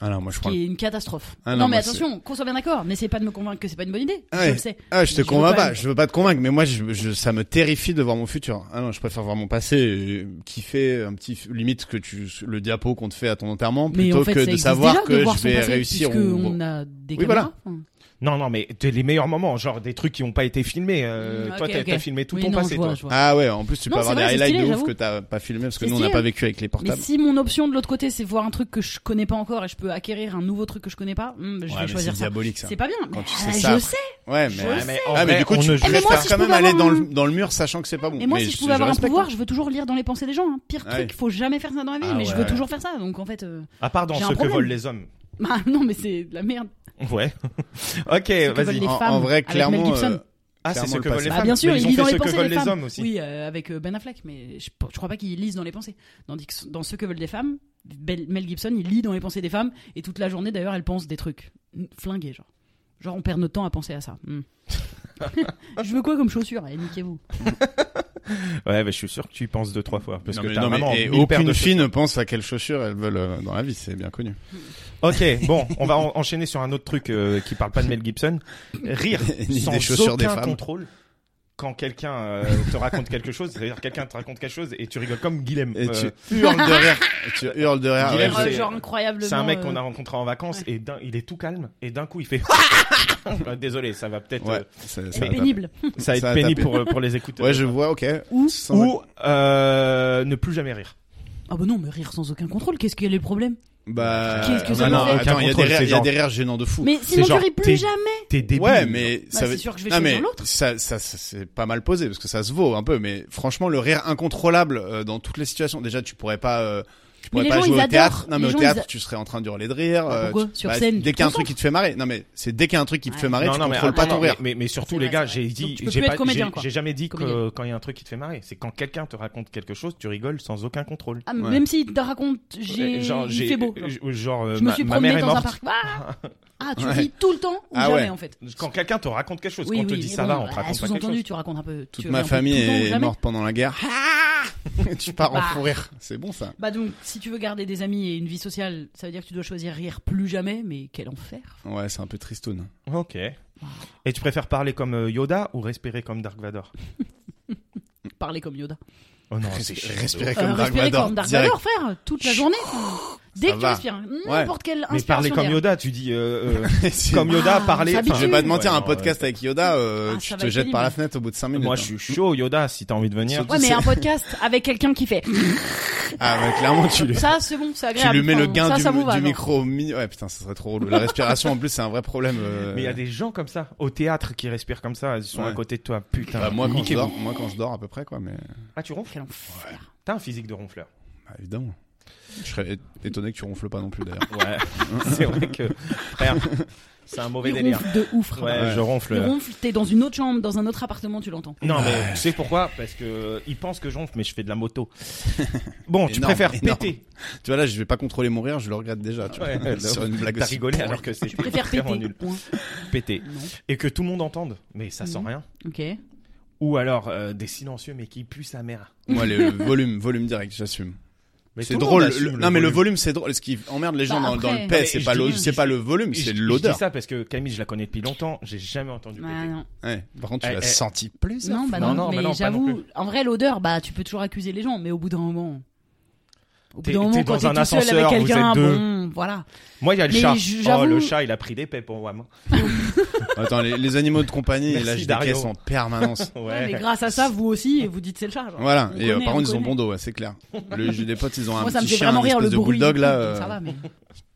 Ah non, moi je ce prends. qui est une catastrophe. Ah non, non, mais moi, attention, qu'on soit bien d'accord, n'essayez pas de me convaincre que c'est pas une bonne idée. Ah Je ouais. le sais. Ah, je te Je veux convainc pas pas. le- Je veux pas te convaincre, mais moi, je, je- ça me terrifie de voir mon futur. Ah non, je préfère voir mon passé, euh, et kiffer un petit f- limite que tu le diapo qu'on te fait à ton enterrement Mais plutôt en fait, que ça de existe savoir déjà de que voir je son vais passé, réussir puisque ou. on a des Oui, caméras. Enfin, Non, non, mais t'es les meilleurs moments, genre des trucs qui n'ont pas été filmés. euh, Mm, toi, ok, t'as ok. t'as filmé tout oui, ton non, passé, je vois, toi. je vois. Ah ouais, en plus tu Non, peux avoir c'est des vrai, c'est highlights de stylé, ouf j'avoue. que t'as pas filmé parce que C'est nous on n'a stylé. hein. pas vécu avec les Mais portables. si mon option de l'autre côté, c'est voir un truc que je connais pas encore et je peux acquérir un nouveau truc que je connais pas, hmm, je Ouais, mais vais choisir c'est ça. diabolique ça. C'est pas bien. Quand mais tu sais euh, ça, je sais. Ouais, Je mais sais. en ah, mais vrai, du coup, on tu ne peux juge mais moi, faire si je quand même pouvais aller avoir dans un- le, dans le mur, sachant que c'est pas bon. Et moi, Mais si je pouvais avoir un respecte. hein. pouvoir, je veux toujours lire dans les pensées des gens. hein. Pire Ouais. truc, faut jamais faire ça dans la vie, Ah mais je ouais, veux ouais. toujours faire ça. Donc en fait, euh, À part dans J'ai un ceux que problème. volent les hommes. bah, non, mais c'est de la merde. Ouais. ok, que volent vas-y. les En, en femmes vrai, avec Mel clairement, Gibson. euh, Ah, c'est Clairement, ceux le que volent passé. les Bah, femmes. bien sûr, mais il ils lit ont dans fait les ceux que pensées volent des les femmes. hommes aussi. Oui, euh, avec euh, Ben Affleck, mais je, je crois pas qu'il lise dans les pensées. Tandis que dans ceux que veulent des femmes, Bel- Mel Gibson, il lit dans les pensées des femmes et toute la journée d'ailleurs, elle pense des trucs flingués, genre. Genre, on perd notre temps à penser à ça. Hmm. je veux quoi comme chaussures Allez, niquez-vous. Ouais, mais je suis sûr que tu y penses deux, trois fois. Parce non, que mais- t'as non, mais- vraiment et mille paires de aucune fille ne pense à quelles chaussures elles veulent euh, dans la vie, c'est bien connu. Ok, bon, on va en- enchaîner sur un autre truc euh, qui parle pas de Mel Gibson. Rire Ni sans des chaussures des aucun femmes. contrôle quand quelqu'un euh, te raconte quelque chose, c'est-à-dire quelqu'un te raconte quelque chose et tu rigoles comme Guilhem. Et Euh, tu hurles de rire. tu hurles de rire. Guilhem, ouais, Genre, c'est- je- genre incroyablement. C'est un mec euh, qu'on a rencontré en vacances et d'un- il est tout calme et d'un coup il fait. Bah, Désolé, ça va peut-être. Ouais, euh, c'est- mais- ça va taper. Pénible. ça va Ça être a pénible tapé. pour, euh, pour les écouteurs. Ouais, je vois, ok. Ou Sans- Ou euh, ne plus jamais rire. Ah bah non, mais rire sans aucun contrôle, qu'est-ce qu'il est le problème Bah, Qu'est-ce que non, ça non, attends, fait il y a des Aucun rires, contrôle, il y a c'est des rires gênants de fou. Mais sinon, genre, tu ris t'es- plus jamais T'es débile. Ouais, mais ça Bah, veut- c'est sûr que je vais non, choisir mais l'autre. ça, ça, ça, c'est pas mal posé parce que ça se vaut un peu. Mais franchement, le rire incontrôlable euh, dans toutes les situations. Déjà, tu pourrais pas, euh, tu pourrais les pas gens, jouer au ils adorent. théâtre. Non, mais Les au gens, théâtre, ils a- tu serais en train d'hurler de rire. Ah, euh, pourquoi tu- Sur scène, dès tu qu'il y a un te truc qui te fait marrer. Non, mais c'est dès qu'il y a un truc qui te Ouais. fait marrer, non, tu non, mais contrôles pas attends, ton rire. Mais, mais- mais surtout, C'est les vrai, gars, c'est j'ai vrai. dit, Donc, tu peux j'ai plus pas- être comédien, j'ai- quoi. j'ai jamais dit que Comédien. euh, quand il y a un truc qui te fait marrer, c'est quand quelqu'un te raconte quelque chose, tu rigoles sans aucun contrôle. Ah, mais Ouais. Même si te raconte, j'ai Euh, genre, il j'ai- fait beau. genre. euh, genre, euh, Je me ma- suis ma mère promené est dans un morte. parc. Ah, Ah, tu Ouais. ris tout le temps ou Ah jamais ouais. en fait. Quand quelqu'un te raconte quelque chose, Oui, quand on te oui, dit mais ça bon, va, on te bah, raconte pas quelque Sous-entendu, chose. tu racontes un peu. tu Toute ris un ma peu famille tout le temps ou est jamais. Ah morte pendant la guerre. tu pars en Bah. fou rire. C'est bon ça. Bah donc, si tu veux garder des amis et une vie sociale, ça veut dire que tu dois choisir rire plus jamais, mais quel enfer. Ouais, c'est un peu tristoun. Ok. Et tu préfères parler comme euh, Yoda ou respirer comme Dark Vador Parler comme Yoda. Oh non, c'est chiant. Respirer Euh, comme Dark respirer Vador. comme Dark direct. Vador, frère, toute la journée. enfin, Dès Ça que tu va. respires, hein. n'importe quelle Mais parler inspiration. comme d'air. Yoda, tu dis euh, euh, C'est- comme Yoda, Ah, parler. ça enfin, Je vais pas te mentir, ouais, un non, podcast avec Yoda, euh, Ah, tu ça te va être jettes par la pénible. fenêtre au bout de 5 ouais. minutes. Moi, hein. je suis chaud, Yoda, si t'as envie de venir. Ouais, mais un podcast avec quelqu'un qui fait. Ah, mais clairement, tu lui, Ça, c'est bon, tu c'est agréable. lui mets le Enfin, gain ça, du, ça vous du va, non micro au milieu. Ouais, putain, ça serait trop relou. La respiration, en plus, c'est un vrai problème. euh. Mais il y a des gens comme ça, au théâtre, qui respirent comme ça, ils sont à Ouais. côté de toi, putain. Bah, moi, quand je niquez-vous. dors, moi, quand je dors, à peu près, quoi, mais, Ah, tu ronfles Quel enfer. T'as un physique de ronfleur. bah, évidemment. Je serais é- étonné que tu ronfles pas non plus, d'ailleurs. Ouais, c'est vrai que, frère, c'est un mauvais Il délire. ronfle de ouf. Ouais, Ouais. Ouais. je ronfle. Il ronfle, t'es dans une autre chambre, dans un autre appartement, tu l'entends. Non, mais tu sais pourquoi Parce que euh, ils pensent que je ronfle, mais je fais de la moto. Bon, tu Énorme, préfères énorme. péter. tu vois, là, je vais pas contrôler mon rire, je le regrette déjà, tu vois. Ouais, Sur une blague T'as aussi. rigolé alors que c'est Tu préfères vraiment péter. nul. Point. Péter. Non. Et que tout le monde entende, mais ça sent Mhm. rien. Ok. Ou alors euh, des silencieux mais qui puent sa mère. Moi, le volume, volume direct, j'assume. Mais C'est tout le drôle. monde assume le- non, mais le volume. volume, c'est drôle. Ce qui emmerde les gens Bah, dans, dans après- le Non, paix, mais c'est je pas, dis- le, je c'est dis- pas le volume, Je- c'est Je dis l'odeur. ça parce que Camille, je la connais depuis longtemps, j'ai jamais entendu Bah, péter. non. Ouais. Par contre, tu Elle- l'as elle- senti plus. Non, bah non, Non, non, mais bah non, pas non j'avoue, en vrai, l'odeur, bah, tu peux toujours accuser les gens, mais au bout d'un moment. Au bout T'es- d'un t'es moment, quand dans t'es un tout seul avec ascenseur, vous quelqu'un, êtes deux. bon, voilà. Moi, il y a le Mais chat. j- Oh, j'avoue- le chat, il a pris des paix pour moi. moi. Attends, les, les animaux de compagnie, ils Merci, lâchent des Dario. caisses en permanence. Ouais. Ouais, mais grâce à ça, vous aussi, vous dites c'est le chat. genre. Voilà. On Et euh, connaît, par on contre, ils ont connaît. bon dos, ouais, c'est clair. Le, j'ai des potes, ils ont un Moi, ça me petit fait chien, vraiment un rire espèce le de bruit. bulldog là. Ça va, euh, mais-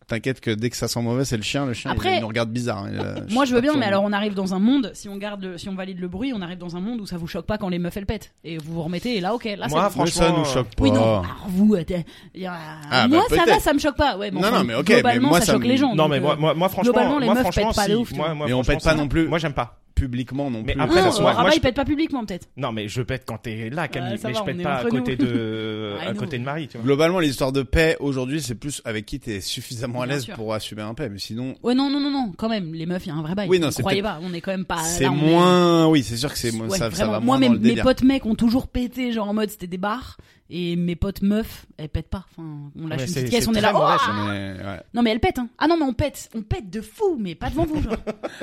T'inquiète que dès que ça sent mauvais, c'est le chien. Le chien, il- Après- il nous regarde bizarre. hein, il, euh, Moi, je veux sais pas bien, mais trop. alors on arrive dans un monde, si on garde, le- si on valide le bruit, on arrive dans un monde où ça vous choque pas quand les meufs elles pètent. Et vous vous remettez, et là, ok, là, c'est Moi, bon. Mais franchement, ça nous euh, choque pas. Oui, non, alors vous, euh, t'es- y a- Ah, moi, bah, ça va, peut-être. ça me choque pas. Ouais, mais Non, enfin, non, mais ok, mais globalement, moi, ça ça choque me- les gens. Non, donc, mais moi, euh, moi, moi, franchement, globalement, les moi, meufs franchement, pètent pas de si. ouf, tu Moi, vois. moi, Mais on franchement, pète pas si. non plus. Moi, j'aime pas. Publiquement non Mais plus. après, non, parce que moi- Rabat, je- il pète pas publiquement, peut-être. Non, mais je pète quand t'es là, Camille. Ouais, Bah, ça mais va, je on pète est pas à entre côté nous. de, Ah, à nous. côté de Marie, tu vois. Globalement, les histoires de paix aujourd'hui, c'est plus avec qui t'es suffisamment à Bien l'aise sûr. pour assumer un paix. Mais sinon, Ouais, non, non, non, non, quand même, les meufs, il y a un vrai bail. Oui, non, Vous c'est croyez pas, on est quand même pas. c'est là, on est- moins. Oui, c'est sûr que c'est moins. Ouais, ça, ça vraiment. va Moi, moins mes, dans le mes délire. potes mecs ont toujours pété, genre en mode c'était des bars, et mes potes meufs, elles pètent pas. Enfin, on lâche Ouais, une c'est- petite caisse, c'est on est là. très mauvais, oh, ça. Mais, ouais. Non mais elle pète hein. Ah non mais on pète, on pète de fou mais pas devant vous genre.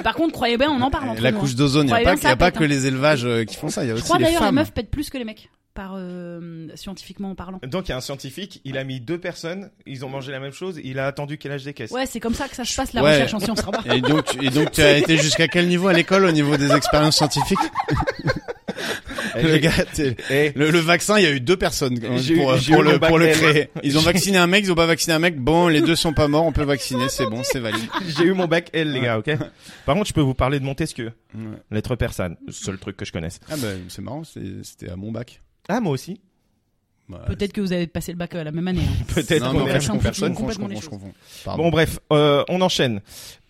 Par contre croyez bien on en parle entre La nous, hein. couche d'ozone, il n'y a Croyez pas, bien que ça y a pas pète, que hein. les élevages euh, qui font ça. Il y a Je aussi crois les d'ailleurs les femmes. meufs pètent plus que les mecs par euh, scientifiquement parlant. Donc, il y a un scientifique, il a mis deux personnes, ils ont mangé la même chose, il a attendu qu'elle âge des caisses. Ouais c'est comme ça que ça se passe la Ouais. recherche en sciences. Rabat. Et donc, et donc, tu as été jusqu'à quel niveau à l'école au niveau des expériences scientifiques Eh, Le j'ai- gars, t'es- eh, le, le vaccin, il y a eu deux personnes quand même, J'ai eu- pour, euh, j'ai pour eu le, mon bac pour le L. créer. Ils ont vacciné un mec, ils ont pas vacciné un mec. Bon, les deux sont pas morts, on peut vacciner, c'est bon, c'est valide. J'ai eu mon bac L, les gars, ok? Par contre, je peux vous parler de Montesquieu. Ouais. Lettre persane. Seul truc que je connaisse. Ah bah, c'est marrant, c'est- c'était à mon bac. Ah, moi aussi. Bah, Peut-être que vous avez passé le bac euh, la même année. hein. Peut-être. Non, mais en ouais. fait, je Personne, confonds, je confonds, complètement je les confonds, je choses. confonds. Bon Pardon. bref, euh, on enchaîne.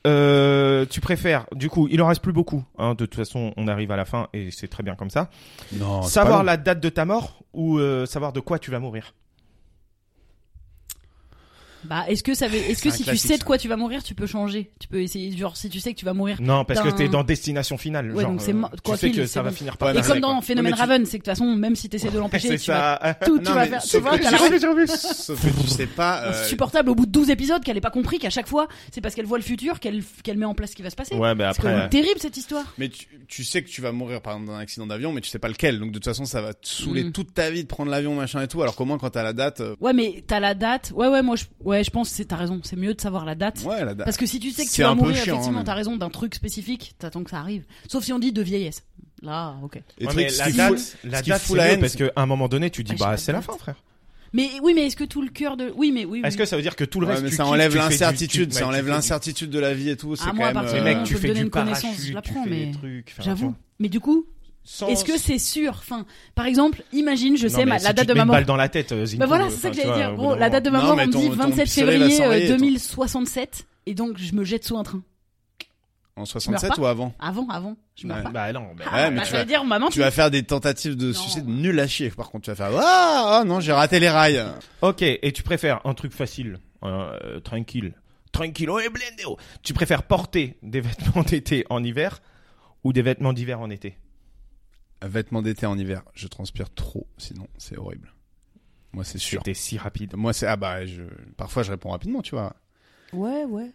Euh, tu préfères, du coup, il en reste plus beaucoup. Hein, de toute façon, on arrive à la fin et c'est très bien comme ça. Non, c'est pas savoir long. la date de ta mort ou euh, savoir de quoi tu vas mourir. Bah est-ce que ça veut est-ce C'est que un si tu classique, sais de ça. quoi tu vas mourir tu peux changer tu peux essayer genre si tu sais que tu vas mourir Non, parce que Putain. t'es dans destination finale. Ouais, genre, donc c'est euh, mo- tu quoi sais qu'il, que c'est ça va bon. finir par. Ouais, et mais arriver, c'est- comme quoi. dans Phénomène mais tu- Raven c'est que de toute façon même si t'essaies de l'empêcher C'est tu vas ça. tout tu Non, vas mais faire sauf tu vois que t'as tu la sais- J'ai vu. Sauf que tu sais pas. euh, insupportable au bout de 12 épisodes qu'elle ait pas compris qu'à chaque fois c'est parce qu'elle voit le futur qu'elle qu'elle met en place ce qui va se passer. Ouais, mais C'est quand après. même terrible cette histoire. Mais tu, tu sais que tu vas mourir par exemple d'un accident d'avion, mais tu sais pas lequel. Donc de toute façon, ça va te saouler Mm. toute ta vie de prendre l'avion, machin et tout. Alors qu'au moins, quand t'as la date, euh, Ouais mais t'as la date. Ouais ouais moi je ouais je pense que c'est t'as raison c'est mieux de savoir la date. ouais, la date. Parce que si tu sais que tu Bah, C'est vas un peu mourir chiant, effectivement hein, t'as raison d'un truc spécifique t'attends que ça arrive. Sauf si on dit de vieillesse. Là ok. Et Ouais, truc, mais ce la qui date, fout- la ce qui date, fout c'est la mieux haine, parce qu'à un moment donné, tu dis Ah, j'ai pas bah de c'est la date. fin, frère. Mais oui mais est-ce que tout le cœur de oui mais oui. oui, Est-ce que ça veut dire que tout le Ouais, reste mais tu ça kiffes, enlève tu fais du- l'incertitude, tu- ça ouais, enlève tu fais du- l'incertitude de la vie et tout. C'est Ah, quand moi, à même. partir Mais Euh, mec, on tu peut fais me donner du une connaissance, parachute, je la tu prends, fais des mais trucs. enfin, tu J'avoue. vois. Mais du coup Sans- est-ce que c'est sûr enfin par exemple imagine je Non, sais mais ma- si la tu date te de mets ma une mort. balle dans la tête, euh, Zinko, Bah voilà, euh, c'est ça que enfin, j'allais tu dire. vois, Gros, au bout la d'un date de ma Non, mort, mais on me dit ton- ton 27 pistolet va février s'enrayer, euh, toi. 2067, et donc je me jette sous un train. En meurs 67 pas ou avant Avant, avant, je meurs Ouais. pas. Bah non, bah, Ah, Ouais, mais bah, tu ça vas- veut dire, on m'a menti. Tu vas faire des tentatives de Non. suicide nul à chier. Par contre, tu vas faire ah ah, non, j'ai raté les rails. Ok, et tu préfères un truc facile, euh, euh, tranquille, tranquillo et blendeo. Tu préfères porter des vêtements d'été en hiver ou des vêtements d'hiver en été Vêtements d'été en hiver, je transpire trop, sinon c'est horrible. Moi, c'est sûr. T'es si rapide. Moi, c'est ah bah je. Parfois, je réponds rapidement, tu vois. Ouais, ouais.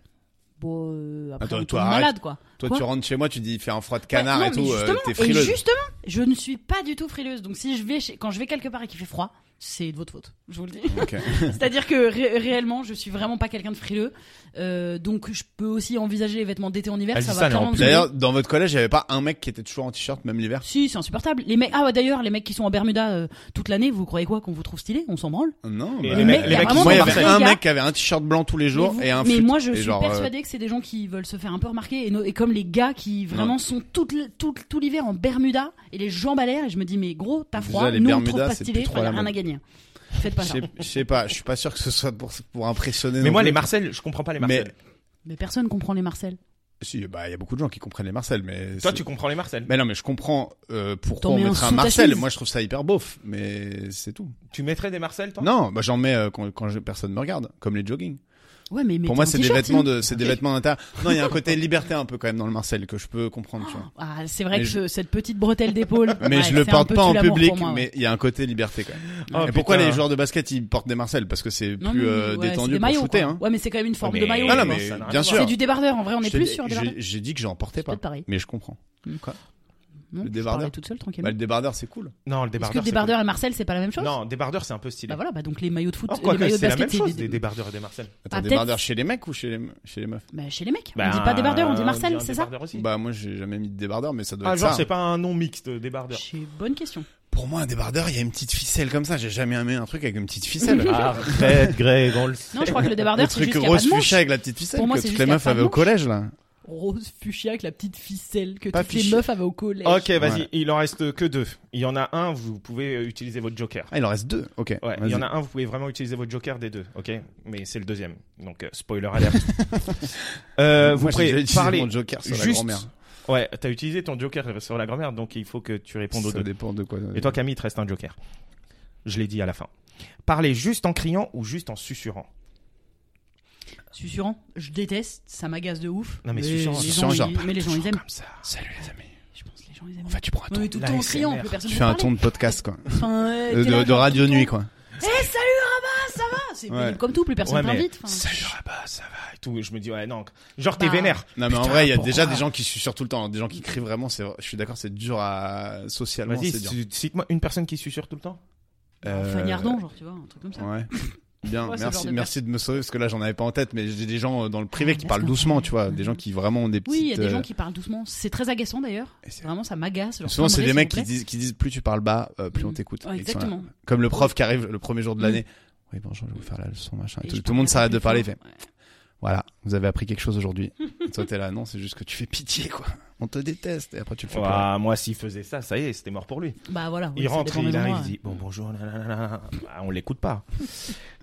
Bon, euh, après, Attends, on toi, tombe arrête. malade, quoi. Toi, Quoi tu rentres chez moi, tu dis il fait un froid de canard Ouais, et Bah, non, mais tout, euh, justement, t'es Et frileuse. justement, je ne suis pas du tout frileuse. Donc si je vais chez- quand je vais quelque part et qu'il fait froid, c'est de votre faute. Je vous le dis. Ok. C'est-à-dire que ré- réellement, je suis vraiment pas quelqu'un de frileux. Euh, donc je peux aussi envisager les vêtements d'été en hiver. Elle ça dit va ça, mais en clairement me plus- saouler. D'ailleurs, dans votre collège, il y avait pas un mec qui était toujours en t-shirt, même l'hiver Si, c'est insupportable. Les mecs, ah ouais, d'ailleurs, les mecs qui sont en Bermuda euh, toute l'année, vous croyez quoi qu'on vous trouve stylé On s'en branle. Non, Et bah, les mecs- les mecs qui moi, sont il y parfaits. avait un Les gars- mec qui avait un t-shirt blanc tous les jours mais vous- et un Mais fut. moi, je Et suis genre, euh, persuadée que c'est des gens qui veulent se faire un peu remarquer et, no- et comme les gars qui vraiment Non. sont toute l- toute- tout l'hiver en Bermuda et les jambes à l'air. Et je me dis, mais gros, t'as Déjà, froid, les nous on Bermudas, trouve pas c'est stylé, plus il trop la rien mode. à gagner. Faites pas je ça. sais- je sais pas, je suis pas sûr que ce soit pour, pour impressionner. Mais non moi, plus. les Marcel, je comprends pas les Mais- Marcel. Mais personne comprend les Marcel. Si, bah, il y a beaucoup de gens qui comprennent les Marcel, mais. Toi, c'est- tu comprends les Marcel. Mais non, mais je comprends euh, pourquoi T'en on mets un mettrait un sous ta Marcel. chemise. Moi, je trouve ça hyper beauf, mais c'est tout. Tu mettrais des Marcel, toi Non, bah, j'en mets euh, quand, quand je- personne me regarde, comme les jogging. Ouais, mais Pour mettez moi, un c'est des t-shirt, vêtements sinon. de, c'est des vêtements d'intérieur. Non, il y a un côté liberté un peu quand même dans le Marcel que je peux comprendre, tu vois. Ah, c'est vrai Mais que je- ce- cette petite bretelle d'épaule. Mais ouais, je le c'est porte un peu pas en tue l'amour public, pour moi, ouais. mais il y a un côté liberté quand même. Ah, Et pourquoi putain. les joueurs de basket ils portent des Marcel Parce que c'est Non, plus mais, euh, ouais, c'est détendu des pour maillots, shooter. quoi. Hein. Ouais, mais c'est quand même une forme Mais- de maillot. Ah non, quoi. mais Ça n'a rien bien à sûr. C'est du débardeur. En vrai, on Je est t'ai plus dit- sur j'ai- débardeur. J'ai dit que j'en portais C'est pas. peut-être pareil. Mais je comprends. Non, Le je débardeur. parlais toute seule Bah, tranquillement. le débardeur c'est cool. Non, le Est-ce débardeur. que c'est débardeur et Marcel, c'est pas la même cool. chose Non, débardeur, c'est un peu stylé. Bah voilà, bah donc les maillots de foot, Oh, les quoique, maillots de c'est la même basket, chose, c'est des débardeurs et des Marcel. Attends, Ah, débardeur peut-être. chez les mecs ou chez les chez les meufs Bah, chez les mecs. Bah, on dit pas débardeur, on dit Marcel, un c'est ça débardeur aussi. Bah moi j'ai jamais mis de débardeur, mais ça doit Ah, être genre, ça. c'est pas un nom mixte, débardeur. Chez bonne question. Pour moi un débardeur, il y a une petite ficelle comme ça. J'ai jamais aimé un truc avec une petite ficelle. Arrête, Greg, on le sait. Non, je crois que le débardeur, Le c'est juste truc qu'il y a pas rose de manche. fuchsia avec la petite ficelle Pour moi, que c'est toutes juste les qu'il y a meufs pas de avaient au manche. collège là. Rose fuchsia avec la petite ficelle que Pas toutes les fuchsia. meufs avaient au collège. Ok, vas-y, Ouais. il en reste que deux. Il y en a un, vous pouvez euh, utiliser votre joker. Ah il en reste deux. Ok. Ouais, il vas-y. y en a un, vous pouvez vraiment utiliser votre joker des deux, ok Mais c'est le deuxième, donc euh, spoiler alert. euh, vous Moi, j'ai déjà pouvez utilisé parler. mon Joker sur la juste- grand-mère. Ouais, t'as utilisé ton joker sur la grand-mère, donc il faut que tu répondes aux Ça deux. dépend de quoi. Et toi, Camille, il te reste un joker. Je l'ai dit à la fin. Parler juste en criant ou juste en susurrant Susurrant, je déteste, ça m'agace de ouf. Non, mais les susurrant, gens, susurrant, genre, ils, mais les gens ils aiment. Comme ça. Salut les amis. Je pense que les gens ils aiment. En fait tu prends un Ouais, ton. mais tout le la temps en criant, SMR. plus personne Tu ne fais un parle. ton de podcast quoi. Enfin, euh, De, t'es là, de, de genre, radio tout le nuit temps. quoi. Eh salut Rabat, ça va C'est Ouais. pénible comme tout, plus personne Ouais, mais- t'invite. enfin. Salut là-bas, ça va et tout. Je me dis, ouais, non. Genre, t'es Bah. vénère. Non mais en Putain, vrai il y a pourquoi déjà des gens qui susurrent tout le temps, des gens qui crient vraiment. C'est je suis d'accord c'est dur à socialement Vas-y, c'est dur. c- cite-moi une personne qui susurre tout le temps. Un Euh, Fagnardon, genre, tu vois, un truc comme ça. Ouais. Bien, Ouais, ce merci, genre de merci de me sauver parce que là j'en avais pas en tête, mais j'ai des gens euh, dans le privé qui Parce parlent que- doucement, tu vois, des gens qui vraiment ont des petites. Ah, Oui, il y a des euh, gens qui parlent doucement. C'est très agaçant d'ailleurs. et c'est- Vraiment, ça m'agace. genre, Souvent c'est timbré, des s'il mecs vous qui plaît. disent, qui disent plus tu parles bas, euh, plus Mm. on t'écoute. Et Ouais, ils sont là. exactement. Comme le prof qui arrive le premier jour de Mm. l'année. Oui bonjour, je vais vous faire la leçon machin. Et Et tout, je tout le monde parlerai s'arrête plus de parler. il fort. Fait, voilà, vous avez appris quelque chose aujourd'hui. Et Toi t'es là, non, c'est juste que tu fais pitié quoi. On te déteste et après tu le fais. pleurer. Ouah, Bah, moi, s'il faisait ça, ça y est, c'était mort pour lui. Ouais. Bah voilà. oui, il ça rentre, dépend il des arrive, endroits. il dit bon bonjour, nanana. Bah, on l'écoute pas.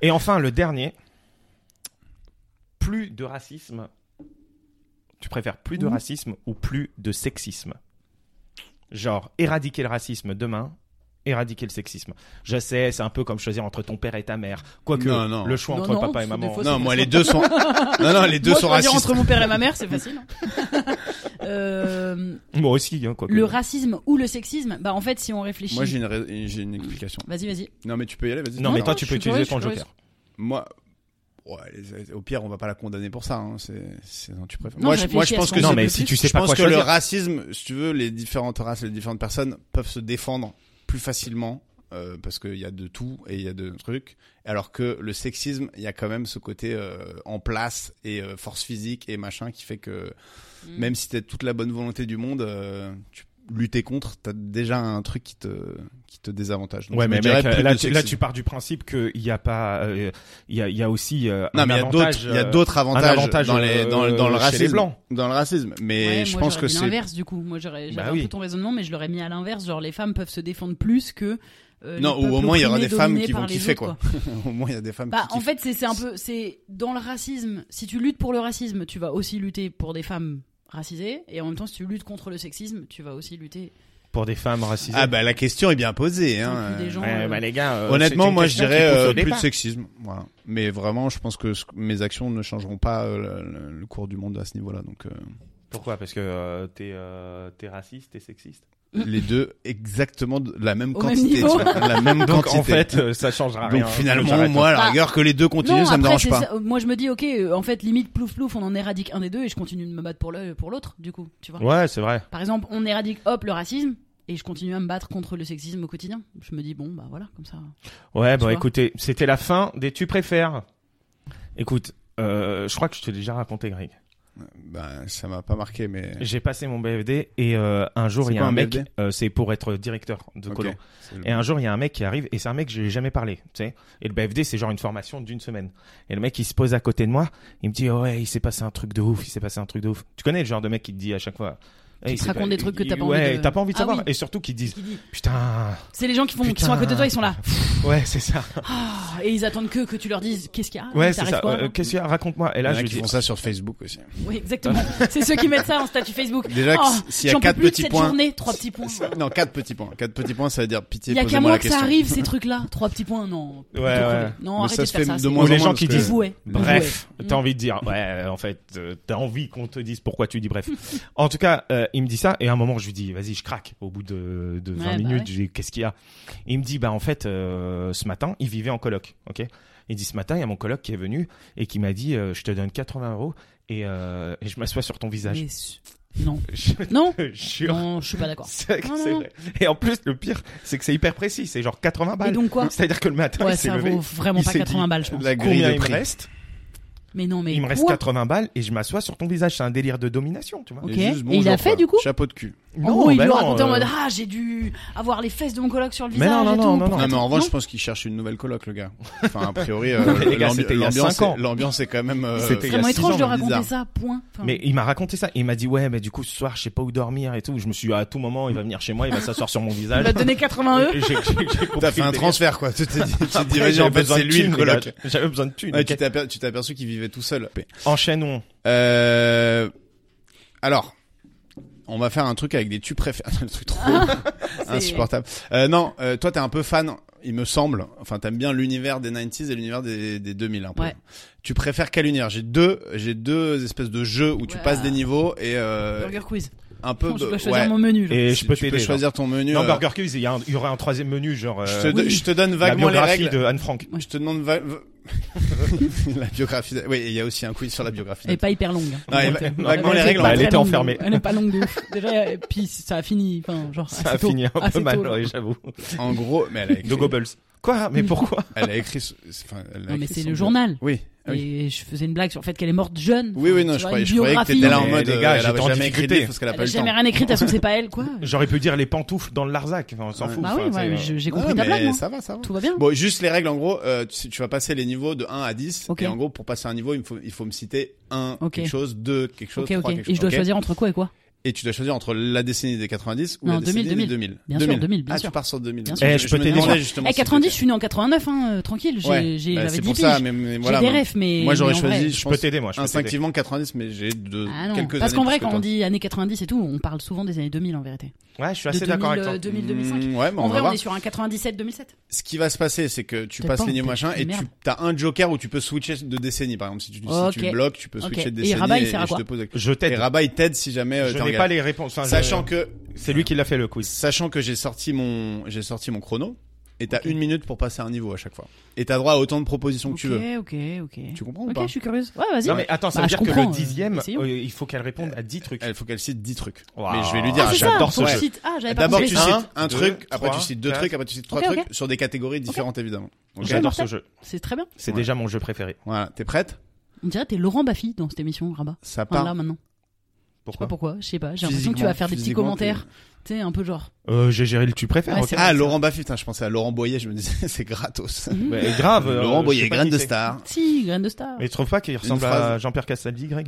Et enfin le dernier, plus de racisme. Tu préfères plus de Mhm. racisme ou plus de sexisme Genre éradiquer le racisme demain, éradiquer le sexisme. Je sais, c'est un peu comme choisir entre ton père et ta mère, quoique Non, non. le choix Non, entre non, papa et c'est des maman. fausses- Non, moi les deux sont. non, non, les deux Moi, sont choisir racistes. entre mon père et ma mère, c'est facile. hein. Euh, Moi aussi, hein, quoique. le racisme ou le sexisme, bah en fait, si on réfléchit. Moi j'ai une, rais- j'ai une explication. Vas-y, vas-y. Non mais tu peux y aller, vas-y. Non, Non, mais non, toi tu je peux suis utiliser curieuse, ton je suis joker. Moi, ouais, au pire, on va pas la condamner pour ça. Hein. C'est, c'est, non, tu préfères. Non, moi, je je, moi, je réfléchis à pense ce que qu'on Non c'est mais plus si tu je sais pas pense quoi que le choisir. racisme, si tu veux, les différentes races, les différentes personnes peuvent se défendre plus facilement euh, parce qu'il y a de tout et il y a de trucs. Alors que le sexisme, il y a quand même ce côté euh, en place et euh, force physique et machin qui fait que Mm. même si t'as toute la bonne volonté du monde, euh, tu lutter contre, t'as déjà un truc qui te qui te désavantage. Donc, Ouais, je mais me dirais mec, plus là, de tu, là, sexisme. tu pars du principe qu'il n'y a pas, euh, il y, a, il y a aussi euh, Non, un mais il y a d'autres, avantage, il y a euh, d'autres avantages avantage, dans les, dans, le- dans le euh, chez racisme, les Blancs. dans le racisme. Mais Ouais, je moi, pense j'aurais que mis c'est, l'inverse du coup. Moi j'aurais j'avais Bah un oui. peu ton raisonnement, mais je l'aurais mis à l'inverse. Genre les femmes peuvent se défendre plus que. euh, Non, les ou au peuples moins, il y aura opprimés, des femmes dominés qui vont par les kiffer, autres, quoi. au moins il y a des femmes Bah, qui en kiffent. fait, c'est c'est un peu, c'est dans le racisme. Si tu luttes pour le racisme, tu vas aussi lutter pour des femmes racisées, et en même temps, si tu luttes contre le sexisme, tu vas aussi lutter. pour des femmes racisées. Ah bah la question est bien posée. Hein. Inclus des gens. Ouais, euh, bah, les gars, euh, c'est Honnêtement, une moi je question qui dirais pousse au euh, plus de débat. sexisme. Voilà. Mais vraiment, je pense que ce- mes actions ne changeront pas euh, le, le- le cours du monde à ce niveau-là. Donc euh, Pourquoi Parce que euh, t'es euh, t'es raciste, t'es sexiste. les deux exactement de la même Mm. Au même quantité, niveau. tu vois, la même Donc quantité. en fait, euh, ça changera donc rien. finalement, J'arrête. hein. moi, à la Bah, rigueur que les deux continuent, ça me après, dérange c'est pas. ça. Moi, je me dis, ok, euh, en fait, limite plouf plouf, on en éradique un des deux, et je continue de me battre pour le, pour l'autre, du coup, tu vois. ouais, c'est vrai. Par exemple, on éradique hop le racisme. Et je continue à me battre contre le sexisme au quotidien. Je me dis bon bah voilà comme ça. Ouais, bon, vois. écoutez, c'était la fin des tu préfères. Écoute, euh, je crois que je t'ai déjà raconté, Greg. Bah, ça m'a pas marqué, mais J'ai passé mon BFD et euh, un jour C'est il y a quoi, un, un mec, BFD? euh, c'est pour être directeur de Ok. colo. C'est le- Et un jour, il y a un mec qui arrive, et c'est un mec que j'ai jamais parlé, tu sais. Et le BFD, c'est genre une formation d'une semaine. Et le mec, il se pose à côté de moi, il me dit, ouais, il s'est passé un truc de ouf, il s'est passé un truc de ouf. Tu connais le genre de mec qui te dit à chaque fois, Eh, Qui te c'est racontent des trucs que t'as pas envie ouais, de- t'as pas envie de Ah savoir. oui. Et surtout qu'ils disent Qui dit putain. C'est les gens qui, font, qui sont à côté de toi, ils sont là. Ouais, c'est ça. Ah, et ils attendent que, que tu leur dises qu'est-ce qu'il y a. Ouais, c'est t'arrives ça. quoi Euh, Qu'est-ce qu'il y a Raconte-moi. Et Là, là, qui je lui dis font ça sur Facebook aussi. Oui, exactement. c'est ceux qui mettent ça en statut Facebook. Déjà que Oh, s'il y a j'en peux quatre plus de petits cette points- journée, trois petits points. Non, quatre petits points. Quatre petits points, ça veut dire pitié, Il y a qu'à posez-moi moi la que ça question. arrive ces trucs-là. Trois petits points, non. plutôt ouais. crever. Non, Mais arrêtez ça de se faire fait ça. de c'est- moins Ou les en gens moins qui parce Vous que- disent- vouez. Vous Bref, vouez. t'as envie de dire, ouais, en fait, euh, t'as envie qu'on te dise pourquoi tu dis bref. en tout cas, euh, il me dit ça, et à un moment, je lui dis, vas-y, je craque. Au bout de, de 20 Ouais, bah minutes, ouais. je dis, qu'est-ce qu'il y a Il me dit, bah, en fait, euh, ce matin, il vivait en coloc, ok Il dit, ce matin, il y a mon coloc qui est venu et qui m'a dit, euh, je te donne 80 euros et, euh, et je m'assois sur ton visage. Mais su- Non. Je Non. te jure. Non, je suis pas d'accord. C'est Non, non, c'est non. vrai. Et en plus, le pire, c'est que c'est hyper précis. C'est genre 80 Et balles. donc quoi C'est-à-dire que le matin, Ouais, il s'est ça levé. vaut vraiment il pas s'est 80 dit, balles, je pense. La grille Combien de il me prix. reste Mais non, mais Il me reste quoi 80 balles et je m'assois sur ton visage. C'est un délire de domination, tu vois. Ok. Et juste, Et bonjour, il a fait, quoi. du coup Chapeau de cul. En gros, Oh, il bah lui non, racontait en euh, mode ah j'ai dû avoir les fesses de mon coloc sur le Mais visage non, non, et tout. non, non, Pourquoi Non, mais en revanche, non je pense qu'il cherche une nouvelle coloc, le gars. Enfin, a priori, euh, les gars, l'ambi- c'était il y a l'ambiance cinq ans. est- l'ambiance est quand même. euh, C'était il y a Vraiment six ans, étrange de mais raconter bizarre. ça. Point. Enfin, Mais il m'a raconté ça. Il m'a dit ouais, mais du coup ce soir je sais pas où dormir et tout. Je me suis dit, à tout moment il va venir chez moi, il va s'asseoir sur mon il visage. va te donner E. 80 Et eues. j'ai- j'ai- j'ai compris T'as fait le un délire. transfert, quoi. Tu t'es dit- tu t'es Après, dirigé, j'avais en fait, besoin c'est de lui, le thunes, les coloc. gars. J'avais besoin de thunes. Ouais, ok. tu t'es aper- tu t'es aperçu qu'il vivait tout seul. Enchaînons. Euh, alors, on va faire un truc avec des tu préférés. un truc trop Ah, insupportable. Euh, non, euh, toi, t'es un peu fan, il me semble. Enfin, t'aimes bien l'univers des 90s et l'univers des, des 2000. Un peu. Ouais. Tu préfères quel univers J'ai deux, j'ai deux espèces de jeux où tu Ouais. passes des niveaux et euh, Burger quiz. un peu. Non, je de- dois choisir ouais. mon menu. là. Et Tu- je peux tu t'aider. peux genre. choisir ton menu. Non euh, Burger Quiz, il y, a un- il y aurait un troisième menu genre je, euh, te, do- Oui. je te donne la vaguement les biographie règles. de Anne Frank. Je te demande va- la biographie. de- Oui, il y a aussi un quiz sur la biographie. Elle est pas hyper longue. Non, elle est va- vaguement Elle les est règles. pas elle très était longue. enfermée. Elle est pas longue de ouf. Déjà, et puis ça a fini. Enfin, genre, Ça a assez Ah, tôt. fini un Assez peu mal, tôt. ouais, j'avoue. En gros, mais elle a écrit. De Goebbels. Quoi Mais pourquoi Elle a écrit. ce- Enfin, elle a Non, mais écrit c'est son le bio- journal. Oui. ah oui. Et je faisais une blague sur le fait qu'elle est morte jeune. Oui, oui, non, Tu je vois, croyais, une je croyais que biographie. t'étais là en Mais mode, les euh, gars, elle j'étais avait en jamais écrit de difficulté. livre parce qu'elle a Elle pas eu a le temps. jamais rien écrit, de toute façon, c'est pas elle, quoi. J'aurais pu dire les pantoufles dans le Larzac. Enfin, on s'en Ouais. fout. Bah oui, Enfin, ouais, mais c'est, euh, je- j'ai Non, compris ta blague, mais moi. ça va, ça va. Tout va bien. Bon, juste les règles, en gros, euh, tu, tu vas passer les niveaux de 1 à 10. Ok. Et en gros, pour passer un niveau, il me faut, il faut me citer 1, Ok. quelque chose, 2, quelque chose, Ok, 3, ok. quelque chose. Et je dois ok choisir entre quoi et quoi Et tu dois choisir entre la décennie des 90 ou Non, la 2000, décennie des 2000. Bien sûr, 2000, bien ah, sûr. tu pars sur 2000. Bien donc. sûr. Eh, je peux me t'aider, demandais moi. justement Eh, si c'était- 90, je suis né en 89, hein, euh, tranquille. Ouais, J'ai, j'ai, bah, j'avais c'est 10 pour ça, piges. mais, mais J'ai voilà. des moi. refs, mais. Moi, j'aurais mais en vrai- choisi, je Je pense, peux t'aider, moi. Ah, Je peux t'aider. instinctivement 90, mais j'ai de Ah non. quelques Parce années qu'en vrai, plus que quand on toi. dit années 90 et tout, on parle souvent des années 2000 en vérité. Ouais, je suis De assez d'accord avec 2000, toi. euh, 2000, 2005. Mmh, Ouais, mais on en va vrai, voir. on est sur un 97-2007. ce qui va se passer, c'est que tu Peut-être passes pas, les niveaux peut-être. machin et tu Merde. as un joker où tu peux switcher de décennie. Par exemple, si tu, si Ok. tu bloques, tu peux Ok. switcher de Et décennie. Rabat, il et, sert à je quoi te pose la- Je Et t'aide. Rabat, il t'aide si jamais euh, je t'es en n'ai galère. pas les réponses. Enfin, je- Sachant que, c'est lui qui l'a fait le quiz. sachant que j'ai sorti mon, j'ai sorti mon chrono et t'as Ok. une minute pour passer un niveau à chaque fois. Et t'as droit à autant de propositions que tu veux. Ok, ok, ok. Tu comprends ou Ok, pas je suis curieuse. Ouais, vas-y. Non mais attends, ça Bah, veut je dire que le comprends, euh, dixième, essayons. euh, il faut qu'elle réponde à 10 trucs. Il Eh, faut qu'elle cite 10 trucs. Waouh. Mais je vais lui dire, ah, à c'est chaque- ça, j'adore ce faut jeu. que tu cites. Ah, j'avais pas D'abord, compris. tu cites Un, un, deux, truc, après trois, tu cites deux quatre. trucs, après tu cites trois Ok, trucs, ok. sur des catégories différentes évidemment. Ok. J'adore ce jeu. C'est très bien. C'est Ouais. déjà mon jeu préféré. Voilà, t'es prête On dirait que t'es Laurent Baffy dans cette émission, Rabat. Ça Enfin, part. là, maintenant. Je sais pas Pourquoi pourquoi, je sais pas. J'ai l'impression que tu Physiquement- vas faire des petits physiquement, commentaires. Tu sais, un peu genre. euh, J'ai géré le tu préfères. Ouais, ok. c'est vrai, Ah, c'est Laurent Baffy, putain, je pensais à Laurent Boyer, je me disais, c'est gratos. Ouais, et grave. euh, Laurent je Boyer, sais pas graine qui de c'est. star. Si, graine de star. Mais tu trouves pas qu'il ressemble à phrase. Jean-Pierre Castaldi, Greg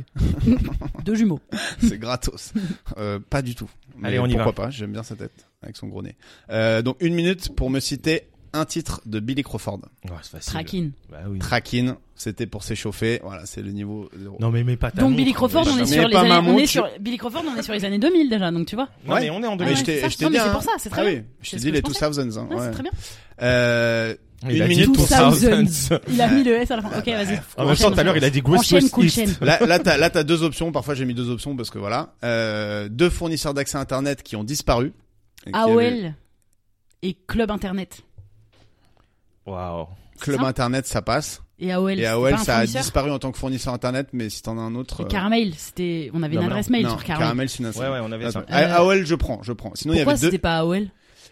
Deux jumeaux. C'est gratos. Euh, pas du tout. Mais Allez, on y pourquoi va. pas J'aime bien sa tête, avec son gros nez. Euh, donc, une minute pour me citer un titre de Billy Crawford. Ouais, c'est facile. Trakin. Bah oui. Tracking, c'était pour s'échauffer. Voilà, c'est le niveau zéro. Non mais mets pas ta Donc montre, Billy Crawford, mais- on est Mais sur les pas années, ma on montre, est tu- sur Billy Crawford, on est sur les années 2000 déjà, donc tu vois. Ah, Non mais on est Mais en ouais, 2000. je c'est t'ai, ça. je t'ai Non, dit, mais c'est hein. pour ça, c'est très ah bien. oui, je C'est t'ai ce dit que les je pensais. 2000s. Hein, Ouais, ouais. C'est très bien. Euh, Il a Une dit minute. 2000s. Il a mis le S à la fin. Ok, ah, bah, vas-y. En même temps, tout à l'heure, il a dit Grease Enchaîne, West cool East. chaîne. là, là, t'as, là, t'as deux options. Parfois, j'ai mis deux options parce que voilà. Euh, deux fournisseurs d'accès Internet qui ont disparu. Et qui avaient- AOL et Club Internet. Waouh. Club ça Internet, ça passe. Et AOL. Et c'était AOL, pas un ça a fournisseur disparu en tant que fournisseur Internet, mais si t'en as un autre. euh, Caramel, c'était, on avait Non, une mais adresse mail non, sur Caramel. Caramel, c'est une Ouais ouais, on avait ça. Euh, AOL, je prends, je prends. Sinon, il y Pourquoi avait deux. c'était pas AOL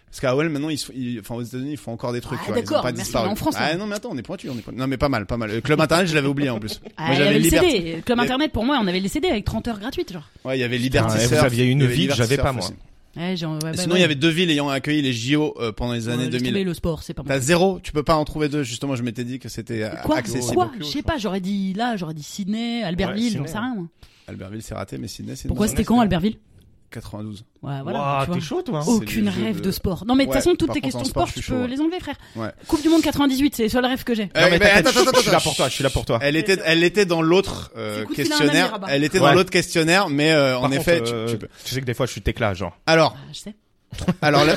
Parce qu'à AOL, maintenant, ils, se- ils- enfin, aux États-Unis, ils font encore des trucs. Ah, tu vois, ils ont d'accord, pas merci, disparu. mais en France, Ah, hein. non, mais attends, on est pointu, on est pointu. Non, mais pas mal, pas mal. Euh, Club Internet, je l'avais oublié, en plus. Ah, Moi, il y avait j'avais le Liberty. CD. Club Internet, pour moi, on avait les CD avec 30 heures gratuites, genre. Ouais, il y avait Putain, Liberty ouais, vous Surf, aviez une il y avait vie que Liberty j'avais Surf pas, moi. aussi. Ouais, genre, ouais, bah, Sinon, ouais. il y avait deux villes ayant accueilli les JO euh, pendant les Ouais, années laisse tomber 2000. Le sport, c'est pas mal. T'as zéro, tu peux pas en trouver deux. Justement, je m'étais dit que c'était euh, Quoi accessible. Quoi Tokyo, Je je sais crois. pas, j'aurais dit là, j'aurais dit Sydney, Albertville, j'en Sydney. sais rien. moi. Albertville, c'est raté, mais Sydney, c'est une Pourquoi bonne c'était quand Sydney. Albertville 92. Ouais, voilà. Ouah, tu vois. t'es chaud, toi. hein. Oh. Aucune C'est le jeu rêve de... de sport. Non, mais de toute Ouais, façon, toutes par tes contre, en questions de sport, sport, je tu suis peux chaud. les enlever, frère. Ouais. Coupe du monde 98, c'est le seul rêve que j'ai. Non, mais t'inquiète, Eh, attends, attends, je suis là attends, pour toi, je suis là pour toi. Elle était, elle était dans l'autre C'est euh, le coup de fil à un ami, questionnaire. Rabat. Elle était dans Ouais. l'autre questionnaire, mais euh, en Par effet, contre, tu- euh, tu, peux. tu sais que des fois, je suis tecla, genre. Alors, Ah, je sais. alors là,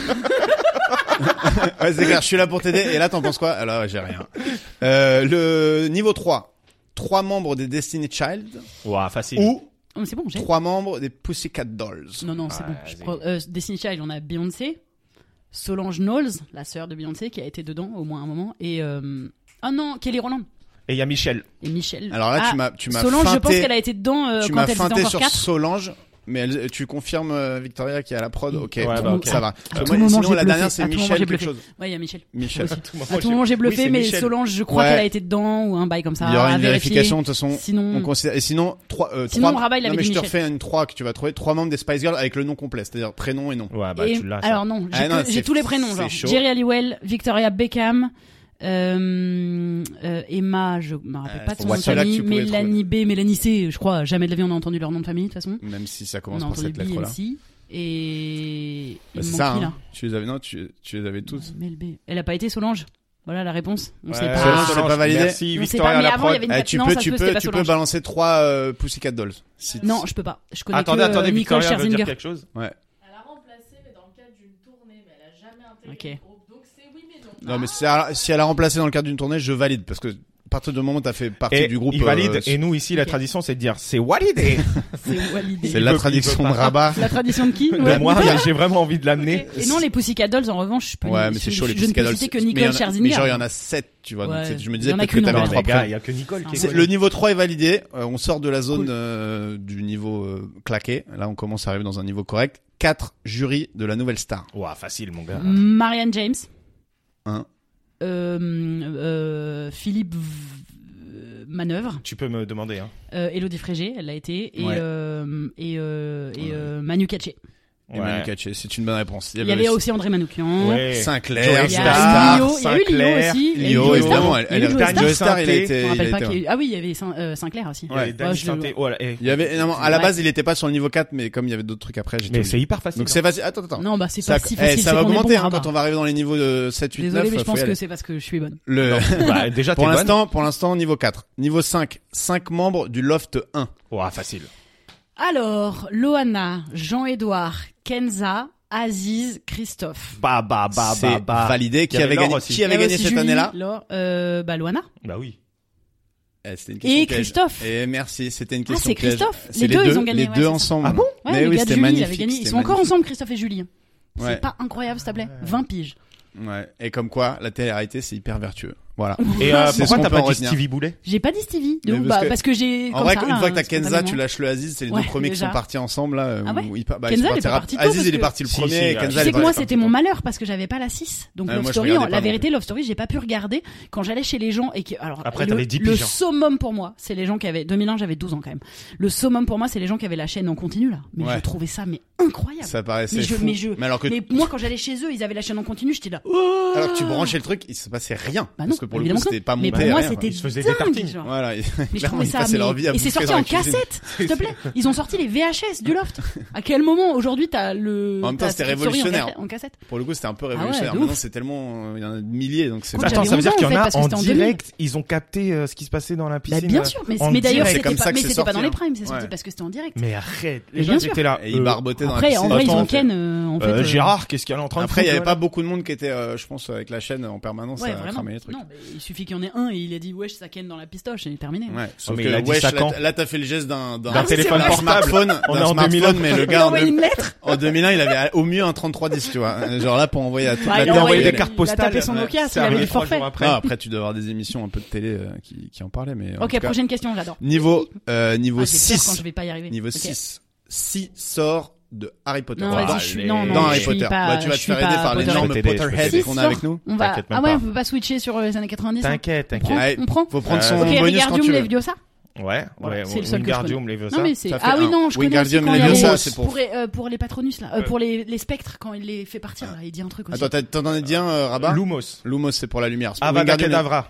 ouais, c'est clair. Je suis là pour t'aider. Et là, t'en penses quoi Alors, ouais, j'ai rien. Euh, le niveau 3 trois membres des Destiny Child Ouah, facile. ou Oh, mais c'est bon, j'ai. trois membres des Pussycat Dolls. Non, non, c'est Ah, bon. Je vas-y. prends- euh, Destiny Child, on a Beyoncé, Solange Knowles, la sœur de Beyoncé, qui a été dedans au moins un moment, et. euh, Ah non, Kelly Roland Et il y a Michel. et Michel. Alors là, Ah, tu m'as, tu m'as Solange, je pense feinté- qu'elle a été dedans euh, tu quand m'as elle était feinté encore sur 4. Solange, mais elle- tu confirmes euh, Victoria qui est à la prod. Ok, Ouais, tout- bah, ok. ça va. Euh, À tout Moi, moment, sinon, j'ai la bluffé. dernière, À c'est tout moment, Michel j'ai quelque bluffé. chose. Ouais, il y a Michel. Michel. À tout moment, j'ai bluffé, mais Solange, je crois Ouais. qu'elle a été dedans ou un bail comme ça. Il y aura à une vérifier. vérification, de toute façon. On Sinon, considère... Et sinon, trois, euh, Sinon, trois- Rabat, il non, avait mais dit je te Michel. refais une trois que tu vas trouver. Trois membres des Spice Girls avec le nom complet, c'est-à-dire prénom et nom. Ouais, bah, et- tu l'as. ça. alors non, j'ai Ah, non, que- j'ai c'est- tous les prénoms. c'est Genre. chaud. Jerry Halliwell, Victoria Beckham, euh, euh, Emma, je me rappelle Euh, pas de son c'est nom de celle-là que famille, tu pouvais Mélanie B, Mélanie C, je crois. Jamais de la vie on a entendu leur nom de famille de toute façon. Même si ça On commence a par entendu cette lettre-là. BLC et il Bah, me c'est manque ça, qui, hein. là Tu les avais, non, tu, tu les avais toutes. Mel B. Elle a pas été Solange. Voilà la réponse. On sait Ouais, pas. Solange, c'est pas validé. Merci, On sait Victoria pas, mais la avant, prod. il y avait une Eh, quatre- tu non, peux, ça se tu peut, peux, c'était pas tu peux Solange. balancer trois euh, Pussycat Dolls. Si- Non, je peux pas. Je connais Attendez, que euh, attendez, Nicole Victoria veut dire Scherzinger. quelque chose. Elle a remplacé, mais dans le cadre d'une tournée, mais elle a jamais intégré Ok. le groupe. Donc c'est oui, mais non. Non, mais si elle a- si elle a remplacé dans le cadre d'une tournée, je valide parce que à partir du moment où t'as fait partie Et du groupe, il valide. euh, Et nous, ici, la Ok. tradition, c'est de dire c'est validé. C'est validé. c'est il la peut- il traduction peut de pas. Rabat. La tradition de qui De Ouais. moi, mais j'ai vraiment envie de l'amener. Et non, les Pussycat Dolls, en revanche, je peux Ouais, mais je- c'est chaud les je ne Pussycat peux Dolls. citer que Mais il y en Nicole a- Mais Scherzinger. genre, il y en a sept, tu vois. donc Ouais. c'est- je me Il disais y en a peut-être que qu'une en t'avais vrai. trois Les prénoms. il y a que Nicole qui C'est- est Le niveau 3 est validé. Euh, on sort de la zone euh, du niveau euh, claqué. Là, on commence à arriver dans un niveau correct. 4 jurys de la nouvelle star. Ouah, facile, mon gars. Marianne James. Un. Euh, euh, Philippe V- Manœuvre. Tu peux me demander, hein. Euh, Elodie Frégé, elle l'a été. Et, Ouais. euh, et, euh, et Ouais. euh, Manu Katché. Et Manu Katché, c'est une bonne réponse. Il y avait aussi André Manoukian. Ouais. Sinclair, Il y Star, a Lio, il y a eu Lio Sinclair, aussi. il y a eu Lio, Star. évidemment. Elle, Il y a eu elle- Joey Star. Joey Star, il a Je me été. Je me il a rappelle pas été qu'il y un. a eu- Ah oui, il y avait Saint- euh, Sinclair aussi. Ouais. Et Danny Ouais, je- Sainté- oh là, eh. Il y avait, non, à la Ouais. base, il était pas sur le niveau 4, mais comme il y avait d'autres trucs après, j'étais. Mais obligé. c'est hyper facile. Donc hein. c'est facile. Attends, attends. Non, bah c'est ça, pas si facile. eh, ça c'est va qu'on est augmenter bon, hein, Rabat. quand on va arriver dans les niveaux de 7, 8, 9. Désolé, mais je faut y pense aller. que c'est parce que je suis bonne. Le- Bah, déjà, t'es pour bonne. l'instant, pour l'instant, niveau 4. Niveau 5, 5 membres du Loft 1. Ouah, facile. Alors, Loana, Jean-Édouard, Kenza, Aziz, Christophe. Bah, bah, bah, bah, c'est bah. validé. Qui Il y avait avait Laure gagné, aussi. qui avait Il y a gagné aussi cette Julie, année-là Laure- euh, bah, Loana. Bah oui. Eh, c'était une question Et piège. Christophe. Et merci, c'était une Ah, question c'est piège. Christophe. C'est Les deux, ils ont gagné. Les ouais, deux c'est ça. ensemble. Ah bon Ouais, Mais le oui, gars de c'était Julie, il magnifique. avait gagné. Ils c'était sont encore magnifique. ensemble, Christophe et Julie. Ouais. C'est pas incroyable, s'il te plaît. 20 piges. Ouais. Et comme quoi, la télé-réalité, c'est hyper vertueux. Voilà. Et euh, C'est ce pourquoi qu'on t'as peut pas en dit retenir. Stevie Boulet J'ai pas dit Stevie. De Mais ouf, parce bah, que- parce que j'ai. En comme vrai, ça, une fois que t'as hein, Kenza, spontanément. tu lâches le Aziz, c'est les Ouais, deux premiers qui déjà. sont partis ensemble, là. euh, Ah ouais où ils par- bah, Kenza, ils sont elle est partis pas rap- partie tôt, Aziz, parce il est que- parti le Si, premier, si, et Kenza, euh, tu elle Tu sais est que moi, partie c'était mon malheur parce que j'avais pas la 6. Donc, Ah, Love moi, je Story, regardais pas la non vérité, Love Story, j'ai pas pu regarder. Quand j'allais chez les gens et que. Alors, Après, le, t'avais 10 le piges, hein. summum pour moi, c'est les gens qui avaient. 2001, j'avais 12 ans quand même. Le summum pour moi, c'est les gens qui avaient la chaîne en continu, là. Mais Ouais. je trouvais ça, mais incroyable. Ça paraissait Mais je- fou. mais je- alors que, Mais moi, quand j'allais chez eux, ils avaient la chaîne en continu, j'étais là. alors que tu branchais le truc, il se passait rien. Bah non, parce que pour le coup, évidemment que non. c'était pas monté. mais pour moi, rien, c'était. Ils se faisaient des dingue, tartines. genre. Voilà. Mais je Clairement, trouvais ils ça. passaient leur mais- vie à Et c'est bouffer sorti dans la en cuisine. cassette, s'il te plaît. Ils ont sorti les VHS du loft. À quel moment aujourd'hui t'as le. En même temps, t'as c'était Secret Story en révolutionnaire. cassette- En cassette. Pour le coup, c'était un peu ouais, révolutionnaire. de Maintenant, ouf. c'est tellement, euh, il y en a de milliers, donc c'est Écoute, pas- Attends, j'avais ça veut dire 11 qu'il y en ans, en fait, a parce que en c'était en 2000. direct, ils ont capté euh, ce qui se passait dans la Bah, piscine. bien sûr, mais, en mais d'ailleurs, direct. C'est c'était comme ça pas, que mais c'est c'était pas dans sorti, hein. les primes, c'est sorti Ouais. parce que c'était en direct. Mais arrête, Mais les bien gens sûr. étaient là. Et ils euh, barbotaient dans la Après, en piscine. vrai, ils Attends, ont fait- ken, euh, en fait. euh, euh, Gérard, qu'est-ce qu'il y en a en train de Après, il y foutre, avait pas beaucoup de monde qui était, euh, je pense, avec la chaîne en permanence Ouais, à vraiment. cramer les trucs. Non, mais il suffit qu'il y en ait un et il a dit wesh, ça ken dans la pistoche et terminé. Ouais, sauf mais que il a dit wesh, ça là, quand t- là, t'as fait le geste d'un d'un D'un c'est téléphone vrai. d'un portable. smartphone, On d'un est en smartphone, 2001. mais le Il a gars en, envoyé une lettre. en 2001, il avait au mieux un 33 10, tu vois. Genre là pour envoyer à toute la Bah, il a télé, envoyé il y des avait- il cartes a postales. tapé son Ouais, Nokia, C'est il avait arrivé des trois forfaits. jours Non, après. après tu dois avoir des émissions un peu de télé euh, qui, qui en parlaient mais en tout Ok, cas, prochaine question, j'adore. niveau euh, niveau Ah, j'ai peur quand 6. je vais pas y arriver. Niveau Ok. 6. 6 sort de Harry Potter. Non, Bah, vas-y, je suis, allez. non, non, dans je Harry suis Potter. pas- bah, tu vas je te suis faire aider pas par Potter. l'énorme Je peux t'aider, je peux Potterhead t'aider. qu'on a avec nous. On va. T'inquiète même Ah ouais, pas. on peut pas switcher sur euh, les années 90. hein. T'inquiète, On prend, t'inquiète. Ouais, on prend. Faut prendre Euh, son Ok, bonus quand Wingardium tu veux. Leviosa. Ouais, ouais, c'est le seul que je Wingardium, les Non mais c'est. ça fait Ah oui un. non, je connais. aussi Wingardium quand il y a Leviosa, les- c'est pour- pour euh, pour les patronus là, Euh, Euh. pour les les spectres quand il les fait partir, là, il dit un truc aussi. Attends, t'as- t'en as dit un euh, Rabat Lumos. Lumos c'est pour la lumière. C'est pour Avada Wingardium Kedavra.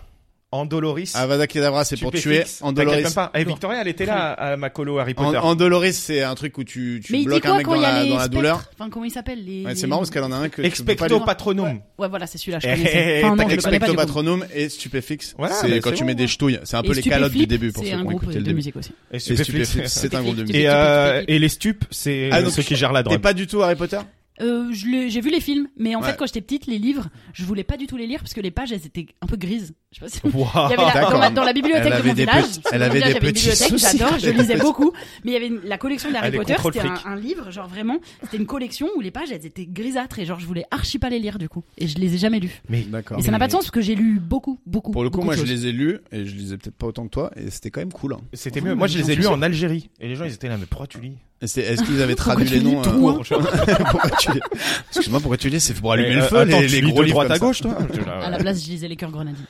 Andoloris. Avada Kedavra, c'est pour tuer. Stupéfix. T'inquiète même Andoloris. pas. Et Victoria, elle était là à, à ma colo Harry En- Potter. Andoloris, c'est un truc où tu, tu mais il dit bloques un quoi mec quand dans il y a la, les dans la spectres douleur. Enfin, comment ils s'appellent les... Ouais, c'est les- marrant parce qu'elle en a un que tu peux Expecto pas patronum. Ouais, voilà, c'est celui-là, je Eh, connaissais. Enfin, non, je le connais pas, Expecto du coup. Patronum et Stupéfix. Voilà, mais c'est quand c'est tu bon. mets des ch'touilles. C'est un Et peu les Stupéflip, calottes du début pour C'est ceux qui un ont groupe écouté de le début. musique aussi. Et Et Stupéflix. Stupéfix, c'est un groupe de musique. Et, euh, Stupéfix. et les stupes, c'est Ah, donc ceux qui gèrent la T'es drogue. pas du tout Harry Potter Euh, je l'ai- j'ai vu les films, mais en Ouais. fait, quand j'étais petite, les livres, je voulais pas du tout les lire parce que les pages, elles étaient un peu grises. Je sais pas Waouh. si Il y avait la- dans, Ah, D'accord. ma- dans la bibliothèque Elle de avait mon des village. petits- parce que elle mon avait village des une petits bibliothèque, soucis. J'adore, je lisais beaucoup. Mais il y avait une- la collection Elle est d'Harry Potter, contrôle c'était un, fric. un livre, genre vraiment, c'était une collection où les pages elles étaient grisâtres et genre je voulais archi pas les lire du coup. Et je les ai jamais lues. Mais D'accord. Et ça n'a pas de sens parce que j'ai lu beaucoup, beaucoup. Pour le coup, beaucoup moi, de je choses. les ai lus et je lisais peut-être pas autant que toi et c'était quand même cool. hein. c'était Ouais, mieux. Moi, mais je les j'en ai suis lus sûr. en Algérie. Et les gens, ils étaient là, mais pourquoi tu lis Et c'est- Est-ce qu'ils avaient traduit tu les lis noms tout hein euh, haut Pourquoi tu lis Excuse-moi, pourquoi tu lis C'est pour allumer Mais, le euh, feu, attends, les, tu les lis gros de livres droite comme à ça. gauche, toi À la place, je lisais les cœurs grenadines.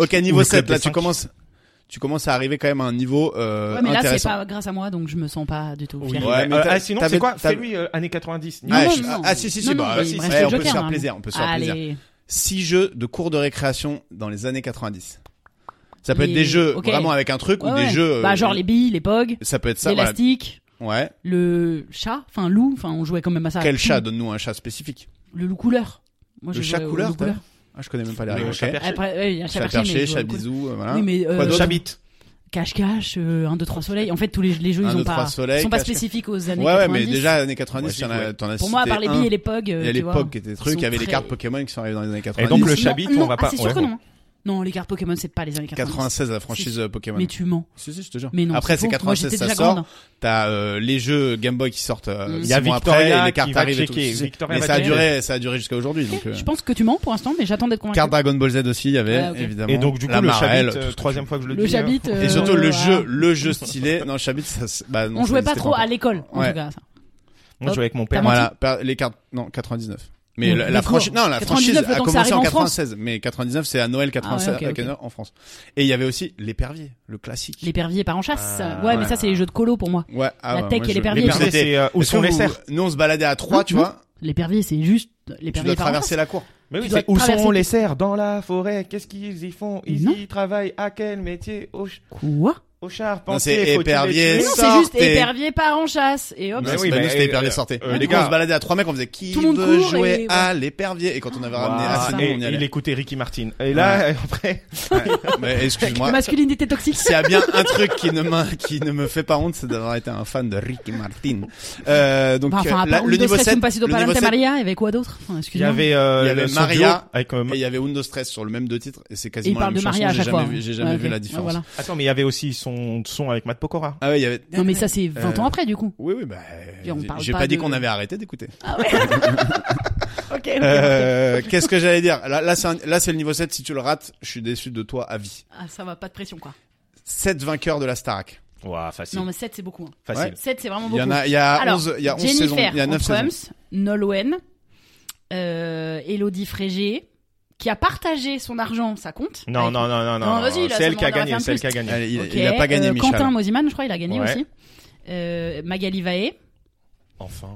Ok, Ou niveau le 7, club là, des tu cinq. commences, tu commences à arriver quand même à un niveau euh, Ouais, mais là, c'est intéressant. pas grâce à moi, donc je me sens pas du tout. Oui. fière. Ouais, mais Euh, t'as- ah, sinon, t'avais- c'est quoi t'avais- Fais-lui euh, années 90. Non, ah, non, je- non. ah, si, si, si, Non, bah, non, si, il me si, reste eh, le on peut se Joker, faire hein. plaisir, on peut se faire plaisir. Allez. 6 jeux de cours de récréation dans les années 90. Ça peut Les- être des jeux ok. vraiment avec un truc Ouais, ou des ouais. jeux. euh, Bah, genre les billes, les pogs, Ça peut être ça, voilà. l'élastique, Ouais. le chat, enfin loup, enfin on jouait quand même à ça. Quel Tout. chat Donne-nous un chat spécifique. Le loup couleur. Moi, Le je chat jouais au couleur, loup couleur. Ah, je connais même pas les Mais règles. le ok. chat perché. Après, ouais, il y a Chat Chat Perché, mais perché, je chat vois le coup. bisou, euh, voilà. Oui, mais Quoi euh, d'autre J'habite. cache-cache, euh, 1, 2, 3 soleil. En fait, tous les, les jeux, Un, ils deux, ont trois pas, soleil, ils sont pas cache-cache. spécifiques aux années Ouais, ouais, 90. mais déjà, années Ouais, 90, j'y t'en jouais. as, t'en as Pour moi, à cité part les un. billes et les euh, pogs, Il y a les POG qui étaient des trucs, il y avait les cartes Pokémon qui sont arrivées dans les années 90. donc, le chat chat bite, on va pas- Ah, c'est sûr ouais, que bon. non. Non, les cartes Pokémon, c'est pas les années 90. 96, la franchise euh, Pokémon. Mais tu mens. Si, si, je te jure. Mais non, Après, c'est c'est faux. Moi, 96, j'étais ça déjà sort. grande. hein. T'as euh, les jeux Game Boy qui sortent. euh, Mm. six Il y a mois Victoria après, et les qui cartes va arrivent et tout. checker. Si, si. Victoria Mais va ça a checker. duré, ça a duré jusqu'à aujourd'hui. Donc, euh, Je pense que tu mens pour l'instant, mais j'attends d'être carte convaincu. Dragon Ball Z aussi, il y avait Ah, ok. évidemment. Et donc, du coup, la le Marelle, Chabit, tout euh, ce troisième fois que je le dis. Le hein. Chabit. truc. Et surtout euh, le ah. jeu, le jeu stylé. Non, Chabit, ça, c'est- bah, non, On ça jouait pas existait trop à encore. l'école, en Ouais. tout cas. ça. Moi, je jouais avec mon T'as père. menti. Voilà, par- les cartes, non, 99. Mais Mais la, le la cours. franchise, non, la 99, franchise le temps a que ça commencé en arrive en France. 96, mais 99, c'est à Noël 96 Ah ouais, ok, avec ok. Noël en France. Et il y avait aussi l'épervier, le classique. L'épervier part en chasse. Ah, ouais, mais ouais. ça, c'est les jeux de colo pour moi. Ouais, ah La ouais, tech moi, et je- l'épervier. Les L'épervier, pervers, c'est euh, où Est-ce sont que les vous- cerfs Nous, on se baladait à trois, Hein, tu hein. vois. L'épervier, c'est juste. Tu dois L'épervier part en chasse. traverser la cour. Mais oui, dois c'est où sont traverser- les cerfs Dans la forêt, qu'est-ce qu'ils y font Ils Non. y travaillent à quel métier Au, ch- Quoi au Non, c'est charpentier, faut-il les épervier, tuer Mais non, c'est Sortez. juste épervier part en chasse. Et Non, hop, Mais c'est oui, pas mais, nous, c'était euh, l'épervier euh, sortait. euh, Et les du coup, on gars. se baladait à trois mecs, on faisait qui Tout le monde veut court jouer et- à l'épervier. Et quand on avait ramené Waouh. assez de Et monde, on y il allait. écoutait Ricky Martin. Et là, euh, après, Mais excuse-moi. masculinité toxique. S'il y a bien un truc qui ne, m'a- qui ne me fait pas honte, c'est d'avoir été un fan de Ricky Martin. Euh, donc, Bah, enfin, à euh, la- part le niveau 7, Pasito le niveau Palante 7, Maria, il y avait quoi d'autre Enfin, il y Excuse-moi. avait, euh, Il y avait son Maria duo avec, euh, et il y avait Windows Stress sur le même deux titres, et c'est Et il quasiment la parle même de chanson, Maria à j'ai chaque fois. jamais, vu- j'ai jamais Ouais, vu ok. la Ouais, différence. voilà. Attends, mais il y avait aussi son son avec Matt Pokora. Ah ouais, il y avait... Non, mais ça, c'est Euh. 20 ans après, du coup. Oui, oui, bah... Et on parle J'ai pas pas dit de- qu'on avait arrêté d'écouter. Ok, Euh, Qu'est-ce que j'allais dire Là, là c'est un- là, c'est le niveau 7, si tu le rates, je suis déçu de toi à vie. Ah, ça va, pas de pression, quoi. 7 vainqueurs de la Starac. Ouah, facile. Non, mais 7, c'est beaucoup. hein. Facile. Ouais. 7, c'est vraiment Il beaucoup. y en a, il y a Alors, 11, il y a 11 saisons, Jennifer il y a 9 saisons. Antrums, Nolwenn, euh, Elodie Frégé, qui a partagé son argent, ça compte Non, Avec- non, non, non, Non, non. vas-y, non. là, C'est elle ça qui a m'en aurait fait gagné, un c'est elle qui a gagné. Allez, il, Ok, il a pas gagné, euh, Michel. Quentin Mosiman, je crois, il a gagné Ouais. aussi. Euh, Magali Vae. Enfin.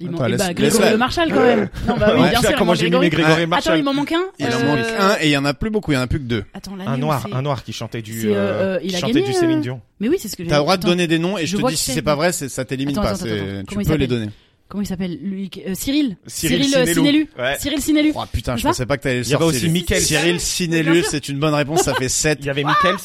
Il Attends, manque- laisse- bah, Grégory laisse-la. Le Marchal quand même. Non, bah oui, Ouais, ça, bien sûr. il comment manque j'ai mis Grégory. Grégory Attends, il Marshall m'en manque un. Il en Euh, manque un et il y en a plus beaucoup, il y en a plus que deux. Attends, l'année Un où noir, c'est- un noir qui chantait du C'est, euh, euh, euh, il a chantait gagné, du Céline euh, Dion. Mais oui, c'est ce que j'ai T'as le droit de donner des noms et Je je, vois te dis que si c'est- c'est pas vrai, c'est- ça t'élimine Attends, pas. attends, c'est- attends, attends. Tu Comment il peux les s'appelle donner. Comment il s'appelle lui qui- euh, Cyril. Cyril euh, Sinelou. Sinelu. Ouais. Cyril Sinelu. Oh putain, je C'est ça pensais pas que t'allais le Il y avait sortir. aussi lui. Michael. Cyril Bien Sinelus, sûr. c'est une bonne réponse, ça fait 7. Il y avait Michaels.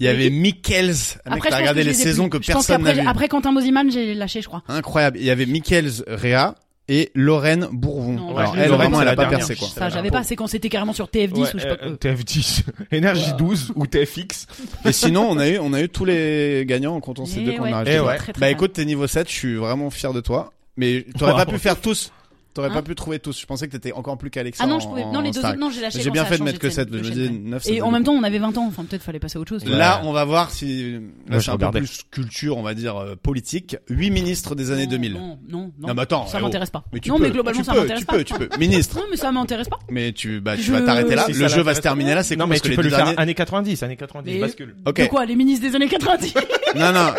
Il y avait Michaels. Ah, Mec, Après, je t'as pense regardé que je les ai saisons que plus. Je pense personne n'a qu'après- vu. Après Quentin Mosiman, j'ai lâché, je crois. Incroyable. Il y avait Michaels Réa et Lorraine Bourvon. Non, Alors ouais, elle, Lorraine, vraiment, c'est elle a la pas dernière. percé quoi. Ça, va, j'avais un pas. peu. C'est quand c'était carrément sur TF10 ou je sais pas. quoi. TF10, Énergie 12 ou TFX. Et sinon, on a eu, on a eu tous les gagnants en comptant ces Eh deux qu'on ouais. a Eh rajoutés. ouais. Très, très Bah fan. écoute, t'es niveau 7, je suis vraiment fier de toi. Mais t'aurais Wow. pas pu faire tous. T'aurais Hein pas pu trouver tous. Je pensais que t'étais encore plus calé que ça. Ah non, je en- pouvais. en Non, les deux Star. autres, non, j'ai lâché. J'ai quand bien ça a fait de changé mettre que scène, 7, je me de disais chaîne. 9. ça Et en faisait même temps, on avait 20 ans. Enfin, peut-être fallait passer à autre chose. Ouais. Là, on va voir si là je c'est un peu regardais. plus culture, on va dire euh, politique. Huit ministres des années Non, 2000. Non, non, non. Non, mais attends, Ça eh oh. m'intéresse pas. Mais tu Non, peux, mais globalement, tu ça peux, m'intéresse tu pas. peux, tu peux. Ministre. Non, mais ça m'intéresse pas. Mais tu bah tu Je- vas t'arrêter là. Si le ça jeu va l'intéresse se terminer là. C'est Non con mais parce que tu les peux lui deux faire derniers. années 90, années 90, Mais- bascule. Ok. De quoi Les ministres des années 90 Non non.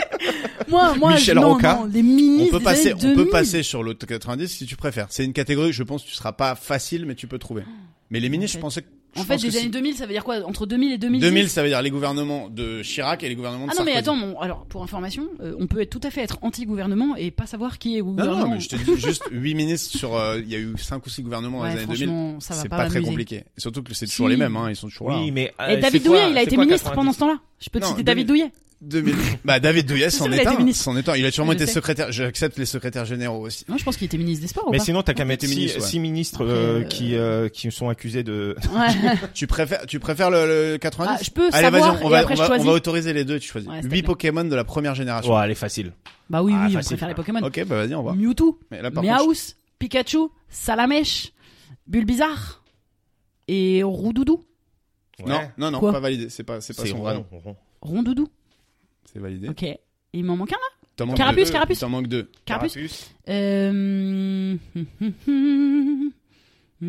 Moi, moi, Michel je, non, Rocca. non, les On ministres peut des passer, années on 2000. peut passer sur le 90 si tu préfères. C'est une catégorie. Je pense que tu seras pas facile, mais tu peux trouver. Mais les ministres, je fait. pensais que En Je fait, pense que des si- années 2000, ça veut dire quoi Entre 2000 et 2010 2000, ça veut dire les gouvernements de Chirac et les gouvernements de Ah non, mais Sarkozy. attends, bon, alors, pour information, euh, on peut être tout à fait être anti-gouvernement et pas savoir qui est au Non, gouvernement. non, mais je te dis juste 8 ministres sur. euh, Il y a eu 5 ou 6 gouvernements Ouais, dans les années 2000. franchement, ça va C'est pas pas, très m'amuser. compliqué. Et surtout que c'est toujours Si. les mêmes, hein, ils sont toujours là. Oui, hein. mais. euh, Et David c'est quoi- Douillet, il a c'est été quoi, ministre 90? pendant ce temps-là. Je peux te Non, citer 2000. David Douillet. 2000. bah David Douillet, C'est c'en sûr, il a est été un. ministre. C'en est un. Il a sûrement Je été sais. secrétaire. J'accepte les secrétaires généraux aussi. Non, je pense qu'il était ministre des Sports ou Mais pas sinon, t'as qu'à mettre t'es 6 ministre, ouais. ministres Après, euh, euh, qui, euh, qui sont accusés de. Ouais. Tu préfères, tu préfères le, le 90 Ah, je peux Allez, vas-y, savoir on, et va, après on, va, on je choisis. va autoriser les deux, tu choisis. Ouais, s'il te 8 plaît. Pokémon de la première génération. Ouais, elle est facile. Bah oui, Ah, oui, on facile. préfère les Pokémon. Ok, bah vas-y, on va voir. Mewtwo, Mais là, par contre, Meowth, Pikachu, Salamèche, Bulbizarre et Roudoudou. je- non, Ouais. non, non, Quoi pas validé. C'est pas, c'est pas C'est son vrai nom. rond, rond. Rondoudou. C'est validé. Ok. Et Il m'en manque un là T'en manques Carapuce, deux. Carapuce. T'en manques deux. Carapuce. Carapuce. Euh... Là, Ah,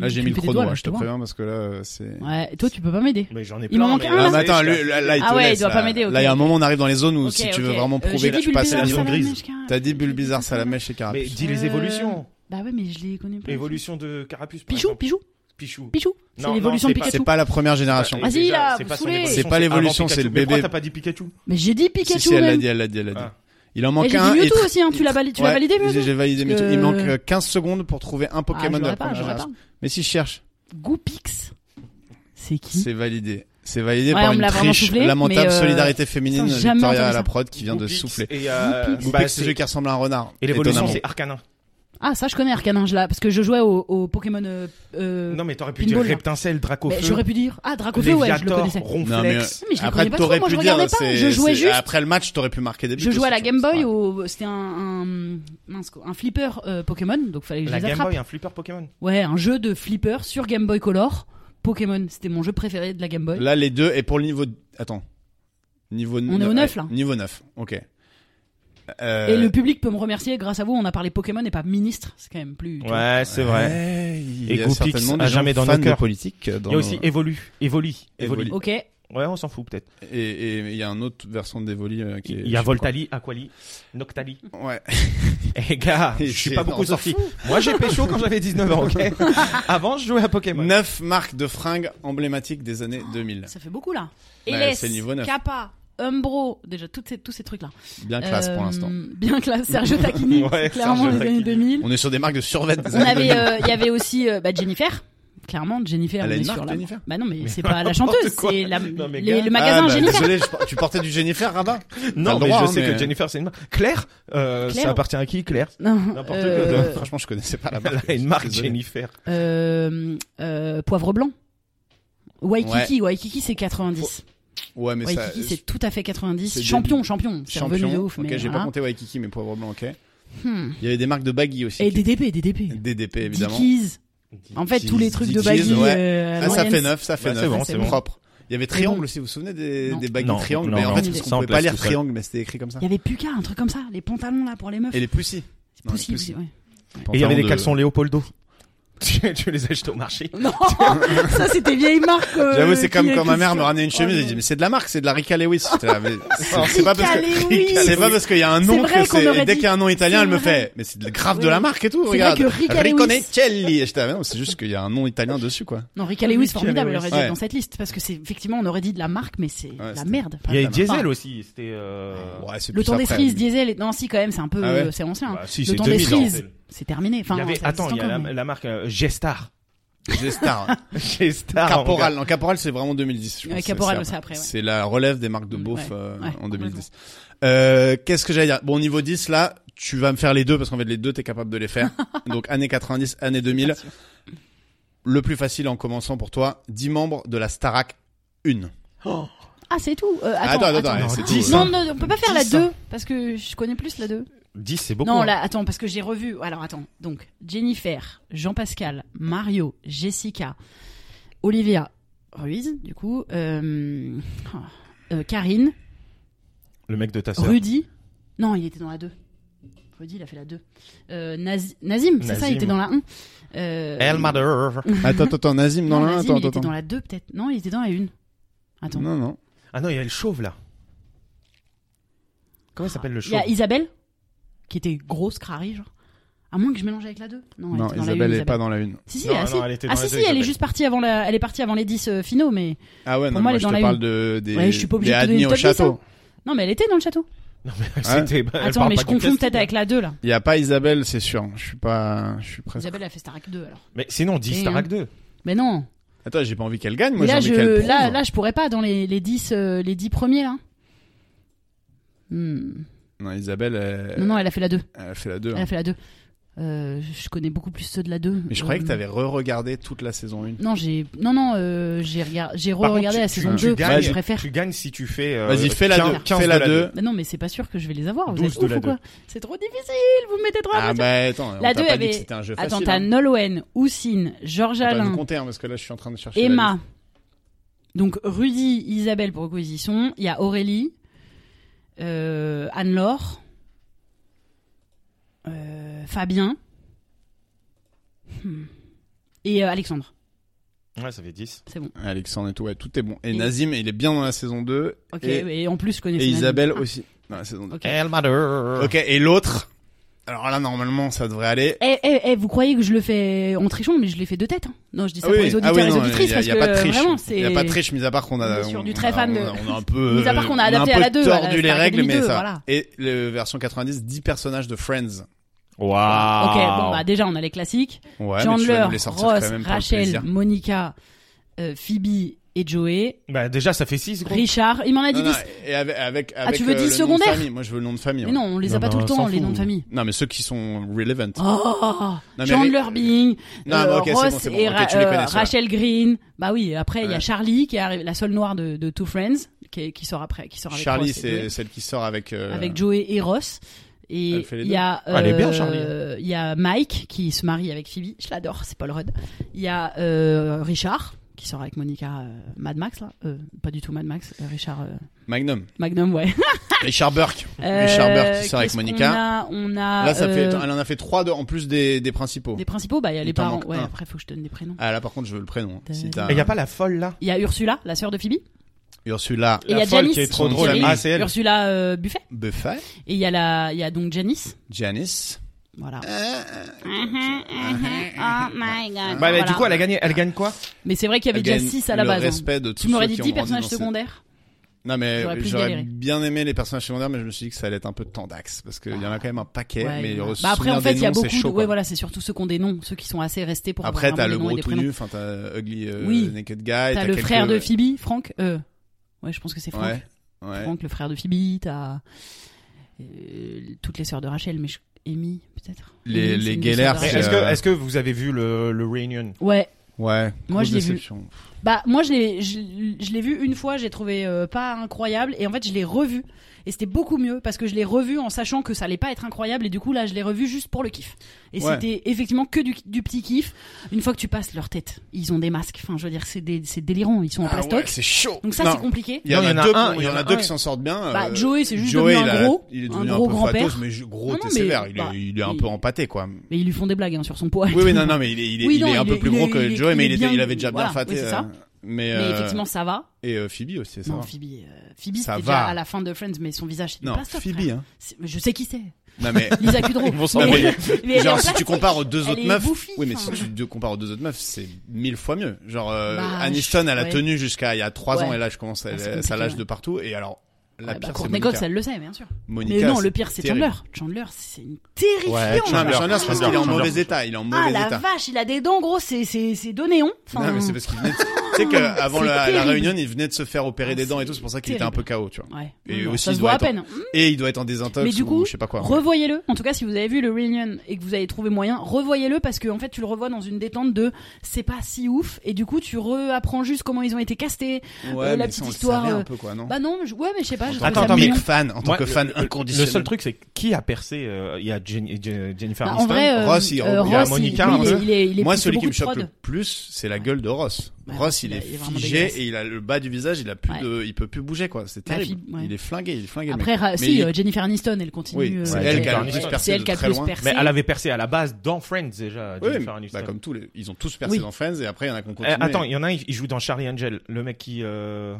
Là, j'ai mis le chrono, hein, je te préviens, parce que là, euh, c'est. Ouais, toi, tu peux pas m'aider. Mais j'en ai Il plein, m'en manque mais un, là, là. Ah, mais attends, je- le- là, là, il Ah te ouais, il laisse, doit là. pas m'aider, ok. Là, il y a un moment, on arrive dans les zones où Ok, si tu ok. veux vraiment Euh, prouver j'ai que dit tu passes à la Bulbizarre, zone Salamèche, grise. Carapuce. T'as dit Bulbizarre, Salamèche et Mais Carapuce. dis les Euh, évolutions. Bah ouais, mais je les connais pas. Évolution de Carapuce. par Pichou, exemple. Pichou, Pichou. Pichou. Non, C'est non, l'évolution c'est de pas- Pikachu. C'est pas la première génération. Bah, Vas-y, déjà, là, c'est vous pas son saoulez. évolution, Ah, C'est pas avant l'évolution, Pikachu. c'est le Mais pourquoi bébé. t'as pas dit Pikachu Mais j'ai dit Si, Pikachu. si, elle l'a même. dit, elle l'a dit, elle l'a dit. Ah. Il en Et manque j'ai un. dit et Mewtwo aussi, hein. Tu l'as validé, tu l'as Ouais, validé, j'ai- Mewtwo J'ai validé Mewtwo. que- Il manque euh, 15 secondes pour trouver un Pokémon ah, de la j'aurais pas, première j'aurais pas. génération. Mais si je cherche, Goupix. C'est qui c'est validé. C'est validé Ouais, par on me une l'a vraiment triche soufflé, lamentable mais, euh, solidarité féminine putain, jamais Victoria entendu à la ça. prod qui vient de Goupix souffler. Et, euh, Goupix. bah, Goupix, c'est le jeu qui ressemble à un renard. et l'évolution, étonnamment. c'est Arcanin. Ah, ça, je connais Arcanin, je l'ai- parce que je jouais au, au Pokémon. euh, euh, Non, mais t'aurais pu Pinball, dire là. Reptincelle, Dracofeu. mais j'aurais pu dire. Ah, Dracofeu, ouais, je le Léviator, connaissais. Non, mais, euh, Ronflex. Mais je les après, connais pas trop, t'aurais moi, pu je dire, regardais pas, c'est- je jouais c'est- juste. Après le match, t'aurais pu marquer des buts. Je jouais aussi, à la tu Game vois. Boy, Ouais. au- c'était un, un, mince quoi, un flipper euh, Pokémon, donc fallait que je La les Game attrape. Boy, hein. un flipper Pokémon. Ouais, un jeu de flipper sur Game Boy Color. Pokémon, c'était mon jeu préféré de la Game Boy. Là, les deux, et pour le niveau. Attends. Niveau On est au neuf, là. Niveau 9, ok. Euh, Et le public peut me remercier, grâce à vous, on a parlé Pokémon et pas ministre, c'est quand même plus. Ouais, c'est vrai. ouais, Il Et y a Goupix certainement des a gens jamais dans nos fans de cœurs. politique. euh, dans Il y a aussi nos- Évolu. Évoli. Évoli. Évoli. Ok, Ouais, on s'en fout peut-être. Et et il y a un autre version d'Evoli euh, qui est. Il y a je sais pas Voltali, Aquali, Noctali. quoi. Ouais. Eh gars, je Et suis c'est- pas on beaucoup s'en sorti. Moi, j'ai pécho quand j'avais 19 ans, ok Avant, je jouais à Pokémon. Neuf marques de fringues emblématiques des années 2000. ça fait beaucoup là. Ouais, Eles, c'est le niveau neuf. Kappa, Umbro, déjà toutes ces, tous ces trucs là. Bien classe Euh, pour l'instant. Bien classe, Sergio Tacchini, Ouais, c'est clairement Sergio les années Tacchini. 2000. On est sur des marques de survêtements des On années avait, 2000. euh, il y avait aussi euh, bah, Jennifer. Clairement, Jennifer, Elle on a est une sur marque, la. Jennifer Bah non, mais c'est pas la n'importe chanteuse, quoi. c'est la- Non, mais les- gars. le magasin Ah, bah, Jennifer. Désolé, je- tu portais du Jennifer, Rabat T'as Non, le mais droit, je hein, sais mais- que Jennifer, c'est une marque. Claire, euh, Claire. ça appartient à qui, Claire Non, N'importe euh, quoi, Franchement, je connaissais pas la Elle marque. a une marque Désolé. Jennifer. euh, euh, Poivre blanc. Waikiki, Waikiki c'est 90. Ouais, mais ça. Waikiki c'est tout à fait 90. c'est Champion, champion, c'est revenu Champion. de ouf. ok, mais hein. j'ai pas voilà. compté Waikiki, mais poivre blanc, ok. Hmm. Il y avait des marques de baggy aussi. Et qui- DDP, DDP. DDP, évidemment. Dickies. En fait, tous les Dickies, trucs de baggy. ouais. euh, Ah, ça Alliance. fait neuf, ça fait Ouais, neuf. Bah, c'est bon, c'est bon. propre. Il y avait triangle bon. aussi, vous vous souvenez des, Non. des bagues Non, de triangle non, Mais en non, fait, non. parce qu'on Ça, on pouvait place pas lire tout seul. triangle, mais c'était écrit comme ça. Il y avait Puka, un truc comme ça, les pantalons là pour les meufs. Et les pussy. C'est non, les possible. pussy. ouais. Et il y avait des Pantalon de- caleçons Léopoldo. tu tu les achètes au marché. Non, ça c'était vieille marque. euh, J'avoue, c'est qui comme est- quand ma mère me qui- ramenait une chemise, Oh, elle non. Oh, dit, mais c'est de la marque, c'est de la Rica Lewis. J'étais là, mais c'est c'est pas parce Rica Lewis. que, c'est pas parce qu'il y a un C'est nom vrai que qu'on c'est, aurait dès dit. qu'il y a un nom italien, C'est elle me vrai. fait, mais c'est de- grave de Oui. la marque et tout, vrai regarde. que Rica Lewis. Ricconicelli. J'étais là, mais non, c'est juste qu'il y a un nom italien dessus, quoi. Non, Rick Lewis, Rick formidable, Lewis. elle aurait dû Ouais. être dans cette liste parce que c'est effectivement on aurait dit de la marque, mais c'est la c'était- merde. Il y avait Enfin, Diesel aussi. C'était. euh, Ouais, c'est Le plus temps des après. cerises, Diesel, et... non si quand même c'est un peu, Ah ouais euh, c'est ancien. bah, si, le c'est temps des 2000, hein. cerises, c'est terminé. Enfin, il y avait, ça existe attends, il y a encore, la, mais- la marque euh, Gestar. J'ai Star. Gestar. Caporal. Non, Caporal, c'est vraiment 2010. je Ah, Ouais, pense. Caporal, C'est- c'est après, ouais. C'est la relève des marques de Mm, beauf ouais. euh, Ouais, en 2010. Euh, Qu'est-ce que j'allais dire Bon, au niveau 10, là, tu vas me faire les deux parce qu'en fait, les deux, t'es capable de les faire. Donc, années 90, années 2000. Le plus facile en commençant pour toi, 10 membres de la Starac 1. Ah c'est tout. Euh, Attends, attends, attends, attends. ouais, c'est Non, tout, dix, ouais. Non, non, on peut pas faire la Dix, hein. 2 parce que je connais plus la 2. 10, c'est beaucoup. Non, hein. là, attends, parce que j'ai revu. Alors, attends. Donc, Jennifer, Jean-Pascal, Mario, Jessica, Olivia Ruiz, du coup, euh, oh, euh, Karine, Le mec de ta sœur. Rudy. Non, il était dans la 2. Rudy, il a fait la 2. Euh, Nazi- Nazim, c'est ça, Nazim. il était dans la 1. Euh, El Mother. Attends, attends, attends, Nazim, Non, dans la Nazim, attends, il était attends. dans la 2, peut-être. Non, il était dans la 1. Attends. Non, non. Ah non, il y a le chauve là. Comment il s'appelle le Il chauve y a Isabelle, qui était grosse, crari, genre. À moins que je mélange avec la 2. Non, elle Non, était dans la Isabelle une, est pas dans la une. Si, si, Non, ah, non, si. elle était dans Ah, la si, deux, si, elle est Isabelle. juste partie avant la, elle est partie avant les 10 euh, finaux, mais Ah ouais, Pour non, moi, moi, elle est je dans te la parle une. de des, Ouais, je suis pas obligée des de te donner admis le au top hein. 10, château. non, mais elle était dans le château. C'était- elle Attends, parle mais pas du je confonds casting, peut-être hein. avec la 2 là. Il y a pas Isabelle, c'est sûr. Je suis pas je suis presque Isabelle a fait Starac 2 alors. Mais sinon, 10 Et, Star hein. Trek 2. Mais non. Attends, j'ai pas envie qu'elle gagne, Mais moi j'ai là, envie je, qu'elle prouve. là, là, je pourrais pas dans les, les 10, euh, les 10 premiers là. Hmm. Non, Isabelle elle, Non, non, elle a fait la 2. elle fait la hein. 2. Elle a fait la 2. Euh, je connais beaucoup plus ceux de la 2. Mais je croyais que t'avais re-regardé toute la saison 1. Non, j'ai non non, euh, j'ai regard- j'ai Par re-regardé contre, la tu- saison tu 2 gagnes- parce que je préfère. Tu gagnes si tu fais. euh, Vas-y, fais la 15 2, 15 fais de la 2. Mais non, mais c'est pas sûr que je vais les avoir, vous 12 êtes ouf de la ou quoi deux. C'est trop difficile, vous me mettez trop la Ah pression. bah attends, on La t'a deux, pas elle dit que est- c'était un jeu Attends, facile. t'as hein. Nolwenn, Houssine, Georges Faut pas nous Alain, compter hein, parce que là je suis en train de chercher la liste. Emma. Donc Rudy, Isabelle pour le coup ils y sont, il y a Aurélie, euh, Anne-Laure, euh, Fabien Hmm. et euh, Alexandre. Ouais, ça fait 10. C'est bon. Alexandre et tout, ouais, tout est bon. Et Et- Nazim, il est bien dans la saison 2. Ok. et, Et, en plus je connais. et son ami. Isabelle Ah, aussi. Dans la saison 2. ok. Elle m'a Ok, et l'autre Alors là, normalement, ça devrait aller. Eh, eh, eh, vous croyez que je le fais en trichant, mais je l'ai fait de tête. hein. Non, je dis ça Ah oui, pour les auditeurs ah oui, et les non, auditrices, y a- parce y a que pas de triche. vraiment, Il c'est. n'y a pas de triche, mis à part qu'on a. On est sur on- du très on- fan on de- a- on a un peu. Mis à part qu'on a adapté on un à la peu deux, à la tordu les Star règles, Academy mais 2, ça. voilà. Et le version 90, 10 personnages de Friends. Waouh. Ok, bon, bah déjà, on a les classiques. Ouais, mais tu vas Chandler, nous les sortir Ross, quand même pour le Rachel, plaisir. Monica, euh, Phoebe et Joey. Bah, déjà, ça fait 6. Richard, il m'en a dit Non, non, 10. et avec, avec, Ah, avec, tu veux euh, dix le nom de secondaires famille. Moi, je veux le nom de famille. Mais ouais. non, on les Non, a pas mais tout le on temps, s'en les noms de fout. famille. Non, mais ceux qui sont relevant. Oh mais Chandler les- Bing, Non, euh, mais ok, c'est bon, Ross c'est bon. et Ok, Ra- tu les euh, connais, ceux-là. Rachel Green. Bah oui, après il y Ouais. a Charlie qui est arrivée- la seule noire de, de Two Friends qui, est- qui sort après, qui sort avec Charlie, Ross et Joey. c'est celle qui sort avec. euh, avec Joey et Ross. Elle Et fait les il y a, deux. Ah, elle est bien, euh, Charlie. il y a Mike qui se marie avec Phoebe, je l'adore, c'est Paul Rudd. Il y a euh, Richard qui sort avec Monica euh, Mad Max là, Euh, pas du tout Mad Max, euh, Richard euh, Magnum. Magnum ouais. Richard Burke. Euh, Richard Burke qui sort avec qu'est-ce qu'on Monica. a On a, Là, ça fait. euh, attends, Elle en a fait trois de- en plus des, des principaux. des principaux, bah il y a Il les t'en parents. manque Ouais, un. après faut que je te donne des prénoms. Ah là, par contre, je veux le prénom. Si t'as Il y a pas la folle là Il y a Ursula, la sœur de Phoebe. Ursula Et il y a folle Janice qui est trop Son drôle. ami. Ah, c'est elle. Ursula euh, Buffet. Buffet, Et il y a la, il y a donc Janice. Janice. Voilà. Euh, Mm-hmm. Oh Bah, mais Voilà. du coup, elle a gagné. Elle gagne quoi Mais c'est vrai qu'il y avait Elle déjà gagne 6 à la le base. hein. respect de tous Tu m'aurais ceux dit qui ont 10 grandi personnages dans cette- secondaires. Non mais J'aurais plus j'aurais galéré. bien aimé les personnages secondaires, mais je me suis dit que ça allait être un peu tendax parce qu'il y en a quand même un paquet. Ouais, Eh, mais il y en a. au bah après, souvenir en fait, des il y a noms, c'est chaud, beaucoup. de... quoi. Ouais, voilà, c'est surtout ceux qui ont des noms, ceux qui sont assez restés pour Après, avoir t'as vraiment le des noms gros et des tout prénoms. nu, enfin t'as euh, Ugly euh, Oui. Naked Guy. T'as T'as le quelques- frère de Phoebe, Franck. Euh... Ouais, je pense que c'est Franck. Ouais, ouais. Franck, le frère de Phoebe. T'as euh, toutes les sœurs de Rachel, mais je... Amy peut-être. Les- Amy, les c'est une des Geller, sœurs de Mais C'est, Rachel. Est-ce que, euh, est-ce que vous avez vu le, le Reunion Ouais, Ouais. Moi, grosse je l'ai vu. déception. Bah moi je l'ai je, je l'ai vu une fois, j'ai trouvé euh, pas incroyable et en fait je l'ai revu et c'était beaucoup mieux parce que je l'ai revu en sachant que ça allait pas être incroyable et du coup là je l'ai revu juste pour le kiff. Et Ouais. c'était effectivement que du, du petit kiff. Une fois que tu passes leur tête, ils ont des masques, enfin je veux dire c'est des- c'est délirant, ils sont en Ah ouais, plastoc. c'est chaud. Donc ça Non. c'est compliqué. Il y en Non, a il y en a deux, un, il y en a deux qui s'en sortent bien. Bah, euh, Joey, c'est juste Joey, devenu un il a- gros, il est un devenu un, gros peu grand-père. fatos, mais ju- gros, Non, t'es non, mais, sévère. Il, est- bah, il est un il- peu empâté, quoi. Mais ils lui font des blagues hein, sur son poids. et Oui, oui, tout. non, non, mais il est, il est, Oui, il est non, un il peu est- plus il est- gros que il est- Joey, mais il il, est était, bien- il avait déjà voilà, bien faté. oui, c'est euh, ça. Mais, Mais euh, effectivement ça va. et euh, Phoebe aussi, ça Non va. Phoebe, euh, Phoebe Ça c'était va. déjà à la fin de Friends mais son visage c'était Non, pas top, Phoebe, frère. hein. C'est- Je sais qui c'est. Non, mais. Lisa Kudrow. Ils vont s'en Mais- mêler. mais elle est en Genre, si tu plastique. compares aux deux Elle autres est hein. meufs. bouffie, oui, mais enfin. si tu te compares aux deux autres meufs, c'est mille fois mieux. Genre, euh, Bah, Aniston, elle a ouais. tenu jusqu'à il y a trois Ouais. ans, et là, je commence, à- Ah, c'est ça compliqué, lâche ouais. de partout. Et alors, la Ouais, bah, pire, c'est Courtney Monica. Cox, elle le sait, bien sûr. Monica, Mais non, le pire, c'est terrible. Chandler. Chandler, c'est une terrifiante. Ouais, Non, mais Chandler, c'est parce qu'il est en Chandler. mauvais état. Il est en mauvais ah état. la vache, il a des dents, gros, c'est c'est c'est Donéon. Enfin, Non, mais c'est parce qu'il venait. De... tu sais qu'avant C'est la, la terrible. réunion, il venait de se faire opérer Ah, des dents et c'est tout. C'est pour ça qu'il était un terrible. peu KO, tu vois. Ouais. Et Non, non, aussi, ça il se doit voit à être en- peine. Et il doit être en désintox Mais du ou coup, je sais pas quoi. Revoyez-le. En tout cas, si vous avez vu le Reunion et que vous avez trouvé moyen, revoyez-le parce que en fait, tu le revois dans une détente de c'est pas si ouf et du coup, tu reapprends juste comment ils ont été castés. euh, la mais petite ça, on le histoire, savait un euh, peu quoi, non Bah non, je- ouais, mais je sais pas. je En trouve tant ça que mignon. big fan, en tant Moi, que fan Le inconditionnel. seul truc, c'est qui a percé euh, Il y a Jenny- Je- Jennifer Bah, en Aniston. vrai, euh, Ross, il- euh, il y a Ross, Monica, il- un il est- peu. il est- il est Moi, plutôt celui qui beaucoup me de choque prod. le plus, c'est la gueule de Ross. Bah, Ross, il il est a- il est vraiment figé dégueulasse. et il a le bas du visage, il a plus Ouais. de, il peut plus bouger quoi. C'est Bah, terrible. fi- ouais. Il est flingué, il est flingué. le Après, mec. ra- Mais si, il- euh, Jennifer Aniston, elle continue. oui, c'est euh, elle qui a Jennifer le plus Aniston. percé C'est elle de qui a le très plus loin. percé. Mais elle avait percé à la base dans Friends déjà. Oui, Jennifer mais- Aniston. bah, comme tous les, ils ont tous percé Oui. dans Friends et après il y en a qui ont Eh, continué. attends, il y en a un, il joue dans Charlie Angel, le mec qui. euh,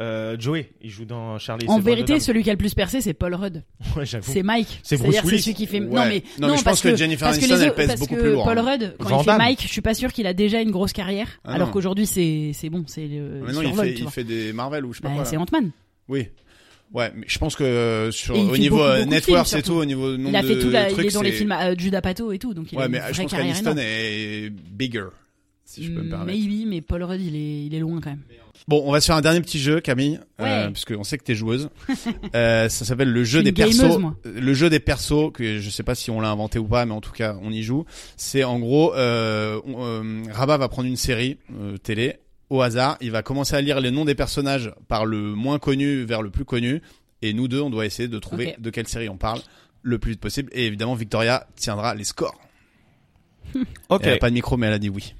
Euh, Joey, il joue dans Charlie. et En ses bandes vérité, de celui qui a le plus percé, c'est Paul Rudd. dames. Ouais, j'avoue. C'est Mike. C'est Bruce C'est-à-dire, Willis. celui qui fait. Ouais. Non, mais, Non, mais je parce pense que Jennifer parce que Aniston, les elle autres- pèse parce beaucoup que plus lourd, Paul hein. Rudd, quand Van il fait Damme. Mike, je suis pas sûr qu'il a déjà une grosse carrière. Ah alors non. qu'aujourd'hui, c'est c'est bon, c'est le. Maintenant, il il survole, fait, tu il vois. fait des Marvel ou je sais pas Bah, quoi. là. c'est Ant-Man. Oui. Ouais, mais je pense que euh, sur, Et il au fait niveau beaucoup, euh, beaucoup de net films, worth et surtout. tout, au niveau de nombre Il a fait de tout. la- il trucs, est dans les c'est- films euh, Judas Pato et tout, donc il a Ouais, une mais je vraie pense carrière qu'Aniston énorme. est bigger, si je peux me permettre. Maybe, mais Paul Rudd, il est il est loin quand même. Bon, on va se faire un dernier petit jeu, Camille, euh, Ouais. parce qu'on sait que t'es joueuse. Euh, ça s'appelle le jeu Je suis des une gameuse, persos. moi. Le jeu des persos, que je sais pas si on l'a inventé ou pas, mais en tout cas, on y joue. C'est en gros, euh, on- euh, Rabat va prendre une série euh, télé au hasard. Il va commencer à lire les noms des personnages par le moins connu vers le plus connu, et nous deux, on doit essayer de trouver Ok. de quelle série on parle le plus vite possible. Et évidemment, Victoria tiendra les scores. Ok. Elle a pas de micro, mais elle a dit oui.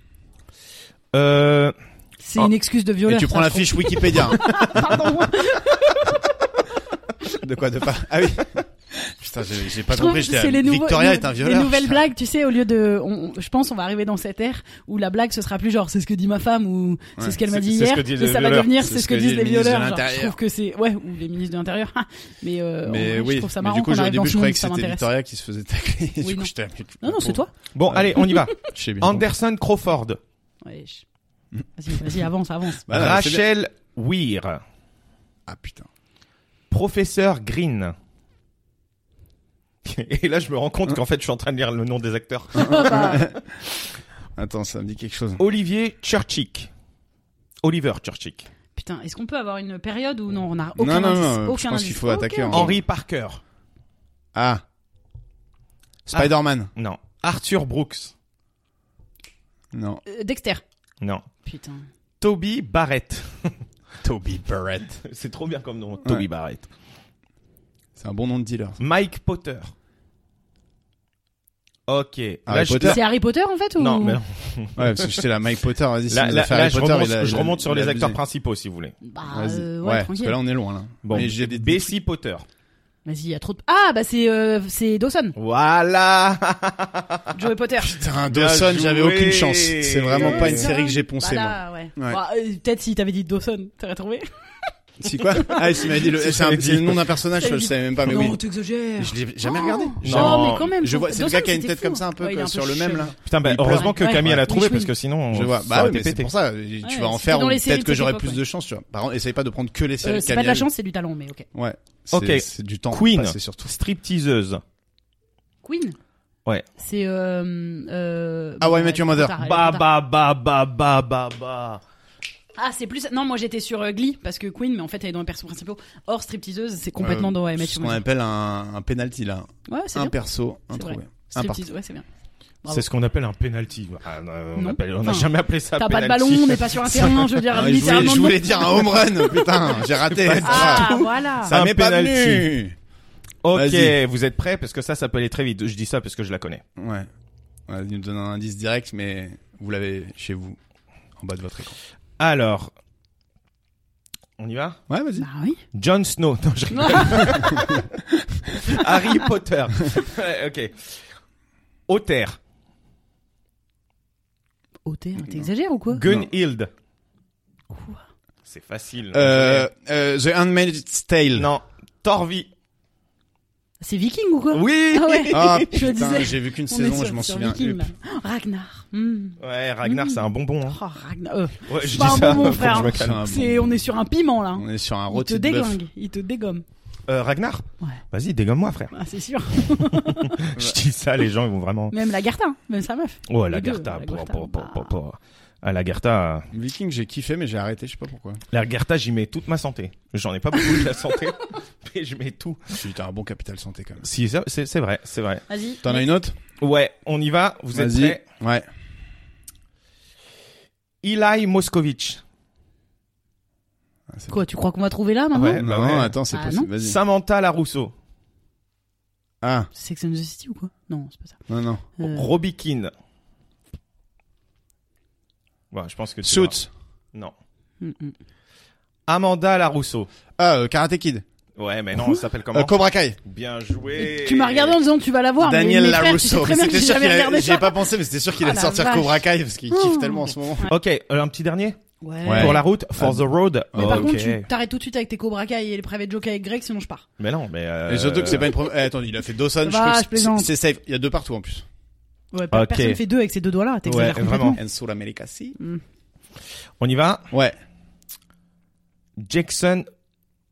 Euh, C'est Ah. une excuse de Oh. Et violeur. tu ça, prends je la trouve. fiche Wikipédia. hein. Pardon. De quoi de pas Ah oui. Putain, j'ai j'ai pas Je trouve compris. que j'étais- c'est les nouveaux- Victoria les- est un violeur. Les nouvelles putain. blagues, tu sais, au lieu de, on- je pense, on va arriver dans cette ère où la blague ce sera plus genre c'est ce que dit ma femme ou c'est Ouais, ce qu'elle m'a c'est- dit c'est ce hier, que disent mais les ça va violeurs. devenir C'est c'est ce que disent les ministres de violeurs. genre, je l'Intérieur. trouve que c'est, ouais, ou les ministres de l'intérieur. Ah, mais euh, en Mais vrai, oui. je trouve ça mais marrant du coup, qu'on je- au arrive dans début, ce je monde, croyais que ça c'était m'intéresse. Victoria qui se faisait tacler. Oui, du non. coup, j'étais là, mais tu- Non, non, c'est toi. bon, Ah. allez, on y va. Je sais bien. Anderson Crawford, Ouais, je- Vas-y, vas-y, avance, avance. Bah, non, mais c'est bien. Rachel Weir, Ah putain. Professeur Green. Et là, je me rends Hein compte qu'en fait, je suis en train de lire le nom des acteurs. bah, Attends, ça me dit quelque chose. Olivier Churchick. Oliver Churchick. Putain, est-ce qu'on peut avoir une période où non, on a Non, aucun non, indice, non, je aucun pense indice. qu'il faut attaquer hein. Ok, en- ok. Henry Parker. Ah. Spider-Man. Non. Arthur Brooks. Non. Euh, Dexter. Non. Putain. Toby Barrett. Toby Barrett. C'est trop bien comme nom. Toby Barrett. C'est un bon nom de dealer. ça. Mike Potter. Ok. Harry je- Potter. C'est Harry Potter en fait ou Non, mais non. Ouais, parce que j'étais là, Mike Potter. Vas-y, si Là, il nous a là- fait Harry là, je, Potter, remonte, il a- je remonte sur il a les acteurs abusé. principaux, si vous voulez. Bah Vas-y. euh, ouais, ouais, parce tranquille. que là, on est loin, là. Bon. Mais j'ai des- Bessie Potter. Vas-y, il y a trop de. Ah, bah c'est euh, c'est Dawson, Voilà. Joey Potter. Putain, Bien Dawson, j'avais joué. aucune chance. C'est vraiment pas une Dawson. série que j'ai poncée, Bah moi. là, ouais. Ouais. Bah, euh, Peut-être si t'avais dit Dawson, t'aurais trouvé. C'est quoi Ah, il m'a dit le, Si, c'est, un- j'avais dit. c'est le nom d'un personnage, je J'avais le dit- savais même pas, mais non, Oh. oui. t'exagères. Je l'ai jamais regardé. Jamais. Non, mais quand même. Je vois, c'est le Dawson, gars qui a une c'était tête fou. comme ça un peu, Ouais, il est quoi, un Euh, sur le cheveu. même, là. Putain, bah, Il pleure. heureusement que Ouais. Camille elle a Ouais. trouvé Oui, je parce me- que sinon Je vois. ça Bah aurait ouais, été mais c'est pété. pour ça. Tu vas en c'était faire. dans ou les séries Peut-être de que cette j'aurais époque, plus ouais. de chance, tu vois. Par contre, essaye pas de prendre que les séries Euh, C'est pas de la Cagnel. chance, c'est du talent, mais ok. Ouais. C'est, Ok. c'est du temps. Queen. C'est surtout. Ah, Stripteaseuse. Queen. Ouais. Bah, C'est euh, euh, Ah ouais, Met trop Your Mother. tard, elle est Ba trop tard. ba ba ba ba ba ba. Ah, c'est plus. Non, moi j'étais sur euh, Glee parce que Queen, mais en fait elle est dans les persos principaux. Or, stripteaseuse, c'est complètement Euh, dans ouais, Met Ce Your qu'on Mother. appelle un, un penalty, là. Ouais, c'est Un bien. perso, un C'est vrai. trouvé. Un parti. Striptease, ouais, c'est bien. Bravo. C'est ce qu'on appelle un penalty. Ah, non, on Non. appelle- on n'a Enfin, jamais appelé ça T'as penalty. pas de ballon, on n'est pas sur un terrain, je veux dire, Ah, je, voulais, littéralement. je non. voulais dire un home run, oh, putain, j'ai raté. Ah, voilà. Ça Un m'est pas penalty. venu. Vas-y. Ok, vous êtes prêts parce que ça, ça peut aller très vite. Je dis ça parce que je la connais. Ouais. Ouais, il nous donne un indice direct, mais vous l'avez chez vous, en bas de votre écran. Alors, on y va Ouais, vas-y. Bah oui. Jon Snow. Non, je rigole. Harry Potter. Ouais, ok. Auteur. Auteur, hein, t'exagères ou quoi Gunhild. Quoi C'est facile. Euh, euh, The Handmaid's Tale. Non. Torvi. C'est viking ou quoi Oui. Ah ouais. Ah, Je putain, disais. j'ai vu qu'une On saison, est sur- je m'en sur souviens. Viking, Hup. là. Oh, Ragnar. hmm. Ouais, Ragnar, Mm. c'est un bonbon. Oh, Hein. Ragnar. euh, Ouais, je dis pas un ça. bonbon, faut que frère. je me C'est calme. un c'est, Ah bon- on est sur un piment là. hein. On est sur un Il te rôti de bœuf. déglingue, il te dégomme. Euh, Ragnar Ouais. Vas-y, dégomme-moi, frère. Ah, c'est sûr. Je dis ça, les gens, ils vont vraiment. Même Lagartin, même sa meuf. Oh, la Les deux, Garta. la pour- Garta, pour- pour- bah. pour- pour. Ah, la Garta. euh, Viking, j'ai kiffé, mais j'ai arrêté, je sais pas pourquoi. La Garta, j'y mets toute ma santé. J'en ai pas beaucoup de la santé, mais je mets tout. J'ai un bon capital santé quand même. Si, ça, c'est c'est vrai, c'est vrai. Vas-y. T'en as une autre Ouais, on y va. Vous êtes Vas-y. prêts Ouais. Eli Moscovitch. Ah, c'est Quoi, tu crois qu'on va trouver là maintenant Ouais. bon. bah Non, non, attends, c'est Ah, possible. Vas-y. Samantha Larousseau. Ah, C'est Sex and the City ou quoi Non, c'est pas ça. non, non. Euh, Robbie Keane. Ouais, je pense que tu l'as. Suits. Non. mm, mm. Amanda Larousseau. Ah, euh, Karate Kid. Ouais, mais non, elle s'appelle comment Euh, Cobra Kai. Bien joué. Tu m'as regardé en disant tu vas la voir. mais Daniel mes frères, tu sais Larusso. très bien Mais que j'ai sûr jamais qu'il a- regardé j'y ai ça. pas pensé, mais c'était sûr qu'il Oh allait la sortir vache. Cobra Kai parce qu'il kiffe tellement en ce moment. Ok, euh, un petit dernier. Ouais. Ouais. Pour la route, for Ah. the road. Mais Mais Oh, par contre, ok. tu t'arrêtes tout de suite avec tes Cobra Kai et les Private Joke avec Greg, sinon je pars. Mais non, mais. euh, Et surtout que c'est pas une première. Eh, attendez, il a fait Dawson. Ça je va, crois que je plaisante. c'est- C'est safe. Il y a deux partout en plus. Ouais, per- Ok. Personne fait deux avec ses deux doigts là, Ouais, t'exagères complètement. vraiment. En Sul America, si. On y va. Ouais. Jackson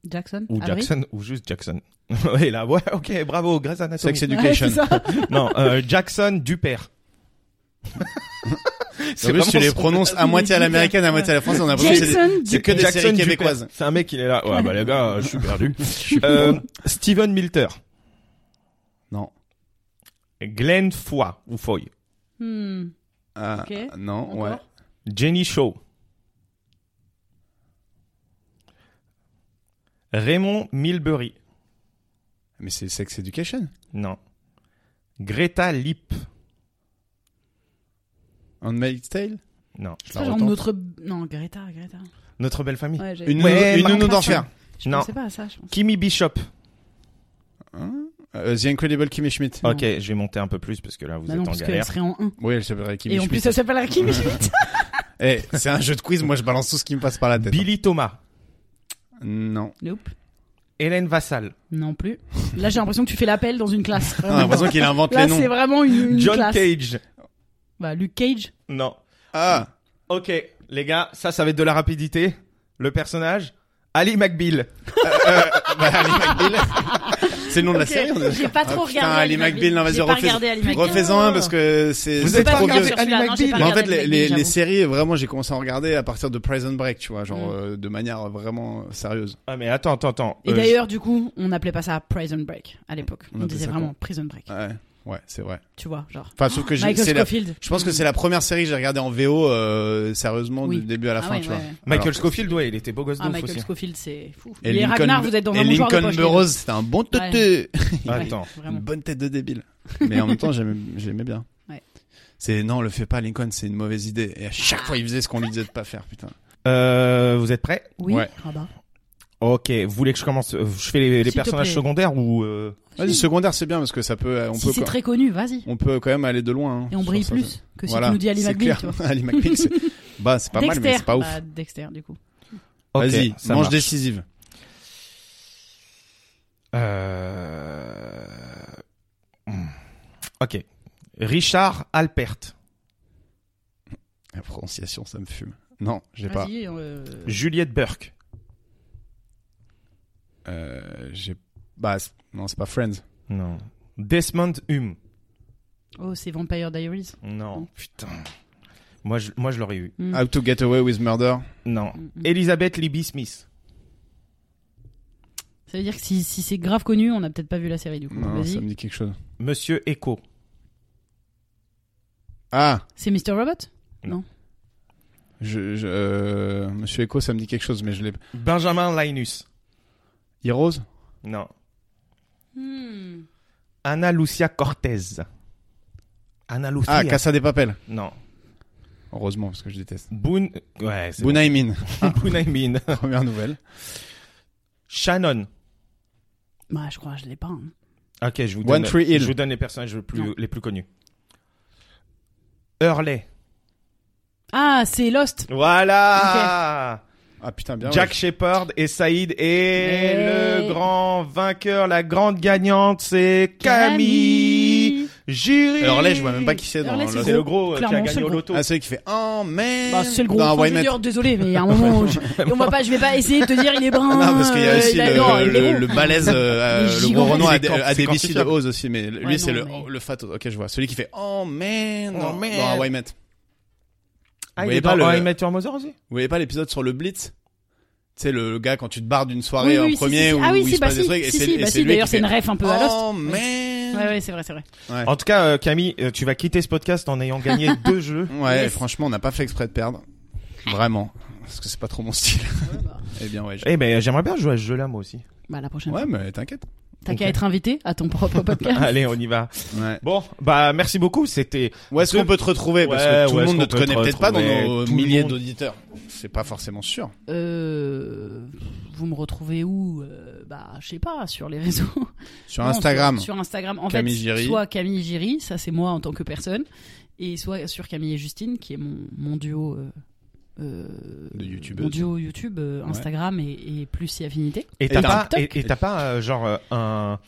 Jackson ou Avery Jackson ou juste Jackson. ouais, là, ouais, ok, bravo, Grey's Anatomy. Sex Ouais, Education. c'est ça. non, euh, Jackson Dupère. En plus, tu les prononces à moitié à l'américaine, à moitié à la française. On a l'impression que c'est des- Jackson c'est que des Jackson séries Dupère. québécoises. C'est un mec, il est là. Ouais, bah les gars, je suis perdu. euh, Steven Milter. Non. Glenn Foy ou Foy. Hmm, Ah, Ok. Non, encore. ouais. Jenny Shaw. Raymond Milbury. Mais c'est Sex Education. Non. Greta Lip. On Maid's Tale. Non. Je C'est la pas genre retente. notre non Greta Greta. Notre belle famille. Ouais, j'ai- Une nounou- Ouais, une Marc nounou Maron. d'enfer. je non. pensais pas à ça. Je pense. Kimi Bishop. Hein Euh, The Incredible Kimmy Schmidt. Ok, je vais monter un peu plus parce que là, vous Bah êtes non, en parce qu'elle galère. serait en 1. Oui, elle s'appellerait Kimmy Et en Schmidt. plus, ça s'appelle Kimi Schmidt. Eh, c'est un jeu de quiz. Moi, je balance tout ce qui me passe par la tête. Billy Thomas. Non. Nope. Hélène Vassal. Non plus. Là, j'ai l'impression que tu fais l'appel dans une classe. On a Ah, l'impression qu'il invente les Là, c'est noms. vraiment une, une John classe. Cage. Bah, Luke Cage. Non. Ah. Ok, les gars, ça, ça va être de la rapidité. Le personnage. Ali McBeal. Bah, Ali McBeal. c'est le nom de la Ok. série. on est- J'ai pas Ah, trop regardé. putain, Ali McBeal, non, vas-y, J'ai pas refais- regardé Ali McBeal. Refais-en un parce que c'est Vous c'est êtes pas trop regardé vieux. Ali McBeal. Mais en fait, les, les, les séries, vraiment, j'ai commencé à en regarder à partir de Prison Break, tu vois, genre Mm. euh, de manière vraiment sérieuse. Ah, mais attends, attends, attends. Et Euh, d'ailleurs, du coup, on n'appelait pas ça Prison Break à l'époque. On On, appelait disait ça vraiment Prison Break. Ouais, ouais, c'est vrai. Tu vois, genre. Enfin, sauf que j'ai- Michael c'est la- Scofield. je pense que c'est la première série que j'ai regardée en VO euh, sérieusement Oui. du début à la Ah fin, ouais, tu ouais, vois. ouais. Euh, Michael Alors- Scofield, ouais, il était beau gosse de Ah, ouf Michael aussi. Scofield, c'est fou. Et les Lincoln, Ragnar, vous êtes dans un et mouchoir de Lincoln poche, les deux. Burroughs, c'était un bon tete. Ah, Attends. Ouais, Une vraiment. bonne tête de débile. Mais en même temps, j'aimais j'aimais bien. Ouais. C'est non, le fais pas, Lincoln, c'est une mauvaise idée. Et à chaque Ah. fois, il faisait ce qu'on lui disait de pas faire, putain. Euh, vous êtes prêts Oui. Ouais. Ah bah. Ok, vous voulez que je commence euh, Je fais les, les S'il te personnages plaît. secondaires ou euh, Vas-y, secondaire, c'est bien parce que ça peut, on si peut, c'est quoi- très connu, vas-y. on peut quand même aller de loin. hein, Et on sur brille ça. plus que si Voilà, tu nous dis Ali c'est McBeal, clair. tu vois. Ali McBeal, c'est bah, c'est pas mal, mais c'est pas ouf. Bah, Dexter, du coup. ok, Vas-y, ça manche marche. décisive. Euh... hmm. Ok, Richard Alpert, La prononciation, ça me fume. Non, j'ai pas. Vas-y. euh, Juliette Burke, Euh, j'ai. Bah, c'est- non, c'est pas Friends. non, Desmond Hume, Oh, c'est Vampire Diaries. non, Non. putain, moi je, moi je l'aurais eu, Mm. How to Get Away with Murder. non, Mm, mm. Elizabeth Libby Smith, Ça veut dire que si, si c'est grave connu, on n'a peut-être pas vu la série, du coup. Non, ça Vas-y. me dit quelque chose. Monsieur Echo, Ah, C'est Mr. Robot je, je- euh, Monsieur Echo, ça me dit quelque chose, mais je l'ai. Benjamin Linus, Heroes. non, Hmm. Anna Lucia Cortez, Anna Lucia, Ah, Casa des Papel. non, Heureusement, parce que je déteste. Boone, ouais, c'est Boone Aimin. bon. Boone Aimin. Première nouvelle. Shannon. Bah, je crois, que je l'ai pas. hein. Ok, je vous One donne, Tree Hill. je vous donne les personnages les plus, Non. les plus connus. Hurley. Ah, c'est Lost. Voilà. Ah putain, bien. Jack ouais. Shepard et Saïd et Ouais. le grand vainqueur, la grande gagnante, c'est Camille Jury. Alors là, je vois même pas qui c'est dans Hurley, c'est le- C'est le gros euh, qui a Clairement, c'est gagné le au gros. loto. Ah, celui qui fait. Oh, mais. Bah, c'est le gros. Non, Enfin, Why je veux Not. dire, désolé, mais il y a un moment où je, et on va pas, je vais pas essayer de te dire il est brun. Ah, Non, parce qu'il y a euh, aussi il a- le, non, il est le, gros. le balèze, euh, euh, le gros gigantesque. Renault à, C'est quand- à c'est DBC de quantifiable. Oz aussi, mais lui Ouais, c'est non, le, mais- oh, le fat. Ok, je vois. Celui qui fait Oh man, Oh, oh man. man. Dans Hawaii Met. Ah, Vous il est voyez pas dans le- le... Met Your Mother aussi Vous voyez pas l'épisode sur le Blitz Tu sais, le, le gars quand tu te barres d'une soirée Oui, oui, en si, premier si, si. où, Ah oui, où il si, se bah passe si, des trucs et si, c'est si, et bah c'est si, lui d'ailleurs, qui c'est fait, une ref un peu à Lost. Oh Ouais. man. Ouais, ouais, c'est vrai, c'est vrai. Ouais. En tout cas, euh, Camille, euh, tu vas quitter ce podcast en ayant gagné deux jeux. Ouais, Yes. franchement, on n'a pas fait exprès de perdre. Vraiment. Parce que c'est pas trop mon style. eh bien, ouais. j'ai- Eh ben, j'aimerais bien jouer à ce jeu-là, moi aussi. Bah, la prochaine Ouais, fois. mais t'inquiète. T'as ok. qu'à être invité à ton propre podcast. Allez, on y va. Ouais. Bon, bah, merci beaucoup. C'était Où est-ce Deux- qu'on peut te retrouver Parce Ouais, que tout où le est-ce monde ne qu'on te peut te connaît peut-être pas dans retrouver nos Tout le milliers monde. d'auditeurs. C'est pas forcément sûr. euh, vous me retrouvez où? Euh, Bah, je sais pas, sur les réseaux. Sur Non, Instagram. Sur, sur Instagram. En Camille fait, Giry. soit Camille Giry, ça c'est moi en tant que personne, et soit sur Camille et Justine, qui est mon, mon duo euh, euh, De YouTubeuse. audio, YouTube, euh, Ouais. Instagram et, et plus si affinité. Et Et t'as d'un pas, TikTok. et- et t'as pas euh, genre euh, un,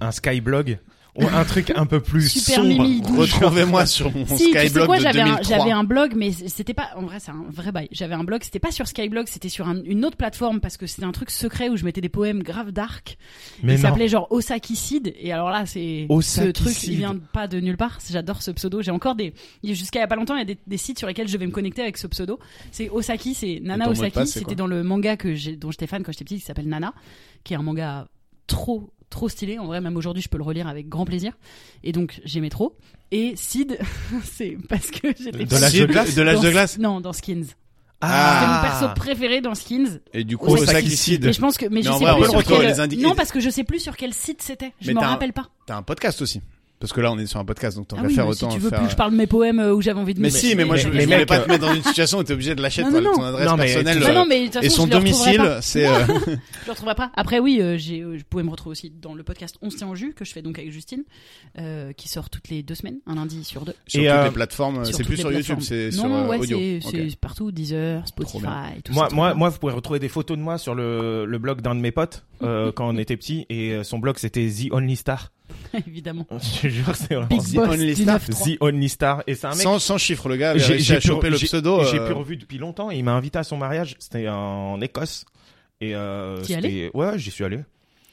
un Skyblog ou un truc un peu plus Super sombre. Mimi Doux. Retrouvez-moi sur mon si, tu sais Skyblog quoi, de j'avais un, 2003. j'avais un blog, mais c'était pas, en vrai, c'est un vrai bail. J'avais un blog, c'était pas sur Skyblog, c'était sur un- une autre plateforme parce que c'était un truc secret où je mettais des poèmes grave dark. Mais il non. s'appelait genre Osakicide. Et alors là, c'est, ce Osakicide. truc, il vient pas de nulle part. C'est- J'adore ce pseudo. J'ai encore des, il y a- jusqu'à il y a pas longtemps, il y a des, des sites sur lesquels je vais me connecter avec ce pseudo. C'est Osaki, c'est Et Nana ton mot de Osaki. passe, c'est quoi C'était dans le manga que j'ai, dont j'étais fan quand j'étais petite, qui s'appelle Nana, qui est un manga trop, trop stylé. En vrai, même aujourd'hui, je peux le relire avec grand plaisir. Et donc, j'aimais trop. Et Sid, c'est parce que j'étais De l'âge de Sid- glace de l'âge de dans- glace. Non, dans Skins. Ah. C'est mon perso préféré dans Skins. Et du coup, Osaki Osaki Mais, Sid, je pense que, mais, Mais je en sais vrai, plus on sur peut quel... les indiquer- Non, parce que je sais plus sur quel site c'était. Je Mais m'en t'as un- rappelle pas. t'as un podcast aussi. Parce que là, on est sur un podcast, donc tant Ah qu'à oui, faire mais autant si tu veux faire- plus que je parle de mes poèmes euh, où j'avais envie de. Mais me- si, mais moi, je, mais je voulais mec, pas euh, te mettre dans une situation où t'es obligé de lâcher Non, toi, non, ton non. adresse Non, mais personnelle tu- bah Non, euh, non, mais de toute façon, et son je le retrouverai domicile, pas. c'est euh, Je le retrouverai pas. Après, oui, euh, j'ai, euh, je pouvais me retrouver aussi dans le podcast On se tient en jus que je fais donc avec Justine, euh, qui sort toutes les deux semaines, un lundi sur deux. sur Et, toutes euh, les plateformes. C'est toutes plus les sur YouTube, plateformes. c'est non, sur euh, ouais, audio. c'est, Ok. c'est partout Deezer, Trop bien. Spotify, tout Moi, ça. moi, moi, vous pouvez retrouver des photos de moi sur le, le blog d'un de mes potes euh, quand on était petit et euh, son blog c'était The Only Star. évidemment. Je te jure, c'est vraiment Big The Boss Only du Star, 9-3. The Only Star. Et c'est un mec. Sans, sans chiffre, le gars avait J'ai- réussi j'ai à pu- choper le j'ai- pseudo. J'ai euh, plus revu depuis longtemps et il m'a invité à son mariage. C'était en Écosse. Et euh, T'y c'était- allais Ouais, j'y suis allé.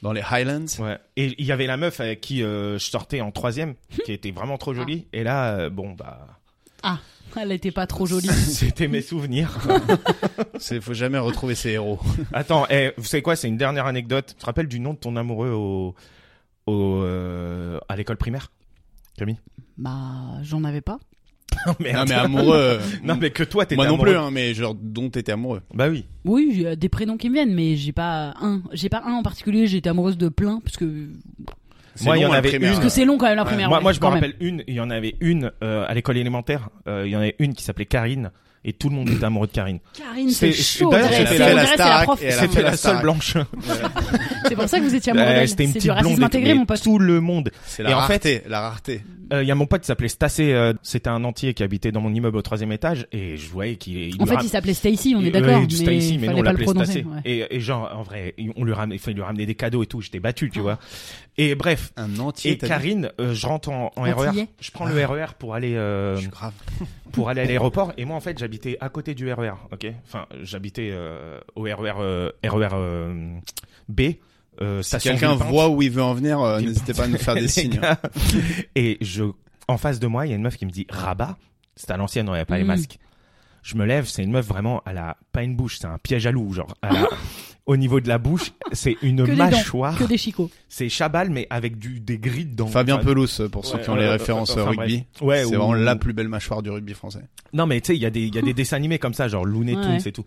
Dans les Highlands. Ouais. Et il y avait la meuf avec qui euh, je sortais en troisième, Hum. qui était vraiment Ah. trop jolie. Et là, euh, bon bah, Elle était pas trop jolie. c'était mes souvenirs. quoi. C'est, faut jamais retrouver ses héros. Attends, eh, vous savez quoi C'est une dernière anecdote. Tu te rappelles du nom de ton amoureux au, au euh, à l'école primaire Camille bah, j'en avais pas. Non mais Non, mais amoureux. euh, non mais que toi t'étais Moi non amoureux. plus, hein, mais genre, dont t'étais amoureux. Bah oui. Oui, il y a des prénoms qui me viennent, mais j'ai pas un. J'ai pas un en particulier. J'étais amoureuse de plein, parce que C'est Moi, il y long, en hein, le avait primaire, une Parce que c'est long quand même la Ouais. première. moi, ouais, moi, je me quand même. rappelle une. Il y en avait une euh, à l'école élémentaire. euh, Il y en avait une qui s'appelait Karine et tout le monde était amoureux de Karine. Karine, C'est- c'est chaud. d'ailleurs, on elle dirait- a c'est- fait on la dirait, c'est Starac prof. et elle a fait C'était la la seule star. blanche. C'est pour ça que vous étiez amoureux Euh, d'elle. C'était une C'est petite du racisme blonde et intégré, tout, mon mais pote. Tout le monde. C'est Et la en fait- rareté, la rareté. Il Euh, y a mon pote qui s'appelait Stacé, euh, c'était un entier qui habitait dans mon immeuble au troisième étage et je voyais qu'il il En lui fait, ram- il s'appelait Stacy, on il- est d'accord. ouais, Mais du Stacy, il mais nous, on fallait pas le l'appelait prononcer. Stacé. ouais. Et, et genre, en vrai, il- on lui ramenait, enfin, il lui ramenait des cadeaux et tout, j'étais battu, Ah. tu vois. Et bref. Un entier. Et t'as dit Karine, euh, je rentre en, en Antillais. RER, je prends le RER pour aller euh, Je suis grave. pour aller à l'aéroport et moi en fait j'habitais à côté du RER, ok. Enfin j'habitais euh, au RER euh, RER euh, B. Euh, Si station quelqu'un Villepinte. voit où il veut en venir, euh, Villepinte. n'hésitez pas à nous faire des Les signes. hein. gars. Et je, en face de moi, il y a une meuf qui me dit rabat. C'était à l'ancienne, on avait pas les Mm. masques. Je me lève, c'est une meuf vraiment, elle a pas une bouche, c'est un piège à loup, genre. elle a- au niveau de la bouche, c'est une Que des dents, mâchoire. Que des chicots. C'est Chabal, mais avec du, des grilles dedans. Fabien Enfin, Pelouse, pour ceux ouais, qui ont les euh, références enfin, euh, bref. rugby. Ouais, c'est ou- vraiment la plus belle mâchoire du rugby français. Non, mais tu sais, il y a des, il y a des dessins animés comme ça, genre Looney Ouais. Tunes et tout.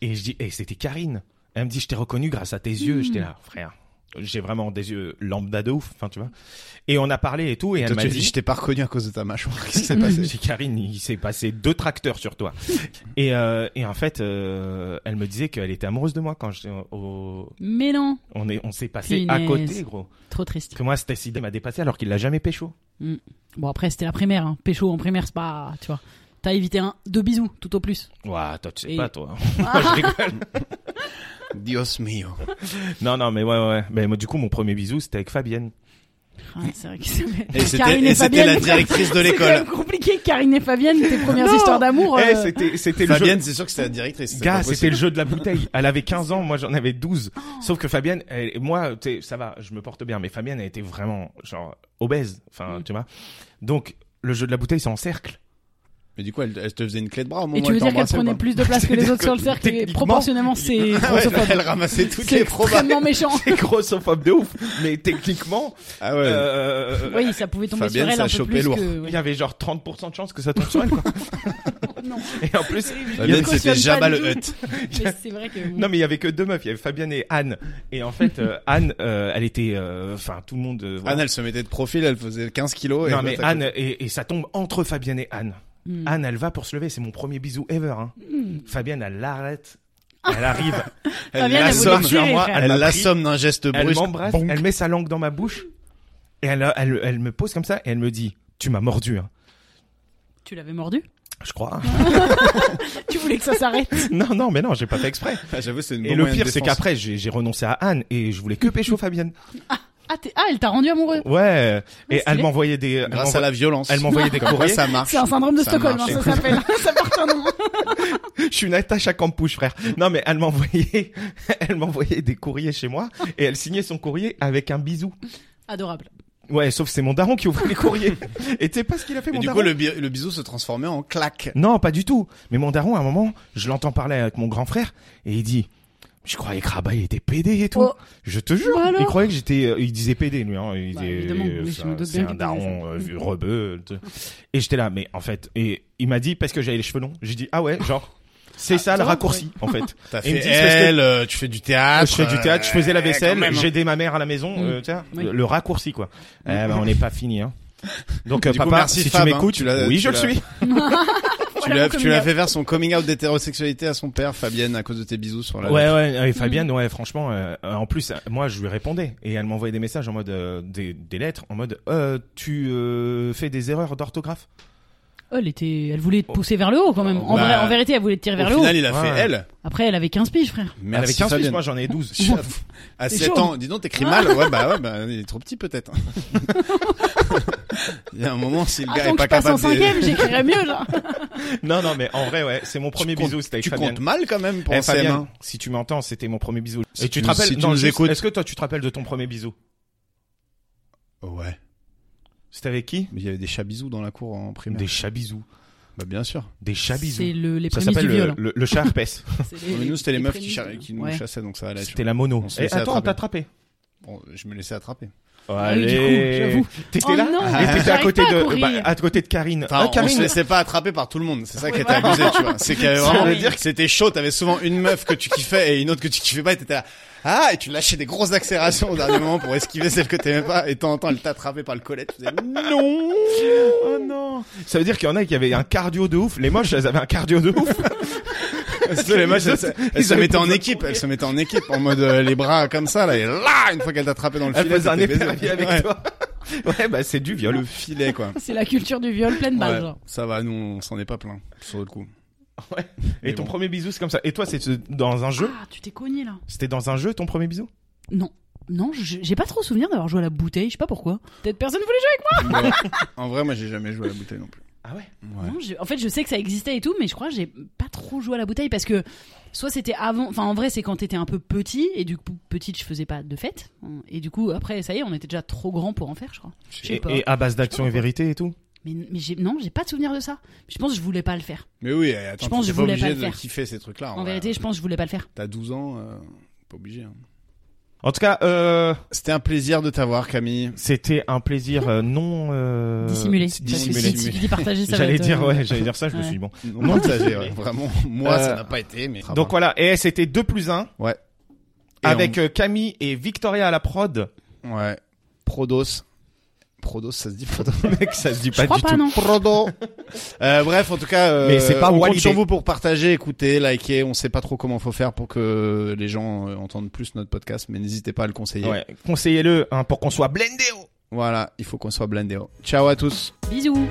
Et je dis, et c'était Karine. Elle me dit, je t'ai reconnu grâce à tes yeux. Mm. J'étais là, frère. J'ai vraiment des yeux lambda de ouf, enfin, tu vois. Et on a parlé et tout, et elle Toi, m'a tu dit, dis, je t'ai pas reconnu à cause de ta mâchoire. Qu'est-ce qui s'est Mhm. passé passé? Chez Karine, il s'est passé deux tracteurs sur toi. Et, euh, et en fait, euh, elle me disait qu'elle était amoureuse de moi quand j'étais au- au... Mais non, On est, on s'est passé à Punaise. côté, gros. trop triste. Parce que moi, cette idée m'a dépassé alors qu'il l'a jamais pécho. Bon après, c'était la primaire. hein. Pécho en primaire, c'est pas, tu vois. T'as évité un, deux bisous, tout au plus. Ouah, toi, tu sais Et- Ah. pas, toi. Je rigole. Dios mio. non, non, mais ouais, ouais. Mais moi, du coup, mon premier bisou, c'était avec Fabienne. Ah, c'est vrai que ça- Et c'était, Karine et et c'était Fabienne. la directrice de C'est quand même l'école. compliqué. Karine et Fabienne, tes premières Non. histoires d'amour. Eh, euh, c'était, c'était le jeu. Fabienne, c'est sûr que c'était la directrice. c'est Gars, pas c'était possible. le jeu de la bouteille. Elle avait 15 ans, moi j'en avais 12. Oh. Sauf que Fabienne, elle- moi, tu sais, ça va, je me porte bien, mais Fabienne, elle était vraiment, genre, obèse. Enfin, Mm. tu vois. Donc, le jeu de la bouteille, c'est en cercle. Mais du coup, elle, elle te faisait une clé de bras au moment Et où tu veux elle dire qu'elle t'embrassait, prenait quoi. plus de place que les autres sur le cercle et Techniquement, proportionnellement c'est Ah ouais, grossophobe. elle ramassait toutes C'est les probas. extrêmement méchant. C'est grossophobe de ouf. Mais techniquement, Ah ouais. euh, Oui, ça pouvait tomber Fabienne, sur elle ça un a peu chopé plus lourd. que. il y avait genre 30% de chance que ça tombe sur elle, quoi. Non. Et en plus, Je Fabienne, cautionne c'était euh, pas Jabba du le tout. Hutt. Mais c'est vrai que. non, mais il y avait que deux meufs, il y avait Fabienne et Anne. Et en fait, euh, Anne, euh, elle était, euh, enfin, tout le monde, euh, voilà. Anne, elle se mettait de profil, elle faisait 15 kilos. et non, elle mais était à Anne, et, et ça tombe entre Fabienne et Anne. Hmm. Ah. Anne, elle va pour se lever, c'est mon premier bisou ever. Hein. Hmm. Fabienne, elle l'arrête. Elle arrive, côté. Elle Fabienne, elle voulait l'assomme, tuer les frères. elle Elle m'a l'assomme d'un geste elle brusque. m'embrasse, Bonk. elle met sa langue dans ma bouche et elle, elle, elle me pose comme ça et elle me dit Tu m'as mordu. Hein. Tu l'avais mordu Je crois. Tu voulais que ça s'arrête. non, non, mais non, j'ai pas fait exprès. Ah, J'avoue, c'est une Et bonne le moyenne pire, de c'est défense. qu'après, j'ai j'ai renoncé à Anne et je voulais que pécho Fabienne. Ah, t'es- ah, elle t'a rendu amoureux. Ouais. Et c'est elle bien. m'envoyait des. elle Grâce m'envoie- à la violence. Elle m'envoyait des Comme quoi, courriers. ça marche. C'est un syndrome de Ça Stockholm, hein, marche. ça s'appelle. ça porte un nom. Je suis une attache à Campouche, frère. Non, mais elle m'envoyait, elle m'envoyait des courriers chez moi et elle signait son courrier avec un bisou. Adorable. Ouais, sauf que c'est mon daron qui ouvrait les courriers. Et tu sais pas ce qu'il a fait, Et mon du daron coup, le, bi- le bisou se transformait en claque. Non, pas du tout. Mais mon daron, à un moment, je l'entends parler avec mon grand frère et il dit, je croyais que Rabat il était PD et tout. Oh. Je te jure, Bah alors il croyait que j'étais, euh, il disait PD lui. Hein. Il Bah, disait, évidemment, euh, oui, je c'est me un- doute c'est bien un qu'il daron euh, vieux rebeu. tu sais. Et j'étais là, mais en fait, et il m'a dit parce que j'avais les cheveux longs. J'ai dit ah ouais, genre. C'est ça le ça va, raccourci en fait. T'as Et ils me fait disent, parce que- elle, euh, tu fais du théâtre. je fais du théâtre, je faisais la euh, quand vaisselle, même, hein. j'aidais ma mère à la maison, Mm. euh, tu vois, Oui. Mm. le, le raccourci quoi. Eh ben on n'est pas fini hein. Donc euh, Du coup, papa, merci, si Fab, hein. tu m'écoutes, Tu l'as- oui tu je le l'as- suis. Tu Voilà l'as- mon tu coming l'as out. fait faire son coming out d'hétérosexualité à son père, Fabienne, à cause de tes bisous sur la. Ouais, ouais, et Fabienne, Mm. ouais, franchement, euh, euh, en plus, euh, moi, je lui répondais et elle m'envoyait des messages en mode euh, des, des lettres, en mode euh, tu euh, fais des erreurs d'orthographe. Elle était, elle voulait te pousser vers le haut quand même. En, Bah, vrai- en vérité, elle voulait te tirer vers Au le haut. final, il a Ouais. fait elle. Après, elle avait 15 piges, frère. Elle avait Merci 15 fils, Fabienne. moi j'en ai 12. à C'est 7 chaud. Ah. ans, dis donc, t'écris mal. Ouais, bah, ouais, bah, il est trop petit, peut-être. hein. il y a un moment, si le gars Attends est que pas Ah, je passe capable en de... cinquième, j'écrirais mieux, là. non, non, mais en vrai, ouais, c'est mon premier comptes- bisou, c'était avec Tu Fabienne. comptes mal, quand même, pour Eh, un Fabienne, CM1. si tu m'entends, c'était mon premier bisou. Si et tu tu te nous- rappelles si tu non, nous juste, écoutes. Est-ce que toi tu te rappelles de ton premier bisou Ouais. C'était avec qui Mais il y avait des chats bisous dans la cour en primaire. Des chats bisous, Bah, bien sûr. des chats C'est bisous. le, les Ça prémices s'appelle du euh, le, viol. le, le chat herpès. C'est Non, mais nous, c'était les, meufs qui, prémices cha- du qui nous viol. Ouais. chassaient, donc ça allait. tu C'était la mono. On se Eh, laissait attends, on t'a attrapé. vois. Bon, je me laissais attraper. Ah, Ah oui, du coup, j'avoue. T'étais Oh là non, et t'étais à j'arrive côté pas à de courir. bah, à côté de Karine. Enfin, Ah, on se Karine, laissait pas attraper par tout le monde. C'est ça qui était voilà. abusé, tu vois. C'est qu'il y avait Ça vraiment, veut dire c'était chaud. T'avais souvent une meuf que tu kiffais et une autre que tu kiffais pas et t'étais là. Ah, et tu lâchais des grosses accélérations au dernier moment pour esquiver celle que t'aimais pas et de temps en temps elle t'attrapait par le collet. Tu faisais non! Oh non Ça veut dire qu'il y en a qui avaient un cardio de ouf. Les moches, elles avaient un cardio de ouf. Parce que les meufs, elles, se- elles ils se avaient mettaient pas en de équipe. couilles. Elles se mettaient en équipe en mode euh, les bras comme ça là et là, une fois qu'elle t'attrapait dans le Elles filet. faisaient un t'étais épervier baisé. avec Ouais. toi. Ouais, bah c'est du viol. Le filet, quoi. Ah, C'est la culture du viol pleine Ouais. balle. genre. ça va, nous, on s'en est pas plein. Sur le coup. Et Mais ton bon. premier bisou, c'est comme ça. Et toi, c'est dans un jeu Ah, tu t'es cogné, là. C'était dans un jeu, ton premier bisou Non. Non, je- j'ai pas trop souvenir d'avoir joué à la bouteille, je sais pas pourquoi. Peut-être personne voulait Ouais. en vrai, moi, j'ai jamais joué à la bouteille non plus. Ah ouais Ouais. Non, j'ai- en fait, je sais que ça existait et tout, mais je crois que j'ai pas trop joué à la bouteille parce que soit c'était avant, enfin en vrai, c'est quand t'étais un peu petit et du coup petite, je faisais pas de fête hein, et du coup après, ça y est, on était déjà trop grand pour en faire, je crois. Je sais et, pas. et à base d'action et vérité et tout Mais, mais j'ai non, j'ai pas de souvenir de ça. Je pense que je voulais pas le faire. Mais oui, attends, Je pense t'es que je pas voulais obligé pas le de faire. kiffer ces trucs-là. En vrai. vérité, je pense que je voulais pas le faire. T'as 12 ans, euh, pas obligé. hein. En tout cas, euh, C'était un plaisir de t'avoir, Camille. c'était un plaisir euh, non... euh, Dissimulé. dissimulé. Si tu dis partager, ça va J'allais être, dire, euh, ouais, j'allais dire ça, je me Ouais. Ah suis dit, bon. Non, Non, partagé, mais- ouais. Vraiment, moi, Euh, ça n'a pas été, mais. Donc voilà, et c'était 2 plus 1 Ouais. Et avec euh, Camille et Victoria à la prod. on- Ouais. Prodos. Prodos, ça se dit Prodos. Mec, ça se dit Je pas crois du pas tout. non. Prodo. Euh, bref, en tout cas, euh, Mais c'est pas on compte validé. sur vous pour partager, écouter, liker. On sait pas trop comment faut faire pour que les gens euh, entendent plus notre podcast, mais n'hésitez pas à le conseiller. Ouais, conseillez-le hein, pour qu'on soit blendé. oh. Voilà, il faut qu'on soit blindé. Ciao à tous. Bisous.